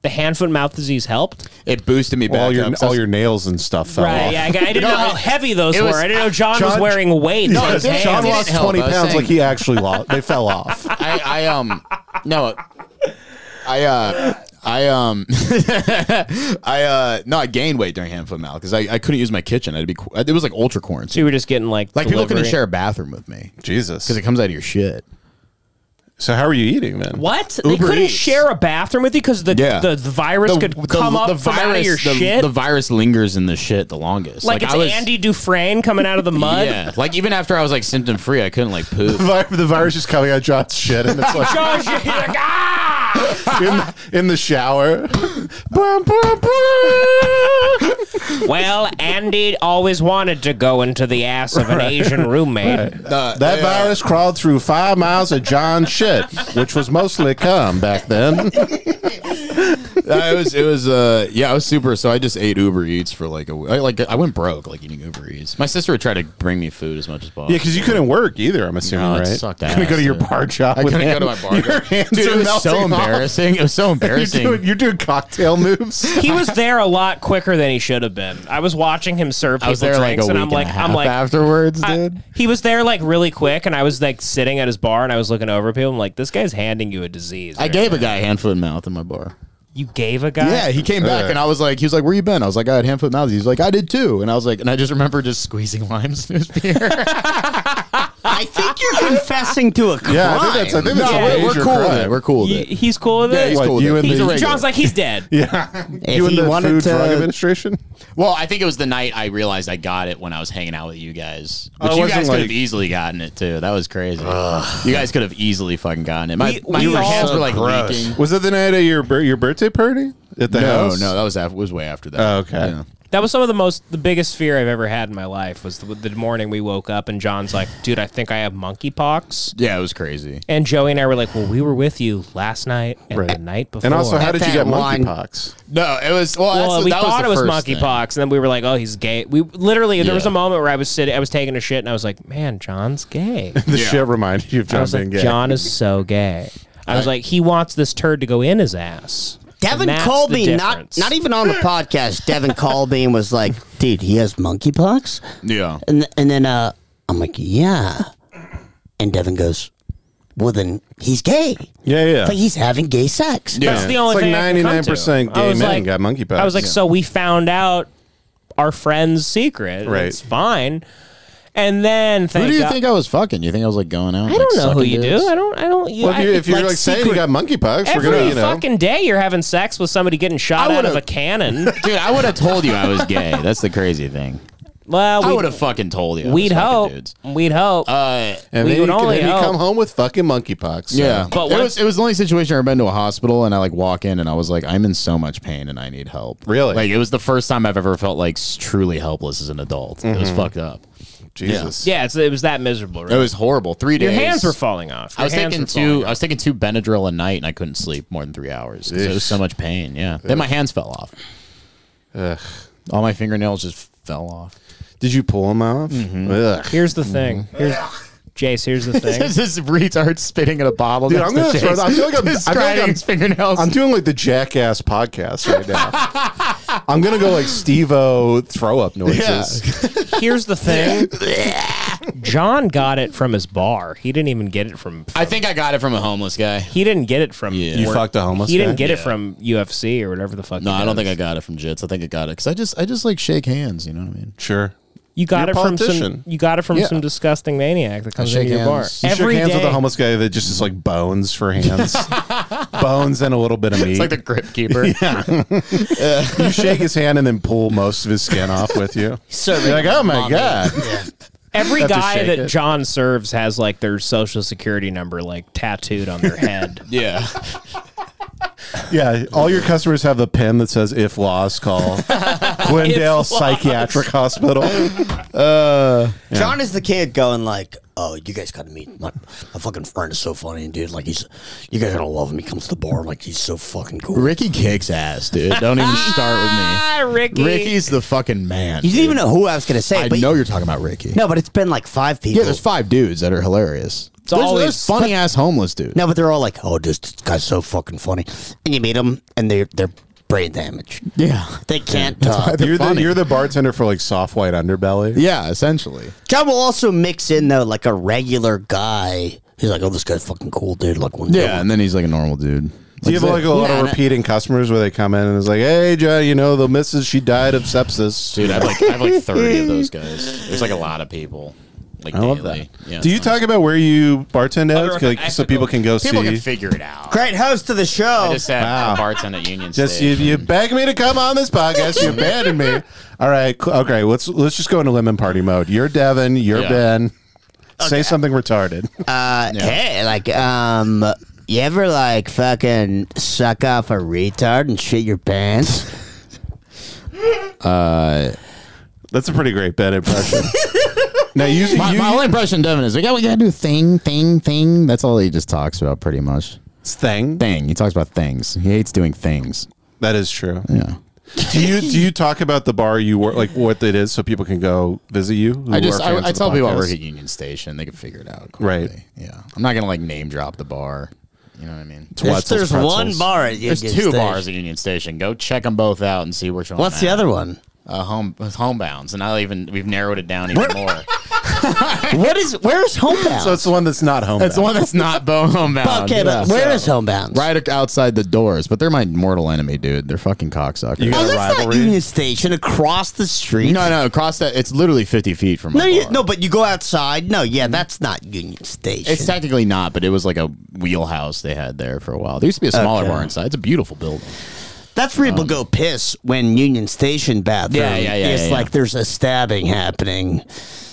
Speaker 4: The hand foot mouth disease helped.
Speaker 5: It boosted me back
Speaker 3: all your
Speaker 5: up. So I
Speaker 3: all
Speaker 5: was-
Speaker 3: your nails and stuff fell
Speaker 4: Right.
Speaker 3: off.
Speaker 4: Yeah, I, I didn't
Speaker 5: No,
Speaker 4: know how
Speaker 5: it-
Speaker 4: heavy those
Speaker 5: it
Speaker 4: were.
Speaker 5: was-
Speaker 4: I didn't know John, was
Speaker 3: John-
Speaker 4: wearing weights.
Speaker 5: No,
Speaker 4: on
Speaker 5: it
Speaker 4: his
Speaker 5: didn't-
Speaker 4: hands.
Speaker 3: John
Speaker 5: didn't
Speaker 3: lost
Speaker 5: help.
Speaker 3: 20
Speaker 5: I was
Speaker 3: pounds like
Speaker 5: saying-
Speaker 3: he actually lost. They fell off.
Speaker 5: I, I um no I uh I um I uh no I gained weight during hand foot mouth because I, I couldn't use my kitchen I'd be qu- it was like ultra
Speaker 4: So
Speaker 5: quarantine
Speaker 4: you were just getting like
Speaker 5: like people couldn't
Speaker 4: delivery.
Speaker 5: share a bathroom with me
Speaker 3: Jesus.
Speaker 5: because it comes out of your shit
Speaker 3: So how are you eating then?
Speaker 4: What? they
Speaker 5: Uber
Speaker 4: couldn't
Speaker 5: Eats.
Speaker 4: share a bathroom with you because the,
Speaker 5: Yeah.
Speaker 4: the, the virus could come up from out of your
Speaker 5: the,
Speaker 4: shit.
Speaker 5: the virus lingers in the shit the longest
Speaker 4: like, it's
Speaker 5: I was
Speaker 4: Andy Dufresne coming out of the mud.
Speaker 5: yeah like even after I was like symptom free I couldn't like poop
Speaker 3: Vi- The virus is coming out John's shit, and it's like
Speaker 4: John's Oh, shit, you're like, ah!
Speaker 3: in, in the shower. Bum, bum, bum.
Speaker 4: Well, Andy always wanted to go into the ass of an Asian roommate.
Speaker 3: That virus crawled through five miles of John's shit, which was mostly cum back then.
Speaker 5: Uh, it was it was uh yeah I was super so I just ate Uber Eats for like a w- I like I went broke like eating Uber Eats my sister would try to bring me food as much as possible
Speaker 3: Yeah, because you couldn't work either. I'm assuming,
Speaker 5: No, it
Speaker 3: right?
Speaker 5: sucked
Speaker 3: couldn't
Speaker 5: ass,
Speaker 3: go to your
Speaker 5: dude.
Speaker 3: bar job.
Speaker 5: I
Speaker 3: with
Speaker 5: couldn't go to my
Speaker 3: hand-
Speaker 5: bar.
Speaker 3: Your hands
Speaker 5: Dude,
Speaker 3: are
Speaker 5: it was so
Speaker 3: melting off.
Speaker 5: embarrassing. It was so
Speaker 3: You're
Speaker 5: embarrassing.
Speaker 3: doing, you're doing cocktail moves.
Speaker 4: he was there a lot quicker than he should have been. I was watching him serve people
Speaker 5: I was there like
Speaker 4: drinks,
Speaker 5: a week
Speaker 4: and I'm like,
Speaker 5: and a half
Speaker 4: I'm like,
Speaker 5: afterwards,
Speaker 4: I-
Speaker 5: dude.
Speaker 4: he was there like really quick, and I was like sitting at his bar, and I was looking over at people. I'm like, this guy's handing you a disease.
Speaker 5: I
Speaker 4: right
Speaker 5: gave
Speaker 4: now.
Speaker 5: a guy hand, foot, and mouth in my bar.
Speaker 4: You gave a guy.
Speaker 11: Yeah, he came back and I was like, he was like, "Where you been?" I was like, "I had hand, foot, mouth." He's like, "I did too," and I was like, and I just remember just squeezing limes in his beer.
Speaker 6: I think you're confessing to a crime.
Speaker 3: yeah, I think that's. I think that's
Speaker 4: No,
Speaker 3: a
Speaker 4: we're-
Speaker 3: major
Speaker 4: we're
Speaker 11: We're cool with
Speaker 3: crime.
Speaker 11: it. We're cool with
Speaker 4: He-
Speaker 11: it.
Speaker 4: he's cool with
Speaker 11: Yeah,
Speaker 4: it.
Speaker 11: he's cool with
Speaker 3: you
Speaker 11: it.
Speaker 3: and
Speaker 11: He's
Speaker 3: the-
Speaker 11: a regular.
Speaker 4: John's like he's dead.
Speaker 3: Yeah,
Speaker 6: If
Speaker 3: you and
Speaker 6: he
Speaker 3: the
Speaker 6: wanted
Speaker 3: Food
Speaker 6: to-
Speaker 3: Drug Administration.
Speaker 5: Well, I think it was the night I realized I got it when I was hanging out with you guys. Which
Speaker 3: Oh, it
Speaker 5: you
Speaker 3: wasn't
Speaker 5: guys could
Speaker 3: like-
Speaker 5: have easily gotten it too. That was crazy. you guys could have easily fucking gotten it. My,
Speaker 4: We-
Speaker 5: my
Speaker 4: we all-
Speaker 5: hands
Speaker 4: So
Speaker 5: were like leaking.
Speaker 3: Was it the night of your bir- your birthday party at the
Speaker 5: No,
Speaker 3: house?
Speaker 5: no, that was after, was way after that.
Speaker 3: Oh, okay.
Speaker 5: Yeah.
Speaker 4: That was some of the most the biggest fear I've ever had in my life was the, the morning we woke up and John's like, dude, I think I have monkeypox.
Speaker 5: Yeah, it was crazy.
Speaker 4: And Joey and I were like, well, we were with you last night and the
Speaker 3: Right.
Speaker 4: night before.
Speaker 3: And also, how did you
Speaker 6: that
Speaker 3: get
Speaker 6: one-
Speaker 3: monkeypox?
Speaker 5: No, it was. Well,
Speaker 4: well,
Speaker 5: that's,
Speaker 4: we
Speaker 5: that
Speaker 4: thought
Speaker 5: was the
Speaker 4: it was
Speaker 5: first thing.
Speaker 4: monkeypox, and then we were like, "Oh, he's gay." We literally there was
Speaker 5: Yeah.
Speaker 4: a moment where I was sitting, I was taking a shit, and I was like, "Man, John's gay."
Speaker 3: The
Speaker 5: Yeah.
Speaker 3: shit reminded you of
Speaker 4: I
Speaker 3: John
Speaker 4: was
Speaker 3: being
Speaker 4: like,
Speaker 3: gay.
Speaker 4: "John is so gay." I
Speaker 5: Uh,
Speaker 4: was like, "He wants this turd to go in his ass."
Speaker 6: Devin
Speaker 4: And that's
Speaker 6: called
Speaker 4: the
Speaker 6: me, not
Speaker 4: difference.
Speaker 6: not even on the podcast. Devin called me and was like, "Dude, he has monkeypox,"
Speaker 5: Yeah.
Speaker 6: and and then uh, I'm like, "Yeah," and Devin goes, "Well, then he's gay.
Speaker 3: Yeah, yeah.
Speaker 6: It's like he's having gay sex."
Speaker 4: That's the only
Speaker 3: It's
Speaker 4: thing.
Speaker 3: like
Speaker 4: I could come to.
Speaker 3: 99%
Speaker 4: I
Speaker 3: gay
Speaker 4: was
Speaker 3: men
Speaker 4: like-
Speaker 3: got monkeypox.
Speaker 4: I was like, so we found out our friend's secret.
Speaker 3: Right.
Speaker 4: It's fine. And then
Speaker 5: Who
Speaker 4: thank
Speaker 5: do you
Speaker 4: God-
Speaker 5: think I was fucking? You think I was like going out?
Speaker 4: I don't know who you do. I don't. I don't. You,
Speaker 3: Well, if
Speaker 4: I-
Speaker 3: you're, if you're like, saying you
Speaker 4: secret-
Speaker 3: got monkeypox, we're
Speaker 4: every
Speaker 3: gonna, you know,
Speaker 4: fucking day you're having sex with somebody getting shot
Speaker 5: I
Speaker 4: out of
Speaker 5: would've-
Speaker 4: a cannon.
Speaker 5: Dude, I would have told you I was gay. That's the crazy thing.
Speaker 4: Well,
Speaker 5: I
Speaker 4: we-
Speaker 5: would have fucking told you.
Speaker 4: We'd
Speaker 5: Those fucking
Speaker 4: hope.
Speaker 5: dudes.
Speaker 4: We'd hope.
Speaker 5: Uh,
Speaker 3: And
Speaker 4: we
Speaker 3: then,
Speaker 4: would
Speaker 3: you,
Speaker 4: only
Speaker 3: then you
Speaker 4: hope.
Speaker 3: come home with fucking monkeypox. so-
Speaker 11: Yeah,
Speaker 4: But
Speaker 11: it
Speaker 4: once-
Speaker 11: was it was the only situation I've been to a hospital, and I like walk in, and I was like, I'm in so much pain, and I need help.
Speaker 3: Really?
Speaker 5: Like it was the first time I've ever felt like s- truly helpless as an adult. It was
Speaker 11: Mhm.
Speaker 5: fucked up.
Speaker 11: Jesus.
Speaker 4: Yeah, it's, it was that miserable.
Speaker 5: Yeah.
Speaker 4: Right?
Speaker 5: Mm-hmm. It was horrible. Three
Speaker 4: Your
Speaker 5: days.
Speaker 4: hands were falling off.
Speaker 5: I
Speaker 4: Your
Speaker 5: was
Speaker 4: hands
Speaker 5: taking
Speaker 4: were falling
Speaker 5: two. I was taking two Benadryl a night, and I couldn't sleep more than three hours. 'cause It
Speaker 11: Ugh.
Speaker 5: was so much pain. Yeah. Then my
Speaker 11: Ugh.
Speaker 5: hands fell off.
Speaker 3: Ugh.
Speaker 5: All my fingernails just fell off.
Speaker 3: Did you pull them off?
Speaker 4: Mm-hmm.
Speaker 3: Ugh.
Speaker 4: Here's
Speaker 5: mm-hmm.
Speaker 4: the thing. Here's Jace. Here's the thing.
Speaker 5: this is retard spitting at a bottle.
Speaker 3: Dude,
Speaker 5: next
Speaker 3: I'm gonna
Speaker 5: to
Speaker 3: throw.
Speaker 5: Jason.
Speaker 3: I feel like I'm. I feel like
Speaker 5: Describing
Speaker 3: I'm
Speaker 5: his fingernails.
Speaker 3: I'm doing like the jackass podcast right now. I'm gonna go like Steve-O throw up noises.
Speaker 4: Here's the thing. John got it from his bar. He didn't even get it from.
Speaker 5: I think I got it from a homeless guy.
Speaker 4: He didn't get it from.
Speaker 5: Yeah.
Speaker 3: You fucked a homeless
Speaker 4: He didn't
Speaker 3: guy?
Speaker 4: get it
Speaker 5: Yeah.
Speaker 4: from UFC or whatever the fuck.
Speaker 5: No,
Speaker 4: he
Speaker 5: I don't
Speaker 4: does.
Speaker 5: think I got it from Jits. I think I got it because I just I just like shake hands. You know what I mean?
Speaker 3: Sure.
Speaker 4: You got
Speaker 3: You're
Speaker 4: it
Speaker 3: a
Speaker 4: from some.
Speaker 3: politician.
Speaker 4: You got it from
Speaker 3: Yeah.
Speaker 4: some disgusting maniac that comes
Speaker 3: shake
Speaker 4: into your bar
Speaker 3: hands. You shook
Speaker 4: Every
Speaker 3: hands
Speaker 4: day.
Speaker 3: with a homeless guy that just is like bones for hands, bones and a little bit of meat.
Speaker 5: It's like the grip keeper.
Speaker 3: you shake his hand and then pull most of his skin off with you. You're like, oh my god.
Speaker 4: Every
Speaker 3: Have to
Speaker 4: guy
Speaker 3: shake
Speaker 4: that
Speaker 3: it.
Speaker 4: John serves has like their social security number like tattooed on their head.
Speaker 5: Yeah.
Speaker 3: Yeah, all your customers have the pin that says "If lost, call Glendale
Speaker 4: lost.
Speaker 3: Psychiatric Hospital." Uh, yeah.
Speaker 6: John is the kid going like, "Oh, you guys got to meet my, my fucking friend is so funny, and dude, like he's, you guys are gonna love him. He comes to the bar like he's so fucking cool."
Speaker 5: Ricky kicks ass, dude. Don't even start
Speaker 4: ah,
Speaker 5: with me.
Speaker 4: Ricky.
Speaker 5: Ricky's the fucking man.
Speaker 6: You didn't even
Speaker 5: dude.
Speaker 6: know who I was gonna say,
Speaker 5: I
Speaker 6: but
Speaker 5: know you're talking about Ricky.
Speaker 6: no, but it's been like five people.
Speaker 5: Yeah, there's five dudes that are hilarious.
Speaker 4: It's always-
Speaker 5: funny ass homeless dudes.
Speaker 6: no, but they're all like, "Oh, this, this guy's so fucking funny," and you meet him, and they're they're brain damaged.
Speaker 5: Yeah.
Speaker 6: They can't talk.
Speaker 3: you're the
Speaker 5: funny.
Speaker 3: you're the bartender for like soft white underbelly.
Speaker 5: Yeah, essentially.
Speaker 6: John will also mix in though, like a regular guy. He's like, "Oh, this guy's fucking cool, dude." Like one day,
Speaker 5: Yeah, and then he's like a normal dude.
Speaker 3: Do you have like a lot
Speaker 6: Yeah,
Speaker 3: of
Speaker 6: and-
Speaker 3: repeating customers where they come in and it's like, "Hey, John, you know the missus she died of sepsis."
Speaker 5: Dude, I have like I have like thirty of those guys. There's like a lot of people. Like
Speaker 3: I love that.
Speaker 5: daily. Yeah,
Speaker 3: Do you
Speaker 5: it's nice.
Speaker 3: talk about where you bartend at, like, so people can go
Speaker 5: People
Speaker 3: see?
Speaker 5: can figure it out.
Speaker 6: great host of the
Speaker 5: I
Speaker 6: show.
Speaker 5: just said
Speaker 3: Wow.
Speaker 5: wow. bartend at Union
Speaker 3: Just you,
Speaker 5: Station.
Speaker 3: you beg me to come on this podcast. You abandoned me. All right, cl- okay. Let's let's just go into lemon party mode. You're Devin. You're
Speaker 5: Yeah.
Speaker 3: Ben. Say something retarded.
Speaker 6: Uh, Hey, like, um, you ever like fucking suck off a retard and shit your pants?
Speaker 3: That's a pretty great bad impression. now you,
Speaker 5: my,
Speaker 3: you,
Speaker 5: my only impression of Devin is we got we gotta do thing, thing, thing. That's all he just talks about pretty much.
Speaker 3: thing
Speaker 5: Thing. He talks about things. He hates doing things.
Speaker 3: that is true.
Speaker 5: Yeah.
Speaker 3: Do you do you talk about the bar you work like what it is so people can go visit you? who
Speaker 5: I
Speaker 3: are
Speaker 5: just
Speaker 3: fans of
Speaker 5: I, I
Speaker 3: the
Speaker 5: tell people I work
Speaker 3: podcast?
Speaker 5: at Union Station. They can figure it out.
Speaker 3: Right.
Speaker 5: quickly. Yeah. I'm not gonna like name drop the bar. You know what I mean?
Speaker 3: It's Wetzel's Pretzels.
Speaker 6: bar. At
Speaker 5: There's two
Speaker 6: Union Station.
Speaker 5: bars at Union Station. Go check them both out and see which one.
Speaker 6: What's the
Speaker 5: I'm at.
Speaker 6: other one?
Speaker 5: Uh, home it's homebounds, and I even we've narrowed it down even more.
Speaker 6: What is? Where's Homebound?
Speaker 3: So it's the one that's not home.
Speaker 5: That's the one that's not bo- homebound.
Speaker 6: okay, but
Speaker 5: Yeah.
Speaker 6: uh, where is Homebound?
Speaker 5: right outside the doors? But they're my mortal enemy, dude. They're fucking cocksuckers.
Speaker 3: You
Speaker 6: Oh,
Speaker 3: got a
Speaker 6: that's not
Speaker 3: rivalry.
Speaker 6: Union Station. Across the street.
Speaker 5: no, no, across that. It's literally 50 feet from.
Speaker 6: no,
Speaker 5: my
Speaker 6: you,
Speaker 5: bar.
Speaker 6: no. But you go outside. No, yeah, that's not Union Station.
Speaker 5: Mm-hmm. It's technically not, but it was like a wheelhouse they had there for a while. There used to be a smaller
Speaker 6: Okay.
Speaker 5: bar inside. It's a beautiful building.
Speaker 6: That's where people go piss when Union Station bathroom.
Speaker 5: Oh. Yeah, yeah, yeah,
Speaker 6: It's
Speaker 5: yeah,
Speaker 6: like
Speaker 5: yeah.
Speaker 6: there's a stabbing happening.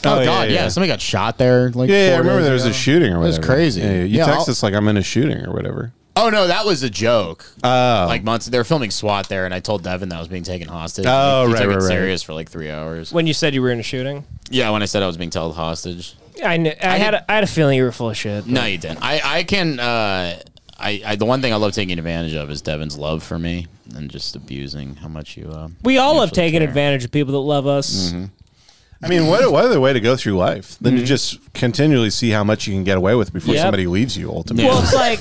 Speaker 5: Oh,
Speaker 3: yeah,
Speaker 5: God,
Speaker 3: yeah,
Speaker 5: yeah,
Speaker 3: yeah.
Speaker 5: Somebody got shot there. Like
Speaker 3: Yeah, yeah,
Speaker 5: four
Speaker 3: I remember
Speaker 5: days
Speaker 3: there was a
Speaker 5: ago.
Speaker 3: shooting or
Speaker 5: It was
Speaker 3: whatever.
Speaker 5: crazy.
Speaker 3: Yeah, you
Speaker 5: Yeah,
Speaker 3: text
Speaker 5: I'll-
Speaker 3: us like I'm in a shooting or whatever.
Speaker 5: Oh no, that was a joke.
Speaker 3: Oh.
Speaker 5: like months. They were filming SWAT there, and I told Devin that I was being taken hostage.
Speaker 3: Oh,
Speaker 5: He- he
Speaker 3: right,
Speaker 5: took
Speaker 3: right,
Speaker 5: it
Speaker 3: right.
Speaker 5: serious for like three hours.
Speaker 4: When you said you were in a shooting,
Speaker 5: Yeah, when I said I was being held hostage.
Speaker 4: I kn- I, Mm. had a, I had a feeling you were full of shit.
Speaker 5: No, you didn't. I I can. Uh, I, I the one thing I love taking advantage of is Devin's love for me and just abusing how much you. Uh,
Speaker 4: We all love
Speaker 5: actually
Speaker 4: taking
Speaker 5: care.
Speaker 4: advantage of Mm-hmm. people that love us.
Speaker 3: I mean, what, what other way to go through life than to
Speaker 5: Mm-hmm.
Speaker 3: just continually see how much you can get away with before
Speaker 4: Yep.
Speaker 3: somebody leaves you ultimately?
Speaker 4: Well, it's like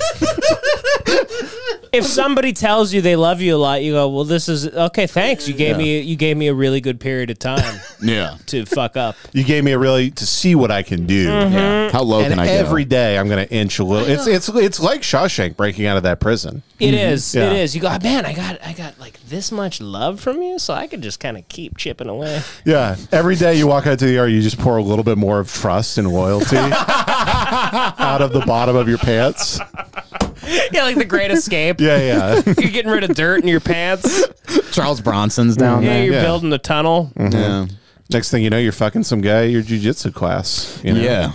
Speaker 4: if somebody tells you they love you a lot, you go, "Well, this is okay. Thanks. You gave me you gave me a really good period of time
Speaker 5: Yeah.
Speaker 4: to fuck up."
Speaker 3: You gave me a really to see what I can do.
Speaker 5: Yeah. How low
Speaker 3: And
Speaker 5: Mm-hmm. can I
Speaker 3: every
Speaker 5: go?
Speaker 3: day I'm going to inch a little. It's it's it's like Shawshank breaking out of that prison.
Speaker 4: It is.
Speaker 3: Yeah.
Speaker 4: It is. You go, "Ah, man. I got I got like this much love from you, so I could just kind of keep chipping away.
Speaker 3: Yeah, every day you walk out to the yard, you just pour a little bit more of trust and loyalty out of the bottom of your pants.
Speaker 4: yeah, like the Great Escape.
Speaker 3: Yeah, yeah.
Speaker 4: You're getting rid of dirt in your pants.
Speaker 5: Charles Bronson's down
Speaker 4: Yeah,
Speaker 5: there.
Speaker 4: you're
Speaker 3: yeah.
Speaker 4: building the tunnel.
Speaker 5: Yeah.
Speaker 3: Next thing you know, you're fucking some guy at your jujitsu class. You know?
Speaker 11: Yeah.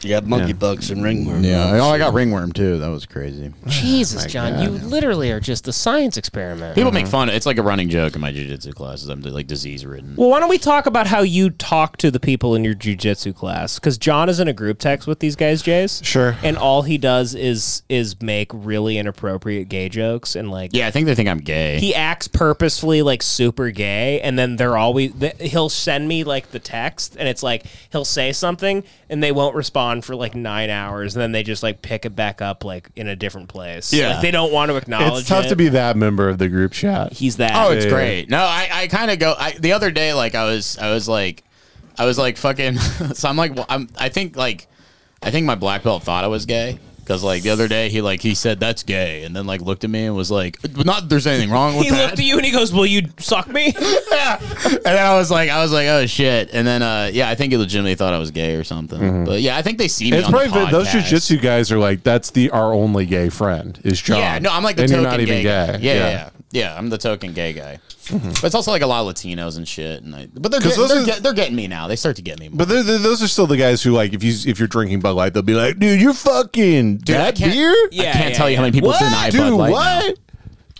Speaker 6: You got monkey bugs and ringworm.
Speaker 11: Yeah. Oh, I got ringworm too. That was crazy.
Speaker 15: Jesus,
Speaker 11: My
Speaker 15: John,
Speaker 11: God.
Speaker 15: you literally are just a science experiment.
Speaker 3: Uh-huh.
Speaker 5: People make fun. It's like a running joke in my jujitsu classes. I'm like disease ridden.
Speaker 4: Well, why don't we talk about how you talk to the people in your jujitsu class? Because John is in a group text with these guys, Jays.
Speaker 3: Sure.
Speaker 4: And all he does is is make really inappropriate gay jokes and like.
Speaker 5: Yeah, I think they think I'm gay.
Speaker 4: He acts purposefully like super gay, and then they're always. th- He'll send me like the text, and it's like he'll say something, and they won't respond for like nine hours, and then they just like pick it back up like in a different place.
Speaker 5: Yeah.
Speaker 4: like, they don't want to acknowledge.
Speaker 3: It's tough
Speaker 4: it.
Speaker 3: to be that member of the group chat.
Speaker 4: He's that.
Speaker 5: Oh, it's great. No, I, I kind of go. I, the other day, like I was, I was like, I was like fucking. so I'm like, well, I'm. I think like, I think my black belt thought I was gay because like the other day he like he said that's gay and then like looked at me and was like, not that there's anything wrong with
Speaker 4: He
Speaker 5: that.
Speaker 4: looked at you and he goes, "Will you suck me?"
Speaker 5: and then I was like, I was like, oh shit. And then uh, yeah, I think he legitimately thought I was gay or something. But yeah, I think they see me.
Speaker 3: Mm-hmm. It's
Speaker 5: on the
Speaker 3: probably those
Speaker 5: podcast.
Speaker 3: jujitsu guys are like that's the our only gay friend is John.
Speaker 5: Yeah, no, I'm like the
Speaker 3: and
Speaker 5: token
Speaker 3: you're not
Speaker 5: gay
Speaker 3: even
Speaker 5: guy.
Speaker 3: gay.
Speaker 5: Yeah, yeah, yeah, Yeah, I'm the token gay guy. But it's also like a lot of Latinos and shit. And I, but they're
Speaker 3: 'Cause
Speaker 5: getting,
Speaker 3: those
Speaker 5: they're,
Speaker 3: are-
Speaker 5: get, they're getting me now. They start to get me.
Speaker 3: But they're, they're- those are still the guys who like if you if you're drinking Bud Light, they'll be like, dude, you're fucking
Speaker 5: Dude, I
Speaker 3: that
Speaker 5: can't-
Speaker 3: beer.
Speaker 5: I Yeah, can't yeah, tell you how many yeah. people
Speaker 3: what?
Speaker 5: deny
Speaker 3: dude,
Speaker 5: Bud Light
Speaker 3: What?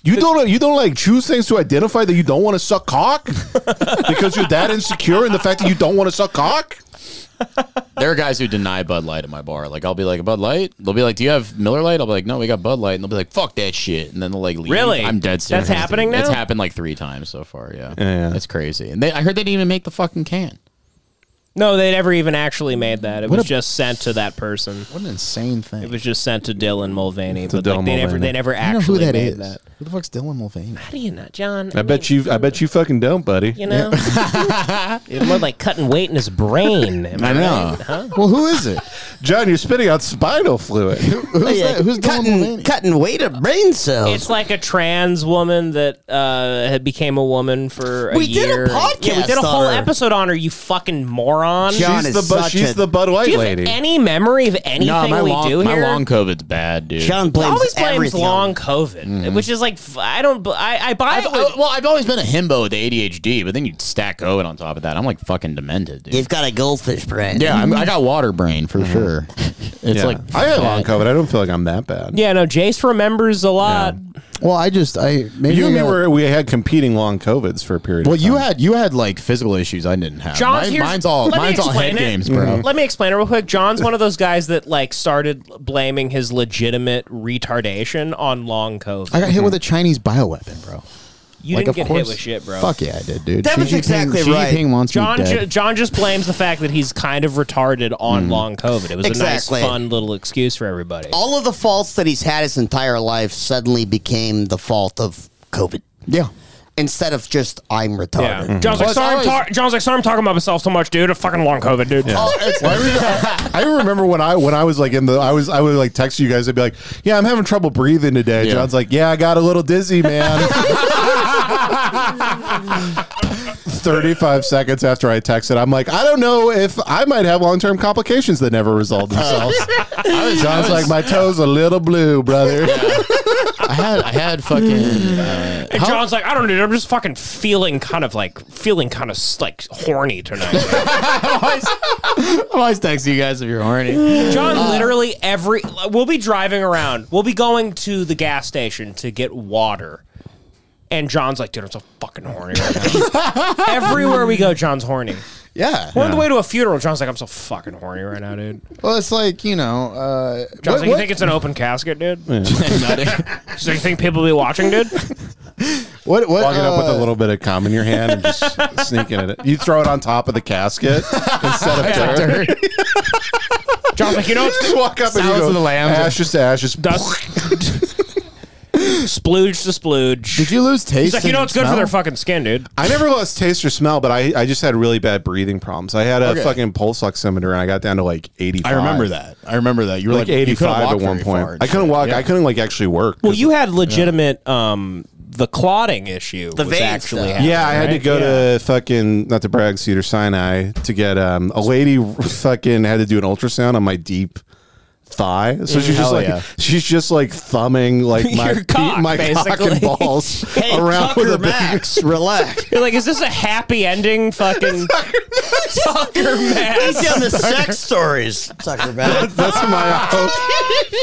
Speaker 3: You don't you don't like choose things to identify that you don't want to suck cock because you're that insecure in the fact that you don't want to suck cock.
Speaker 5: There are guys who deny Bud Light at my bar. Like I'll be like, Bud Light? They'll be like, Do you have Miller Light? I'll be like, No, we got Bud Light. And they'll be like, Fuck that shit. And then they'll like leave.
Speaker 4: Really?
Speaker 5: I'm dead
Speaker 4: That's
Speaker 5: serious.
Speaker 4: happening
Speaker 5: It's
Speaker 4: now?
Speaker 5: happened like three times so far. Yeah.
Speaker 3: Yeah,
Speaker 5: That's crazy. And they, I heard they didn't even make the fucking can.
Speaker 4: No, they never even actually made that. It
Speaker 5: What
Speaker 4: was
Speaker 5: a-
Speaker 4: just sent to that person. What
Speaker 5: an insane thing!
Speaker 4: It was just sent to Dylan Mulvaney, but
Speaker 3: Dylan
Speaker 4: like, they never
Speaker 3: Mulvaney.
Speaker 4: they never
Speaker 3: I don't know
Speaker 4: actually
Speaker 3: who that
Speaker 4: made
Speaker 3: is.
Speaker 4: that.
Speaker 11: Who the fuck's Dylan Mulvaney?
Speaker 4: How do you not, John?
Speaker 3: I, bet you I bet you fucking don't, buddy.
Speaker 4: You know, It more like cutting weight in his brain. am
Speaker 3: I know.
Speaker 4: right? Huh?
Speaker 3: Well, who is it? John, you're spitting out spinal fluid.
Speaker 4: who's that? Who's Dylan
Speaker 6: Oh, cutting, cutting weight of brain cells?
Speaker 4: It's like a trans woman that uh, had became a woman for a
Speaker 6: We did a
Speaker 4: year. Yeah, we did a
Speaker 6: podcast on
Speaker 4: whole
Speaker 6: her.
Speaker 4: episode on her. You fucking moron.
Speaker 6: John She's is the Bu- such she's a- the Bud Light
Speaker 4: do you
Speaker 5: lady.
Speaker 4: Have any memory of anything
Speaker 5: no, my
Speaker 4: we
Speaker 5: long,
Speaker 4: do
Speaker 5: my
Speaker 4: here?
Speaker 5: long COVID's bad, dude.
Speaker 4: John blames Always blames everything on long COVID,
Speaker 5: Mhm.
Speaker 4: which is like f- I don't. b- I, I buy.
Speaker 5: I've,
Speaker 4: it with-
Speaker 5: I- well, I've always been a himbo with ADHD, but then you stack COVID on top of that. I'm like fucking demented, dude.
Speaker 6: You've got a goldfish brain.
Speaker 5: Yeah, I'm, I got water brain for
Speaker 11: Uh-huh.
Speaker 5: sure. It's
Speaker 3: Yeah.
Speaker 5: like
Speaker 3: I had long COVID. I don't feel like I'm that bad.
Speaker 4: yeah, no. Jace remembers a lot.
Speaker 11: Well, I just I maybe
Speaker 3: you
Speaker 11: I
Speaker 3: and me
Speaker 11: got-
Speaker 3: were we had competing long covids for a period.
Speaker 11: Well,
Speaker 3: of
Speaker 11: you had you had like physical issues I didn't have.
Speaker 4: John's
Speaker 11: Mine-
Speaker 4: here's-
Speaker 11: mine's all
Speaker 4: let me
Speaker 11: mine's all
Speaker 4: explain
Speaker 11: head
Speaker 4: it.
Speaker 11: games, bro.
Speaker 4: Mm-hmm. Let me explain it real quick. John's one of those guys that like started blaming his legitimate retardation on long COVID.
Speaker 11: I got hit with a Chinese bioweapon, bro.
Speaker 4: You
Speaker 11: Like,
Speaker 4: didn't
Speaker 11: of
Speaker 4: get hit
Speaker 11: course-
Speaker 4: with shit, bro.
Speaker 11: Fuck yeah, I did, dude.
Speaker 4: That
Speaker 11: Xi
Speaker 4: was
Speaker 11: Jinping-
Speaker 4: exactly
Speaker 11: Xi
Speaker 4: right.
Speaker 11: Jinping wants me
Speaker 4: John
Speaker 11: dead.
Speaker 4: ju- John just blames the fact that he's kind of retarded on long COVID. It was
Speaker 6: Exactly.
Speaker 4: a nice, fun little excuse for everybody.
Speaker 6: All of the faults that he's had his entire life suddenly became the fault of COVID.
Speaker 11: Yeah.
Speaker 6: Instead of just I'm
Speaker 4: Yeah.
Speaker 6: retarded.
Speaker 4: John's, like,
Speaker 6: Plus,
Speaker 4: sorry,
Speaker 6: I
Speaker 4: I'm
Speaker 6: always-
Speaker 4: tar- John's like, sorry, I'm talking about myself so much, dude. A fucking long COVID, dude.
Speaker 3: I, I remember when I when I was like in the I was I would like text you guys. I'd be like, "Yeah, I'm having trouble breathing today." John's like, "Yeah, I got a little dizzy, man." Thirty-five seconds after I texted, I'm like, "I don't know if I might have long-term complications that never resolve themselves." John's like, "My toes a little blue, brother."
Speaker 5: I had I had fucking. Uh,
Speaker 4: And John's like, I don't know, dude. I'm just fucking feeling kind of like feeling kind of like horny tonight.
Speaker 5: I always text you guys if you're horny.
Speaker 4: John,
Speaker 5: Uh,
Speaker 4: literally every we'll be driving around, we'll be going to the gas station to get water, and John's like, dude, I'm so fucking horny right now. Everywhere we go, John's horny.
Speaker 11: Yeah.
Speaker 4: We're on the way to a funeral. John's like, I'm so fucking horny right now, dude.
Speaker 11: Well, it's like you know. Uh, what-
Speaker 4: John's like, you
Speaker 11: what-
Speaker 4: think it's an open casket, dude? so you think people will be watching, dude?
Speaker 11: What, what,
Speaker 3: Walking up with a
Speaker 11: uh,
Speaker 3: little bit of cum in your hand and just sneaking it. You throw it on top of the casket instead of
Speaker 4: Yeah.
Speaker 3: dirt.
Speaker 4: John's like, you know, it's
Speaker 3: Just walk up and you go, ashes to ashes.
Speaker 4: splooge to splooge. Did
Speaker 11: you lose taste?
Speaker 4: He's like, you know,
Speaker 3: and
Speaker 4: it's good for
Speaker 3: smell?
Speaker 4: their fucking skin, dude.
Speaker 3: I never lost taste or smell, but I, I just had really bad breathing problems. I had a
Speaker 4: Okay.
Speaker 3: fucking pulse oximeter and I got down to like 85.
Speaker 11: I remember that. I remember that. You were like, you couldn't
Speaker 3: 85
Speaker 11: walk
Speaker 3: at one
Speaker 11: very
Speaker 3: point.
Speaker 11: far and
Speaker 3: I couldn't
Speaker 11: shit.
Speaker 3: walk.
Speaker 11: Yeah.
Speaker 3: I couldn't like actually work.
Speaker 4: Well, you had legitimate um the clotting issue.
Speaker 6: The
Speaker 4: was
Speaker 6: vein
Speaker 4: actually
Speaker 6: stuff.
Speaker 4: happening,
Speaker 3: Yeah, I had to
Speaker 4: right?
Speaker 3: go
Speaker 4: Yeah.
Speaker 3: to fucking not to brag Cedar Sinai to get um a lady fucking had to do an ultrasound on my deep thigh. So she's just
Speaker 5: Hell
Speaker 3: like
Speaker 5: yeah.
Speaker 3: she's just like thumbing like my
Speaker 4: Your
Speaker 3: pe-
Speaker 4: cock,
Speaker 3: my cock
Speaker 4: basically.
Speaker 3: and balls
Speaker 4: Hey,
Speaker 3: around
Speaker 4: Tucker
Speaker 3: with a big-
Speaker 4: Max,
Speaker 6: relax.
Speaker 4: You're like, is this a happy ending? Fucking Tucker Max.
Speaker 6: He's on the sex stories. Tucker Max.
Speaker 3: That's my hope.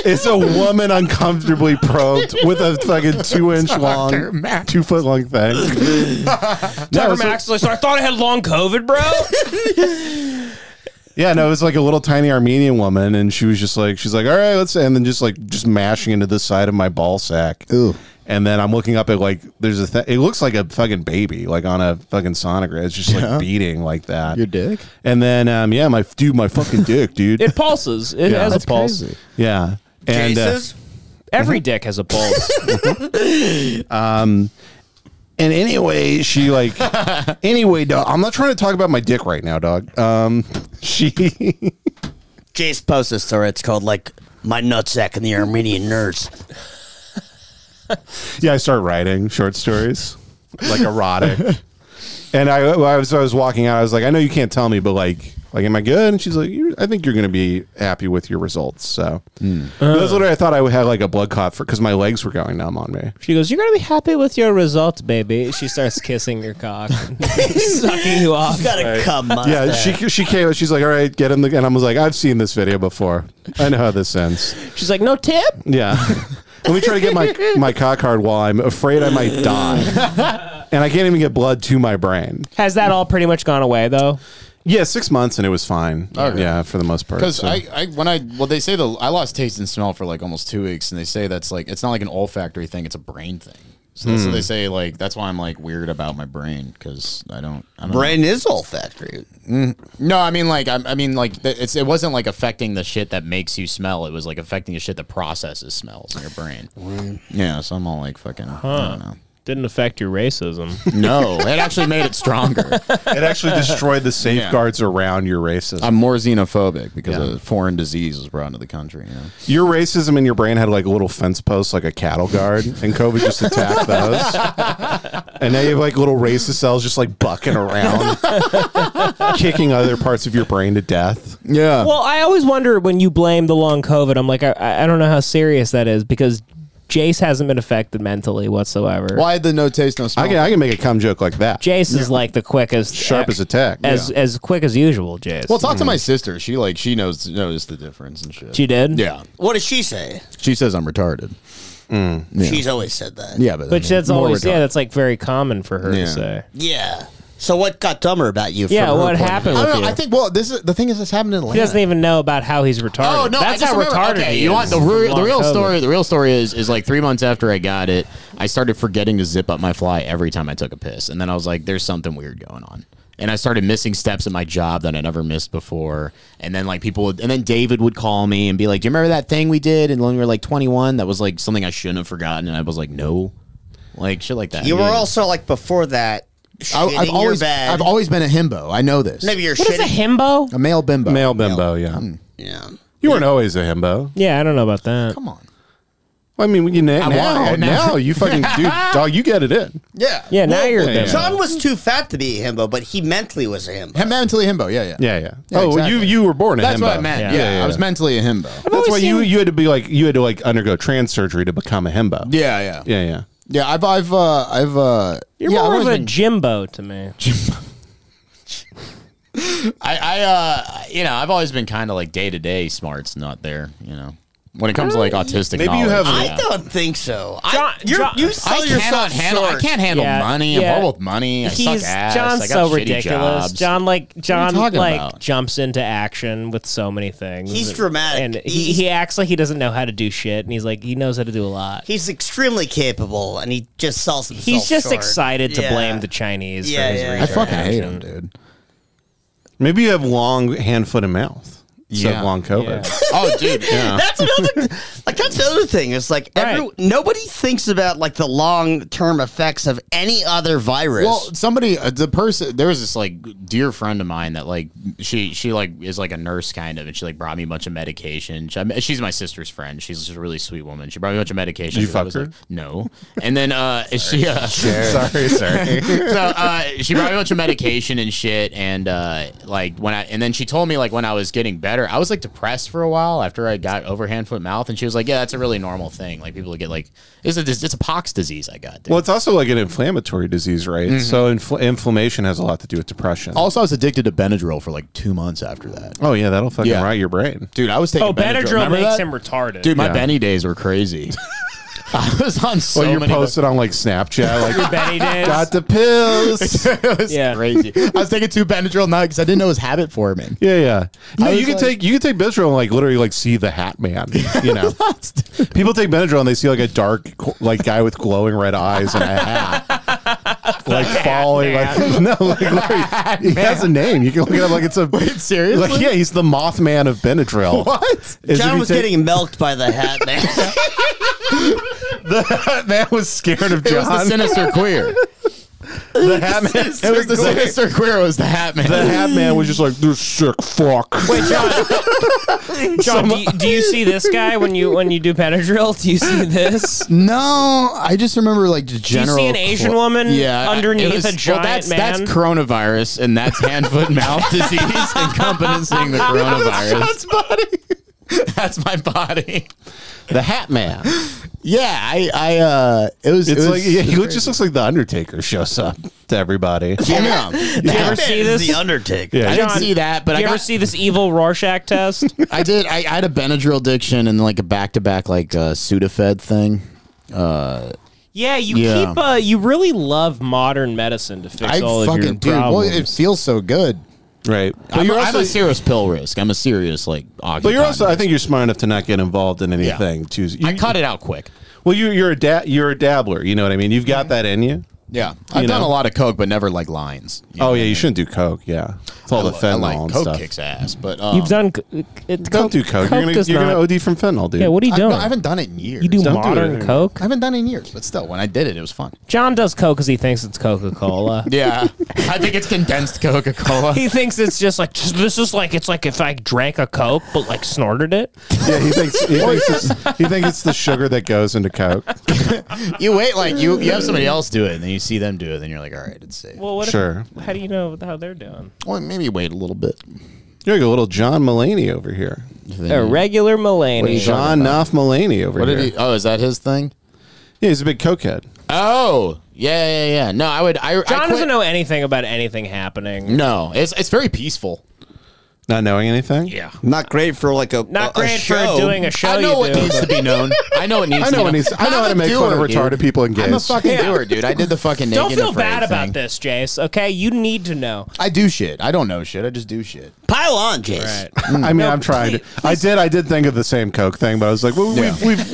Speaker 3: It's a woman uncomfortably probed with a fucking two inch
Speaker 4: Dr.
Speaker 3: long,
Speaker 4: Max.
Speaker 3: two foot long thing.
Speaker 4: Tucker
Speaker 3: No, so-
Speaker 4: Max. like, so I thought I had long COVID, bro.
Speaker 3: Yeah, no, it was like a little tiny Armenian woman, and she was just like, she's like, all right, let's, and then just like, just mashing into the side of my ball sack. Ooh. And then I'm looking up at like, there's a thing, it looks like a fucking baby, like on a fucking sonogram. It's just
Speaker 5: Yeah.
Speaker 3: like beating like that.
Speaker 5: Your dick?
Speaker 3: And then, um, yeah, my, dude, my fucking dick, dude.
Speaker 4: it pulses. It
Speaker 3: Yeah.
Speaker 4: has
Speaker 3: That's
Speaker 4: a pulse.
Speaker 3: crazy. yeah. And, uh,
Speaker 4: Jesus?
Speaker 5: Mm-hmm.
Speaker 4: Every dick has a pulse.
Speaker 3: um, and anyway, she like anyway, dog. I'm not trying to talk about my dick right now, dog. Um, she
Speaker 6: Jace posted a story. It's called like my nutsack and the Armenian nerds.
Speaker 3: yeah, I started writing short stories, like erotic. and I, I was, I was walking out. I was like, I know you can't tell me, but like, like, am I good? And she's like, "You're- I think you're going to be happy with your results. So that's literally, I thought I would have like a blood clot for because my legs were going numb on me.
Speaker 4: She goes, "You're gonna be happy with your results, baby." She starts kissing your cock, sucking you off.
Speaker 6: gotta come.
Speaker 3: Yeah, she she came. She's like, all right, get in the. And I was like, I've seen this video before. I know how this ends.
Speaker 4: She's like, "No tip."
Speaker 3: Yeah. Let me try to get my my cock hard while I'm afraid I might die, and I can't even get blood to my brain.
Speaker 4: Has that all pretty much gone away though?
Speaker 3: Yeah, six months and it was fine.
Speaker 5: Okay.
Speaker 3: Yeah, for the most part.
Speaker 5: Because
Speaker 3: so.
Speaker 5: I, I, when I, well, they say the I lost taste and smell for like almost two weeks, and they say that's like it's not like an olfactory thing; it's a brain thing. So that's what
Speaker 16: Hmm.
Speaker 5: they say. Like that's why I'm like weird about my brain because I don't. I don't
Speaker 6: Brain is olfactory.
Speaker 5: Mm. No, I mean like I, I mean like th- it's it wasn't like affecting the shit that makes you smell. It was like affecting the shit that processes smells in your brain. Yeah, so I'm all like fucking. I don't know.
Speaker 4: Didn't affect your racism.
Speaker 5: No, it actually made it stronger.
Speaker 3: it actually destroyed the safeguards around your racism.
Speaker 5: I'm more xenophobic because
Speaker 3: Yeah.
Speaker 5: a foreign disease was brought into the country. You know?
Speaker 3: your racism in your brain had like a little fence post, like a cattle guard, and COVID just attacked those. and now you have like little racist cells just like bucking around, kicking other parts of your brain to death.
Speaker 5: Yeah.
Speaker 4: Well, I always wonder when you blame the long COVID. I'm like, I, I don't know how serious that is because Jace hasn't been affected mentally whatsoever.
Speaker 5: Why the no taste, no smell?
Speaker 3: I can I can make a cum joke like that.
Speaker 4: Jace is like the quickest,
Speaker 3: Sharp as a tack.
Speaker 4: as
Speaker 3: yeah.
Speaker 4: as quick as usual. Jace.
Speaker 5: Well, talk to my sister. She like she knows noticed the difference and shit.
Speaker 4: Mm-hmm. She did.
Speaker 5: Yeah.
Speaker 6: What does she say?
Speaker 5: She says I'm retarded. Yeah.
Speaker 6: She's always said that.
Speaker 5: Yeah, but I
Speaker 4: Which
Speaker 5: mean,
Speaker 4: that's
Speaker 5: more
Speaker 4: always
Speaker 5: retarded.
Speaker 4: yeah. That's like very common for her
Speaker 5: Yeah.
Speaker 4: to say.
Speaker 6: Yeah. So what got dumber about you?
Speaker 4: Yeah,
Speaker 6: from her
Speaker 4: what
Speaker 6: point of
Speaker 4: happened with
Speaker 6: view?
Speaker 5: I don't
Speaker 4: you?
Speaker 5: know. I think well, this is the thing is this happened in
Speaker 4: he
Speaker 5: Atlanta.
Speaker 4: doesn't even know about how he's retarded.
Speaker 5: Oh no!
Speaker 4: that's
Speaker 5: I just
Speaker 4: how
Speaker 5: remember-
Speaker 4: retarded
Speaker 5: Okay,
Speaker 4: he
Speaker 5: you
Speaker 4: is.
Speaker 5: want the real, the
Speaker 4: Long
Speaker 5: real
Speaker 4: COVID.
Speaker 5: story? The real story is is like three months after I got it, I started forgetting to zip up my fly every time I took a piss, and then I was like, "There's something weird going on." And I started missing steps at my job that I never missed before. And then like people, would, and then David would call me and be like, "Do you remember that thing we did?" And when we were like 21, that was like something I shouldn't have forgotten, and I was like, "No," like shit like that.
Speaker 6: you were
Speaker 5: Yeah.
Speaker 6: also like before that.
Speaker 5: I,
Speaker 6: Shitting
Speaker 5: I've always,
Speaker 6: your bed.
Speaker 5: I've always been a himbo. I know this.
Speaker 6: Maybe you're
Speaker 4: What is a
Speaker 6: shitting.
Speaker 4: himbo?
Speaker 5: a male bimbo.
Speaker 3: Male bimbo, yeah. Hmm.
Speaker 6: yeah.
Speaker 3: You weren't always a himbo.
Speaker 4: Yeah, I don't know about that.
Speaker 5: Come on.
Speaker 3: Well, I mean, you na-
Speaker 5: I
Speaker 3: now,
Speaker 5: wanna-
Speaker 3: now you fucking dude, dog, you get it in.
Speaker 6: Yeah.
Speaker 4: Yeah, now you're a himbo.
Speaker 6: John was too fat to be a himbo, but he mentally was a himbo.
Speaker 5: Him- mentally himbo. Yeah, yeah.
Speaker 3: Yeah, yeah.
Speaker 5: Yeah,
Speaker 3: oh, well,
Speaker 5: exactly.
Speaker 3: you you were born a
Speaker 5: That's
Speaker 3: himbo.
Speaker 5: what I meant. Yeah, I was mentally a himbo.
Speaker 3: That's
Speaker 4: always
Speaker 3: why you
Speaker 4: seen-
Speaker 3: you had to be like you had to like undergo trans surgery to become a himbo.
Speaker 5: Yeah, yeah,
Speaker 3: yeah, yeah.
Speaker 5: yeah. I've, I've, uh, I've. Uh,
Speaker 4: You're
Speaker 5: yeah, I've
Speaker 4: more of
Speaker 5: always
Speaker 4: a
Speaker 5: been-
Speaker 4: Jimbo to me.
Speaker 16: I, I uh, you know, I've always been kind of like day to day smarts, not there. You know, when it comes to like autistic,
Speaker 3: Maybe you have-
Speaker 16: knowledge,
Speaker 6: I
Speaker 16: yeah.
Speaker 6: don't think so.
Speaker 4: John-
Speaker 6: I, you're,
Speaker 4: John-
Speaker 6: you sell
Speaker 16: I
Speaker 6: yourself
Speaker 16: cannot handle.
Speaker 6: short.
Speaker 16: I can't handle
Speaker 4: Yeah,
Speaker 16: money.
Speaker 4: yeah.
Speaker 16: I'm horrible with money. I suck ass. I
Speaker 4: John's
Speaker 16: got
Speaker 4: so
Speaker 16: shitty
Speaker 4: ridiculous.
Speaker 16: Jobs.
Speaker 4: John like John
Speaker 16: talking
Speaker 4: like
Speaker 16: about?
Speaker 4: jumps into action with so many things.
Speaker 6: He's
Speaker 4: And-
Speaker 6: dramatic.
Speaker 4: and he,
Speaker 6: He's-
Speaker 4: he acts like he doesn't know how to do shit, and he's like he knows how to do a lot.
Speaker 6: He's extremely capable, and he just sells himself.
Speaker 4: He's just
Speaker 6: short.
Speaker 4: excited to
Speaker 6: Yeah.
Speaker 4: blame the Chinese.
Speaker 6: Yeah,
Speaker 4: for his
Speaker 6: yeah. I
Speaker 5: I
Speaker 4: research
Speaker 5: fucking hate
Speaker 4: action.
Speaker 5: him, dude.
Speaker 3: Maybe you have long hand, foot, and mouth. So
Speaker 5: Yeah.
Speaker 3: long COVID.
Speaker 5: Oh, dude.
Speaker 3: Yeah.
Speaker 6: That's another. like that's the other thing. It's like every,
Speaker 4: Right.
Speaker 6: nobody thinks about like the long term effects of any other virus.
Speaker 5: Well, somebody, uh, the person, there was this like dear friend of mine that like she she like is like a nurse kind of, and she like brought me a bunch of medication. She, I mean, she's my sister's friend. She's just a really sweet woman. She brought me a bunch of medication.
Speaker 3: You
Speaker 5: because I
Speaker 3: fuck
Speaker 5: was
Speaker 3: her?
Speaker 5: like, no. And then uh, she uh,
Speaker 3: sorry, sorry.
Speaker 5: so uh, she brought me a bunch of medication and shit, and uh, like when I and then she told me like when I was getting better, I was like depressed for a while. while after I got over hand foot mouth, and she was like, "Yeah, that's a really normal thing. Like people get like it's a dis- it's a pox disease I got." dude."
Speaker 3: Well, it's also like an inflammatory disease, right?
Speaker 5: Mhm.
Speaker 3: So infl- inflammation has a lot to do with depression.
Speaker 5: also, I was addicted to Benadryl for like two months after that.
Speaker 3: Oh yeah, that'll fucking
Speaker 5: Yeah.
Speaker 3: rot your brain,
Speaker 5: Dude, I was taking
Speaker 4: Oh, Benadryl
Speaker 5: Remember
Speaker 4: makes
Speaker 5: that?
Speaker 4: him retarded.
Speaker 5: Dude, my
Speaker 3: Yeah.
Speaker 5: Benny days were crazy. I was on so
Speaker 3: well, you're
Speaker 5: many.
Speaker 3: posted on like Snapchat, like
Speaker 4: Benny days.
Speaker 3: got the pills.
Speaker 5: it was
Speaker 4: Yeah.
Speaker 5: crazy. I was taking two Benadryl now because I didn't know it was habit forming.
Speaker 3: Yeah, yeah. No, you
Speaker 5: was
Speaker 3: can
Speaker 5: like-
Speaker 3: take you can take Benadryl and like literally like see the Hat Man. You know, people take Benadryl and they see like a dark co- like guy with glowing red eyes and a hat, like falling. Like no, like literally, he has a name. You can look it up. Like it's a
Speaker 5: Wait, seriously?
Speaker 3: Like yeah, he's the Mothman of Benadryl.
Speaker 5: What?
Speaker 3: Is if
Speaker 6: John
Speaker 3: you
Speaker 6: was
Speaker 3: take-
Speaker 6: getting milked by the hat man.
Speaker 3: the Hat Man was scared of
Speaker 5: It was the
Speaker 3: John.
Speaker 5: sinister queer.
Speaker 3: the Hat Man. It was the sinister.
Speaker 5: sinister queer. Was the hat man?
Speaker 3: The Hat Man was just like this sick fuck.
Speaker 4: Wait, John. John, do you, do you see this guy when you when you do Benadryl? Do you see this?
Speaker 5: No, I just remember like the
Speaker 4: you see
Speaker 5: general.
Speaker 4: an Asian woman underneath a giant
Speaker 5: that's, That's
Speaker 4: man?
Speaker 5: coronavirus, and that's hand, foot, and mouth disease, encompassing the coronavirus. That's body. that's my body.
Speaker 3: The Hat Man.
Speaker 5: Yeah, I, I, uh, it was.
Speaker 3: It's
Speaker 5: it was
Speaker 3: like yeah, he look- just looks like the Undertaker shows up to everybody.
Speaker 5: Yeah, no.
Speaker 4: Do you ever see this?
Speaker 6: the Undertaker.
Speaker 3: Yeah,
Speaker 5: I didn't
Speaker 4: John,
Speaker 5: see that, but
Speaker 4: Do
Speaker 5: I
Speaker 4: you ever
Speaker 5: got,
Speaker 4: see this evil Rorschach test?
Speaker 5: I did. I, I had a Benadryl addiction and like a back to back like uh, Sudafed thing. Uh,
Speaker 4: Yeah, you
Speaker 5: Yeah.
Speaker 4: keep. Uh, you really love modern medicine to fix
Speaker 5: I
Speaker 4: all of your
Speaker 5: fucking dude. Well,
Speaker 4: problems.
Speaker 5: it feels so good.
Speaker 3: Right. But
Speaker 5: I'm,
Speaker 3: you're
Speaker 5: a-
Speaker 3: also,
Speaker 5: I'm a serious pill risk. I'm a serious like.
Speaker 3: but you're also, I think you're smart enough to not get involved in anything. Too. You,
Speaker 5: I cut it out quick.
Speaker 3: well, you, you're a da- you're a dabbler. You know what I mean. You've got that in you.
Speaker 5: Yeah, I've
Speaker 3: You
Speaker 5: done
Speaker 3: know?
Speaker 5: a lot of coke, but never like lines. You know
Speaker 3: oh
Speaker 5: what
Speaker 3: yeah,
Speaker 5: I
Speaker 3: you
Speaker 5: mean?
Speaker 3: shouldn't do coke. Yeah, it's all the
Speaker 5: I li- I
Speaker 3: fentanyl
Speaker 5: like
Speaker 3: and
Speaker 5: coke
Speaker 3: stuff.
Speaker 5: kicks ass, but um,
Speaker 4: You've done. c- It,
Speaker 3: Oh. Don't do coke. you're gonna
Speaker 4: does
Speaker 3: you're
Speaker 4: not-
Speaker 3: gonna OD from fentanyl, dude.
Speaker 4: Yeah, what are you
Speaker 5: I've-
Speaker 4: doing?
Speaker 5: I haven't done it in years.
Speaker 4: you do
Speaker 3: don't do
Speaker 4: modern
Speaker 3: it.
Speaker 4: coke.
Speaker 5: I haven't done it in years, but still, when I did it, it was fun.
Speaker 4: John does coke because he thinks it's Coca Cola.
Speaker 5: Yeah, I think it's condensed Coca Cola.
Speaker 4: He thinks it's just like this is like it's like if I drank a coke but like snorted it.
Speaker 3: Yeah, he thinks he thinks, it's, he thinks it's the sugar that goes into coke.
Speaker 5: you wait, like you you have somebody else do it, and then you see them do it, then you're like, all right, it's safe. Well,
Speaker 4: Well, what? if-
Speaker 3: Sure.
Speaker 4: how do you know how they're doing?
Speaker 5: maybe wait a little bit.
Speaker 3: You're like a little John Mulaney over here.
Speaker 4: A regular Mulaney.
Speaker 3: John Knopf Mulaney over
Speaker 5: What
Speaker 3: here.
Speaker 5: did he? Oh, is that his thing?
Speaker 3: yeah, he's a big cokehead.
Speaker 5: Oh, yeah, yeah, yeah. No, I would. I I
Speaker 4: John
Speaker 5: quit-
Speaker 4: doesn't know anything about anything happening.
Speaker 5: No, it's it's very peaceful.
Speaker 3: Not knowing anything.
Speaker 4: Yeah.
Speaker 6: Not great for like a
Speaker 4: Not
Speaker 6: a, a
Speaker 4: great for
Speaker 6: show.
Speaker 4: doing a show.
Speaker 5: I know
Speaker 4: you
Speaker 5: what
Speaker 4: do,
Speaker 5: needs to
Speaker 4: but-
Speaker 5: be known. I know what needs.
Speaker 3: I
Speaker 5: to
Speaker 3: know what
Speaker 5: be known.
Speaker 3: needs- I know
Speaker 5: I'm
Speaker 3: how
Speaker 5: a
Speaker 3: to make fun of
Speaker 5: dude.
Speaker 3: retarded people and
Speaker 5: I'm a
Speaker 3: gays.
Speaker 5: fucking
Speaker 4: Yeah.
Speaker 5: doer, dude. I did the fucking.
Speaker 4: Don't
Speaker 5: naked and
Speaker 4: feel
Speaker 5: afraid
Speaker 4: bad about
Speaker 5: thing.
Speaker 4: this, Jace. Okay, you need to know.
Speaker 5: I do shit. I don't know shit. I just do shit.
Speaker 6: Pile on, Jace.
Speaker 3: I mean, I'm trying. to I did. I did think of the same Coke thing, but I was like, well,
Speaker 5: Yeah.
Speaker 3: we've, we've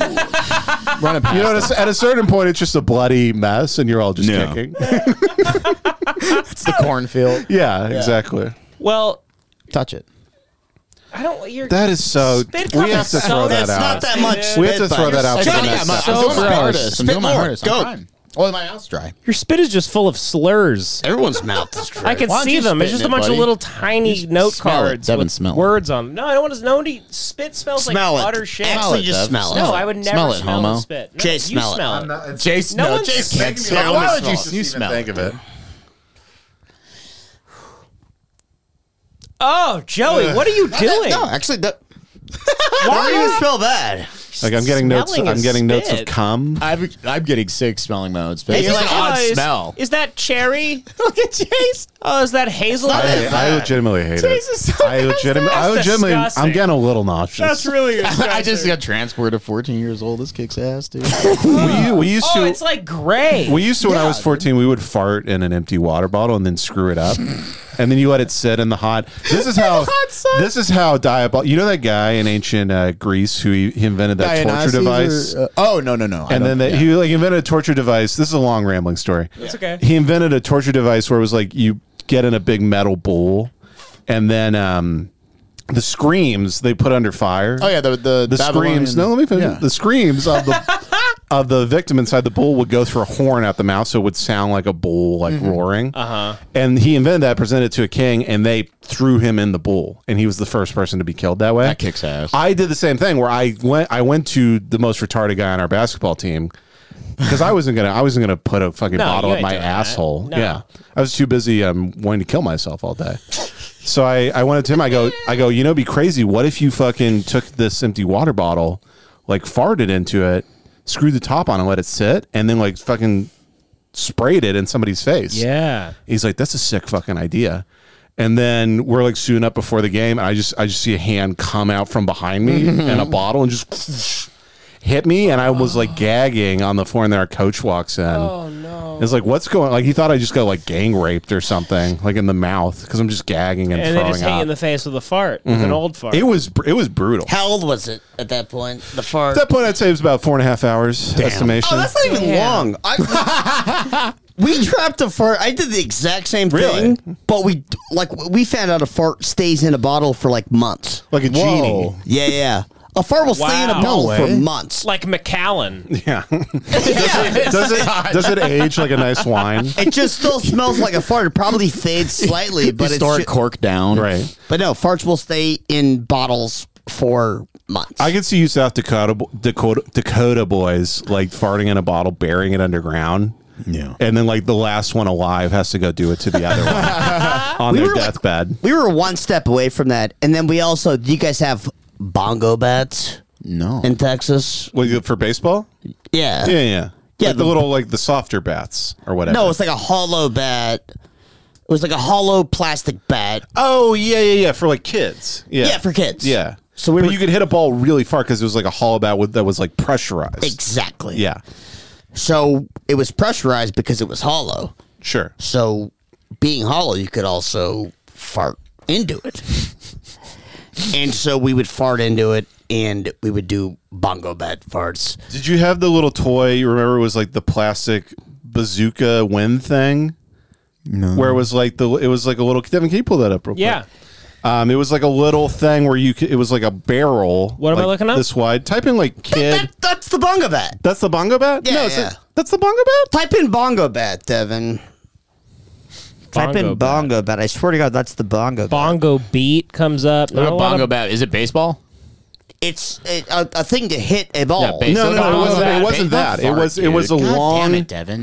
Speaker 5: Run it past.
Speaker 3: you know, at a, at a certain point, it's just a bloody mess, and you're all just
Speaker 5: No.
Speaker 3: kicking.
Speaker 5: it's
Speaker 4: Oh.
Speaker 5: the cornfield.
Speaker 3: yeah, exactly.
Speaker 4: Well,
Speaker 5: Touch it.
Speaker 4: I don't. You're
Speaker 3: That is so.
Speaker 4: Spit cup
Speaker 3: We have
Speaker 4: is
Speaker 3: to
Speaker 4: so
Speaker 3: throw that
Speaker 6: That's
Speaker 3: out.
Speaker 6: not that much.
Speaker 3: we have to
Speaker 6: spit, but
Speaker 3: throw
Speaker 6: you're
Speaker 3: that out.
Speaker 6: so-
Speaker 3: For the
Speaker 5: Johnny,
Speaker 3: next
Speaker 5: I'm, I'm
Speaker 3: episode.
Speaker 5: doing my
Speaker 4: gross.
Speaker 5: hardest. I'm
Speaker 6: Spit
Speaker 5: doing my
Speaker 6: more.
Speaker 5: hardest.
Speaker 6: Go.
Speaker 5: I'm trying. Oh, my mouth's dry.
Speaker 4: your spit is just full of slurs.
Speaker 6: Everyone's mouth is dry.
Speaker 4: I can
Speaker 5: Why don't
Speaker 4: see
Speaker 5: you
Speaker 4: them. It's
Speaker 5: spit in
Speaker 4: just
Speaker 5: it,
Speaker 4: a bunch
Speaker 5: buddy?
Speaker 4: of little tiny
Speaker 5: Just
Speaker 4: note
Speaker 5: smell it.
Speaker 4: cards
Speaker 5: Devin,
Speaker 4: with
Speaker 5: smell it.
Speaker 4: words on them. No, I don't want to. Nobody spit smells
Speaker 6: Smell
Speaker 4: like
Speaker 6: it.
Speaker 4: utter shit.
Speaker 6: Actually,
Speaker 5: it,
Speaker 6: just
Speaker 5: Dev.
Speaker 6: smell it.
Speaker 4: no, I would never
Speaker 5: Smell it, homo.
Speaker 4: spit. No,
Speaker 6: Jay,
Speaker 4: you
Speaker 6: smell it.
Speaker 4: smell it.
Speaker 5: Jason,
Speaker 4: No one's-
Speaker 5: Jason can't
Speaker 4: Making me
Speaker 5: smell.
Speaker 6: laugh.
Speaker 5: Why would
Speaker 6: Smell
Speaker 5: you
Speaker 6: it.
Speaker 5: you smell it?
Speaker 3: it.
Speaker 4: Oh, Joey, what are you doing?
Speaker 5: No, actually, that,
Speaker 6: Why do you smell that?
Speaker 3: Like I'm getting notes.
Speaker 4: Smelling
Speaker 3: I'm
Speaker 4: is
Speaker 3: getting notes of
Speaker 4: spit.
Speaker 3: cum.
Speaker 5: I'm, I'm getting sick smelling my own spit.
Speaker 4: Hey,
Speaker 5: It's an odd
Speaker 4: guys,
Speaker 5: smell.
Speaker 4: Oh, Is that cherry? Look at Chase. Oh, is that hazelnut?
Speaker 3: I, I legitimately hate
Speaker 4: Jesus,
Speaker 3: it. I legitimately. I
Speaker 4: that's
Speaker 3: legitimately.
Speaker 4: disgusting.
Speaker 3: I'm getting a little nauseous.
Speaker 4: really disgusting.
Speaker 5: I just got transported at 14 years old. This kicks ass, dude.
Speaker 3: we, we used
Speaker 4: Oh,
Speaker 3: to.
Speaker 4: it's like gray.
Speaker 3: We used to when I was 14, we would fart in an empty water bottle and then screw it up. and then you let it sit in the hot. This is how This is how diabol You know that guy in ancient uh, Greece who he, he invented that torture device?
Speaker 5: uh, oh no no no! I
Speaker 3: and
Speaker 5: don't-
Speaker 3: then that
Speaker 5: yeah.
Speaker 3: he like invented a torture device. This is a long rambling story.
Speaker 4: That's okay.
Speaker 3: He invented a torture device where it was like you get in a big metal bowl and then um the screams they put under fire
Speaker 5: oh yeah the the,
Speaker 3: the screams. No, let me finish.
Speaker 5: Yeah.
Speaker 3: The screams of the of the victim inside the bull would go through a horn out the mouth, so it would sound like a bull, like roaring. Uh huh. And he invented that, presented it to a king, and they threw him in the bull, and he was the first person to be killed that way.
Speaker 5: That kicks ass.
Speaker 3: I did the same thing where I went. I went to the most retarded guy on our basketball team. Because I wasn't gonna, I wasn't gonna put a fucking
Speaker 4: No,
Speaker 3: bottle
Speaker 4: you
Speaker 3: up
Speaker 4: ain't
Speaker 3: my
Speaker 4: doing that.
Speaker 3: asshole.
Speaker 4: No.
Speaker 3: Yeah, I was too busy um, wanting to kill myself all day. So I, I went up to him. I go, I go, you know, it'd be crazy. What if you fucking took this empty water bottle, like farted into it, screwed the top on and let it sit, and then like fucking sprayed it in somebody's face?
Speaker 4: Yeah.
Speaker 3: He's like, that's a sick fucking idea. And then we're like suiting up before the game, and I just I just see a hand come out from behind me and a bottle and just hit me, and I was like gagging on the floor. And then our coach walks in.
Speaker 15: Oh, no.
Speaker 3: It's like what's going? Like he thought I just got like gang raped or something, like in the mouth, because I'm just gagging and,
Speaker 4: And they
Speaker 3: throwing
Speaker 4: just hit you
Speaker 3: up.
Speaker 4: in the face with a fart, with an
Speaker 3: Mhm.
Speaker 4: old fart.
Speaker 3: It was br- it was brutal.
Speaker 6: How old was it at that point? The fart.
Speaker 3: At that point, I'd say it was about four and a half hours estimation.
Speaker 6: Oh, that's not even
Speaker 3: Yeah.
Speaker 6: long. I, we trapped a fart. I did the exact same
Speaker 3: Really?
Speaker 6: thing, but we like we found out a fart stays in a bottle for like months,
Speaker 3: like a
Speaker 4: genie.
Speaker 6: Yeah, yeah. A fart will stay in a
Speaker 4: Wow.
Speaker 6: bottle
Speaker 4: No
Speaker 6: for
Speaker 4: way.
Speaker 6: months.
Speaker 4: Like McAllen.
Speaker 3: Yeah. does it does it age like a nice wine?
Speaker 6: It just still smells like a fart. It probably fades slightly, but
Speaker 5: But
Speaker 6: it's
Speaker 5: Historic
Speaker 6: ju-
Speaker 5: cork down.
Speaker 3: Right.
Speaker 6: But no, farts will stay in bottles for months.
Speaker 3: I could see you South Dakota Dakota Dakota boys like farting in a bottle, burying it underground.
Speaker 5: Yeah.
Speaker 3: And then like the last one alive has to go do it to the other one on
Speaker 6: We
Speaker 3: their
Speaker 6: were, like-
Speaker 3: deathbed.
Speaker 6: We were one step away from that, and then we also. Do you guys have bongo bats
Speaker 5: No.
Speaker 6: in Texas?
Speaker 3: Well, you- for baseball?
Speaker 6: Yeah.
Speaker 3: Yeah, yeah.
Speaker 6: Yeah,
Speaker 3: Like the,
Speaker 6: the-
Speaker 3: little like the softer bats or whatever.
Speaker 6: No, it's like a hollow bat. It was like a hollow plastic bat.
Speaker 3: Oh yeah, yeah, yeah. For like kids. Yeah.
Speaker 6: Yeah, for kids.
Speaker 3: Yeah.
Speaker 6: So we
Speaker 3: But
Speaker 6: were-
Speaker 3: you could hit a ball really far because it was like a hollow bat with, that was like pressurized.
Speaker 6: Exactly.
Speaker 3: Yeah.
Speaker 6: So it was pressurized because it was hollow.
Speaker 3: Sure.
Speaker 6: So being hollow, you could also fart into it. and so we would fart into it and we would do bongo bat farts.
Speaker 3: Did you have the little toy? You remember it was like the plastic bazooka wind thing,
Speaker 5: No.
Speaker 3: where it was like the it was like a little. Devin, can you pull that up real quick?
Speaker 4: Yeah.
Speaker 3: Um, it was like a little thing where you could, it was like a barrel.
Speaker 4: What am I
Speaker 3: like,
Speaker 4: looking up?
Speaker 3: This wide. Type in like kid.
Speaker 6: That, that's the bongo bat.
Speaker 3: That's the bongo bat.
Speaker 6: Yeah,
Speaker 3: it's a-
Speaker 6: yeah.
Speaker 3: that's the bongo bat.
Speaker 6: Type in bongo bat, Devin. Type
Speaker 4: Bongo
Speaker 6: in bongo bat. I swear to God, that's the bongo bat.
Speaker 4: Bongo beat comes up.
Speaker 5: What
Speaker 4: Not
Speaker 5: about
Speaker 4: a lot
Speaker 5: bongo
Speaker 4: of-
Speaker 5: bat? Is it baseball?
Speaker 6: It's a, a, a thing to hit a ball.
Speaker 5: Yeah, base-
Speaker 3: No,
Speaker 5: So
Speaker 3: no, no,
Speaker 4: bongo
Speaker 3: it wasn't.
Speaker 4: bat.
Speaker 3: It wasn't that. It
Speaker 5: Fart,
Speaker 3: was. It
Speaker 5: dude.
Speaker 3: was a
Speaker 5: God
Speaker 3: long.
Speaker 5: Damn it, Devin.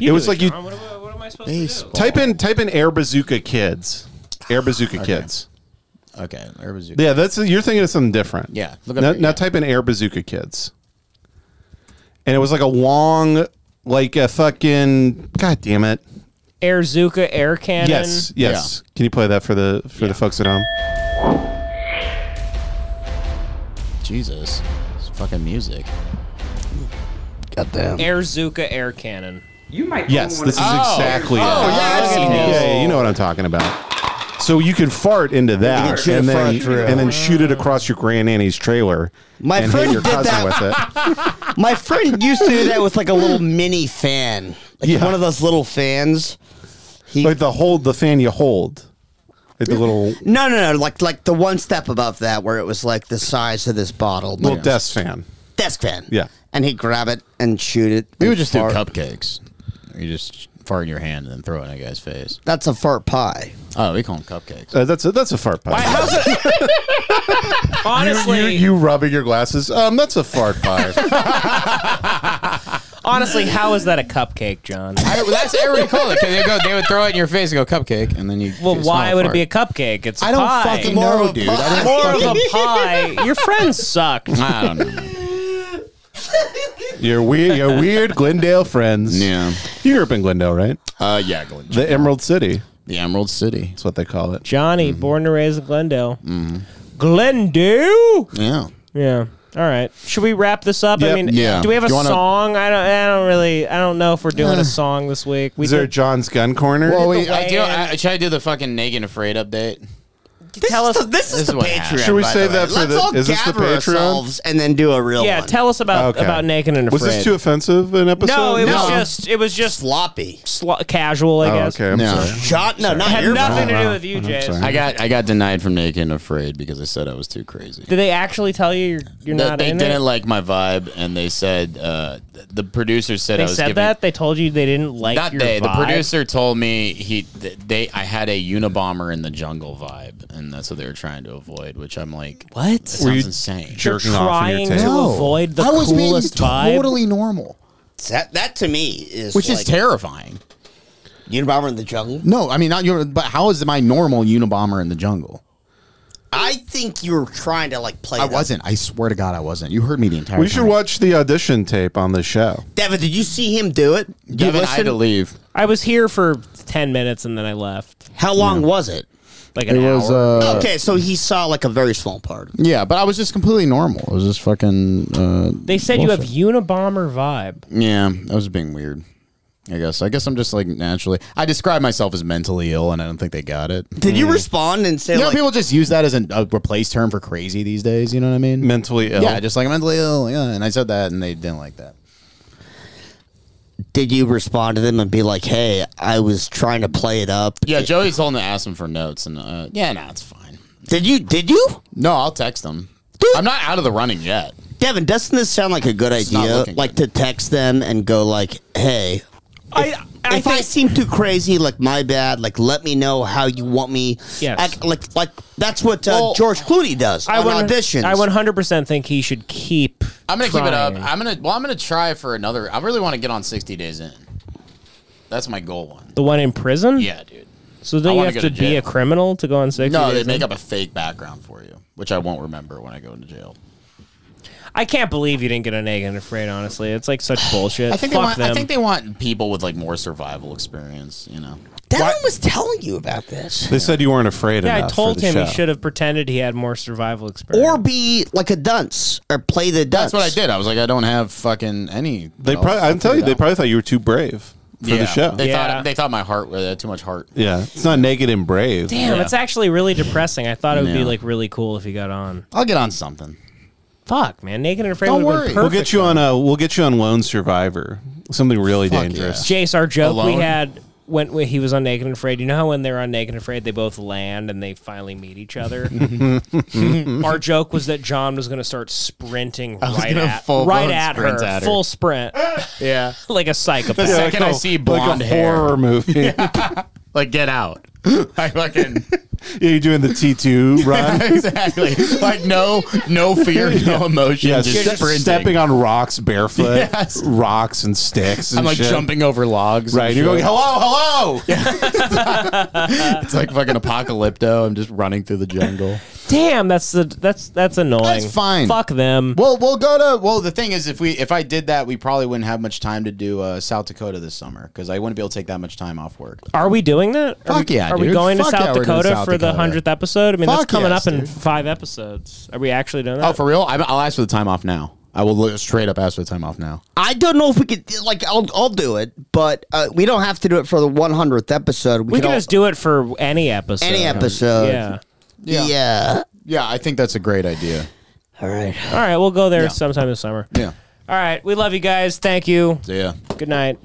Speaker 4: You
Speaker 3: it
Speaker 4: do
Speaker 3: was like you-
Speaker 4: John. What, am I- what am I supposed to do?
Speaker 3: Type in type in air bazooka kids. Air bazooka kids.
Speaker 5: Okay. There was
Speaker 3: Yeah, that's you're thinking of something different.
Speaker 5: Yeah, look up
Speaker 3: Now,
Speaker 5: there,
Speaker 3: now
Speaker 5: yeah.
Speaker 3: type in air bazooka kids, and it was like a long, like a fucking. God damn it!
Speaker 4: Air Zuka, air cannon.
Speaker 3: yes, yes. Can you play that for the for the folks at home?
Speaker 5: Jesus. It's fucking music.
Speaker 6: Goddamn.
Speaker 4: Air Zuka, air cannon.
Speaker 17: You might.
Speaker 3: Yes, this is exactly. it.
Speaker 5: I've seen
Speaker 3: Oh. yeah,
Speaker 5: this.
Speaker 3: yeah, you know what I'm talking about. So you could fart into that,
Speaker 6: shoot
Speaker 3: and
Speaker 6: a
Speaker 3: then
Speaker 6: fart through.
Speaker 3: and then shoot it across your grandnanny's trailer,
Speaker 6: My
Speaker 3: and
Speaker 6: friend
Speaker 3: hit your
Speaker 6: did
Speaker 3: cousin
Speaker 6: that.
Speaker 3: with it.
Speaker 6: My friend used to do that with like a little mini fan, like
Speaker 3: Yeah.
Speaker 6: one of those little fans. He,
Speaker 3: Like the hold, the fan you hold, like the little
Speaker 6: no, no, no, like like the one step above that, where it was like the size of this bottle,
Speaker 3: little
Speaker 6: like
Speaker 3: desk fan.
Speaker 6: desk fan.
Speaker 3: Yeah.
Speaker 6: and he'd grab it and shoot it.
Speaker 5: We
Speaker 6: and
Speaker 5: would just
Speaker 6: fart.
Speaker 5: do cupcakes. You just fart in your hand and then throw it in a guy's face.
Speaker 6: That's a fart pie.
Speaker 5: Oh, we call them cupcakes.
Speaker 3: Uh, that's a, that's a fart pipe.
Speaker 4: Honestly,
Speaker 3: You, you rubbing your glasses. Um, that's a fart pipe.
Speaker 4: honestly, how is that a cupcake, John?
Speaker 5: I, well, that's every call it. 'cause They go, they would throw it in your face and go cupcake, and then you.
Speaker 4: Well,
Speaker 5: you smell
Speaker 4: why would it
Speaker 5: fart.
Speaker 4: be a cupcake? It's a
Speaker 5: I don't
Speaker 4: pie.
Speaker 5: fucking
Speaker 6: More
Speaker 5: know,
Speaker 6: of a
Speaker 5: dude. I don't
Speaker 4: More of
Speaker 5: fucking-
Speaker 4: a pie. Your friends suck.
Speaker 5: I don't know.
Speaker 3: your weird, your weird Glendale friends.
Speaker 5: Yeah.
Speaker 3: you grew up in Glendale, right?
Speaker 5: Uh, yeah, Glenn.
Speaker 3: The Emerald City.
Speaker 5: The Emerald City.
Speaker 3: That's what they call it.
Speaker 4: Johnny, born and raised in Glendale. Glendale.
Speaker 5: Yeah.
Speaker 4: Yeah. All right. Should we wrap this up?
Speaker 3: Yep.
Speaker 4: I mean,
Speaker 5: Yeah.
Speaker 4: do we have a
Speaker 5: Do you wanna-
Speaker 4: song? I don't. I don't really. I don't know if we're doing a song this week. We
Speaker 3: Is there a
Speaker 4: did,
Speaker 3: John's Gun Corner?
Speaker 5: Well,
Speaker 4: we-
Speaker 5: we,
Speaker 4: the
Speaker 5: I, do,
Speaker 4: way
Speaker 5: I, should I do the fucking naked afraid update?
Speaker 4: tell us.
Speaker 6: this
Speaker 5: is the what happened. Patreon,
Speaker 3: Should we
Speaker 6: by
Speaker 3: save
Speaker 6: the way.
Speaker 3: that for
Speaker 6: Let's
Speaker 3: the-
Speaker 6: all
Speaker 3: is this the
Speaker 6: gather
Speaker 3: Patreon?
Speaker 6: ourselves and then do a real
Speaker 4: yeah,
Speaker 6: one.
Speaker 4: tell us about about naked and afraid.
Speaker 3: was this too offensive an episode?
Speaker 4: no, it was
Speaker 6: No.
Speaker 4: just. It was just
Speaker 6: sloppy
Speaker 4: sl- casual. I
Speaker 3: Oh,
Speaker 4: guess.
Speaker 3: okay. I'm
Speaker 5: No.
Speaker 3: sorry.
Speaker 6: shot. No,
Speaker 4: It
Speaker 6: not
Speaker 4: had
Speaker 6: your
Speaker 4: nothing
Speaker 6: fault.
Speaker 4: to do
Speaker 3: Wow.
Speaker 4: with you,
Speaker 3: I'm
Speaker 4: Jay.
Speaker 3: sorry.
Speaker 5: I got I got denied from naked and afraid because I said I was too crazy.
Speaker 4: Did they actually tell you you're, you're
Speaker 5: They-
Speaker 4: not
Speaker 5: they
Speaker 4: in
Speaker 5: didn't
Speaker 4: it?
Speaker 5: like my vibe, and they said uh, th- the producer said I
Speaker 4: They
Speaker 5: was
Speaker 4: said
Speaker 5: giving,
Speaker 4: that they told you they didn't like
Speaker 5: Not
Speaker 4: your
Speaker 5: they. The
Speaker 4: vibe?
Speaker 5: producer told me he th- they I had a Unabomber in the jungle vibe, and that's what they were trying to avoid. Which I'm like, what? That
Speaker 3: Were you
Speaker 5: sounds insane.
Speaker 3: jerk- jerking off in your
Speaker 4: trying to
Speaker 3: tail.
Speaker 5: No.
Speaker 4: avoid the
Speaker 5: I was being
Speaker 4: coolest vibe.
Speaker 5: totally normal,
Speaker 6: That, that to me is
Speaker 5: which is
Speaker 6: like-
Speaker 5: terrifying.
Speaker 6: Unabomber in the jungle.
Speaker 5: No, I mean not your. But how is my normal Unabomber in the jungle?
Speaker 6: I think you were trying to like play.
Speaker 5: I
Speaker 6: that.
Speaker 5: wasn't. I swear to God, I wasn't. You heard me the entire.
Speaker 3: We
Speaker 5: time.
Speaker 3: should watch the audition tape on the show.
Speaker 6: Devin, did you see him do it? You
Speaker 5: Devin, I had
Speaker 6: listened?
Speaker 5: to leave.
Speaker 4: I was here for ten minutes and then I left.
Speaker 6: How long was it?
Speaker 4: Like an
Speaker 5: It
Speaker 4: hour.
Speaker 5: was. Uh,
Speaker 6: okay, so he saw like a very small part.
Speaker 5: Yeah, but I was just completely normal. I was just fucking. Uh,
Speaker 4: they said you have Unabomber vibe.
Speaker 5: Yeah, I was being weird. I guess. I guess I'm just like naturally. I describe myself as mentally ill, and I don't think they got it.
Speaker 6: Did you respond and say
Speaker 5: You know,
Speaker 6: like,
Speaker 5: people just use that as an, a replace term for crazy these days. You know what I mean?
Speaker 3: Mentally ill.
Speaker 5: Yeah, just like mentally ill. Yeah, and I said that, and they didn't like that.
Speaker 6: did you respond to them and be like, "Hey, I was trying to play it up."
Speaker 5: Yeah, Joey's holding to ask him for notes, and uh, yeah, no, it's fine.
Speaker 6: Did you? Did you?
Speaker 5: No, I'll text him. I'm not out of the running yet.
Speaker 6: Devin, doesn't this sound like a good
Speaker 5: It's not
Speaker 6: idea?
Speaker 5: looking
Speaker 6: Like to text them and go like, "Hey,
Speaker 4: I, I
Speaker 6: if I seem too crazy, like my bad. Like let me know how you want me.
Speaker 4: Yes.
Speaker 6: Act- like like that's what uh,
Speaker 5: Well,
Speaker 6: George Clooney does on
Speaker 4: would-
Speaker 6: auditions.
Speaker 4: I 100% think he should keep.
Speaker 5: I'm gonna keep it up.
Speaker 4: trying.
Speaker 5: I'm gonna well, I'm gonna try for another. I really want to get on 60 days in. That's my goal one.
Speaker 4: the one in prison?
Speaker 5: Yeah, dude.
Speaker 4: So
Speaker 5: I
Speaker 4: then you
Speaker 5: wanna
Speaker 4: have
Speaker 5: go
Speaker 4: to,
Speaker 5: to
Speaker 4: be
Speaker 5: jail.
Speaker 4: a criminal to go on 60
Speaker 5: No, they
Speaker 4: days
Speaker 5: make
Speaker 4: in?
Speaker 5: up a fake background for you, which I won't remember when I go into jail.
Speaker 4: I can't believe you didn't get a negative afraid, honestly. It's like such bullshit.
Speaker 5: I think
Speaker 4: Fuck
Speaker 5: they want.
Speaker 4: them.
Speaker 5: I think they want people with like more survival experience. You know.
Speaker 6: Devin was telling you about this,
Speaker 3: They said you weren't afraid
Speaker 4: yeah, I
Speaker 3: enough for
Speaker 4: told
Speaker 3: the
Speaker 4: him he
Speaker 3: show.
Speaker 4: should have pretended he had more survival experience.
Speaker 6: or be like a dunce or play the dunce.
Speaker 5: That's what I did. I was like, I don't have fucking any.
Speaker 3: They
Speaker 5: I'll-
Speaker 3: probably.
Speaker 5: I'll
Speaker 3: I'm telling you, they
Speaker 5: figure it Oh, out.
Speaker 3: probably thought you were too brave for
Speaker 5: yeah.
Speaker 3: the show.
Speaker 5: They
Speaker 4: Yeah.
Speaker 5: thought they thought my heart was uh, too much heart.
Speaker 3: yeah, it's not naked and brave.
Speaker 4: Damn,
Speaker 5: Yeah.
Speaker 4: it's actually really depressing. I thought it would be
Speaker 5: Yeah.
Speaker 4: like really cool if he got on.
Speaker 5: I'll get on something.
Speaker 4: Fuck, man, naked and afraid.
Speaker 5: Don't
Speaker 4: would've
Speaker 5: worry.
Speaker 4: been
Speaker 3: We'll
Speaker 4: perfect.
Speaker 3: get you on a. We'll get you on Lone Survivor. Something really
Speaker 5: Fuck
Speaker 3: dangerous.
Speaker 4: Jace, our joke we
Speaker 5: Alone?
Speaker 4: had when, when he was on Naked and Afraid. You know how when they're on Naked and Afraid, they both land and they finally meet each other. our joke was that John was going to start sprinting
Speaker 5: was
Speaker 4: right
Speaker 5: gonna
Speaker 4: at,
Speaker 5: full-blown
Speaker 4: right at her,
Speaker 5: sprint at her.
Speaker 4: full sprint,
Speaker 5: Yeah.
Speaker 4: like a psychopath.
Speaker 5: The second I see
Speaker 3: like
Speaker 5: blonde
Speaker 3: a
Speaker 5: hair,
Speaker 3: horror movie.
Speaker 5: like get out. I fucking
Speaker 3: Yeah, you're doing the T two run.
Speaker 5: exactly like no no fear, no emotion,
Speaker 3: Yeah,
Speaker 5: just
Speaker 3: ste-
Speaker 5: sprinting.
Speaker 3: stepping on rocks barefoot,
Speaker 5: Yes.
Speaker 3: rocks and sticks.
Speaker 5: I'm
Speaker 3: and
Speaker 5: like
Speaker 3: shit.
Speaker 5: jumping over logs.
Speaker 3: Right,
Speaker 5: and
Speaker 3: you're going
Speaker 5: shit.
Speaker 3: hello, hello.
Speaker 5: It's like fucking apocalypto. I'm just running through the jungle.
Speaker 4: Damn, that's the that's that's annoying.
Speaker 5: That's fine.
Speaker 4: Fuck them.
Speaker 5: Well, we'll go to. Well, the thing is, if we if I did that, we probably wouldn't have much time to do uh, South Dakota this summer because I wouldn't be able to take that much time off work.
Speaker 4: Are we doing that? Are
Speaker 5: Fuck
Speaker 4: we,
Speaker 5: yeah,
Speaker 4: Are we
Speaker 5: dude.
Speaker 4: going to
Speaker 5: Fuck yeah,
Speaker 4: South
Speaker 5: we're doing
Speaker 4: Dakota
Speaker 5: South
Speaker 4: for the
Speaker 5: Dakota.
Speaker 4: hundredth episode? I mean,
Speaker 5: Fuck
Speaker 4: that's coming
Speaker 5: yes,
Speaker 4: up in
Speaker 5: dude.
Speaker 4: five episodes. Are we actually doing that?
Speaker 5: Oh, for real? I, I'll ask for the time off now. I will look straight up ask for the time off now.
Speaker 6: I don't know if we could like I'll I'll do it, but uh, we don't have to do it for the 100th episode.
Speaker 4: we can just do it for any episode.
Speaker 6: any episode.
Speaker 4: Yeah.
Speaker 6: yeah.
Speaker 5: Yeah, I think that's a great idea.
Speaker 6: All right.
Speaker 4: All right, we'll go there
Speaker 5: Yeah.
Speaker 4: sometime this summer.
Speaker 5: Yeah.
Speaker 4: All right. We love you guys. Thank you.
Speaker 5: So, yeah.
Speaker 4: Good night.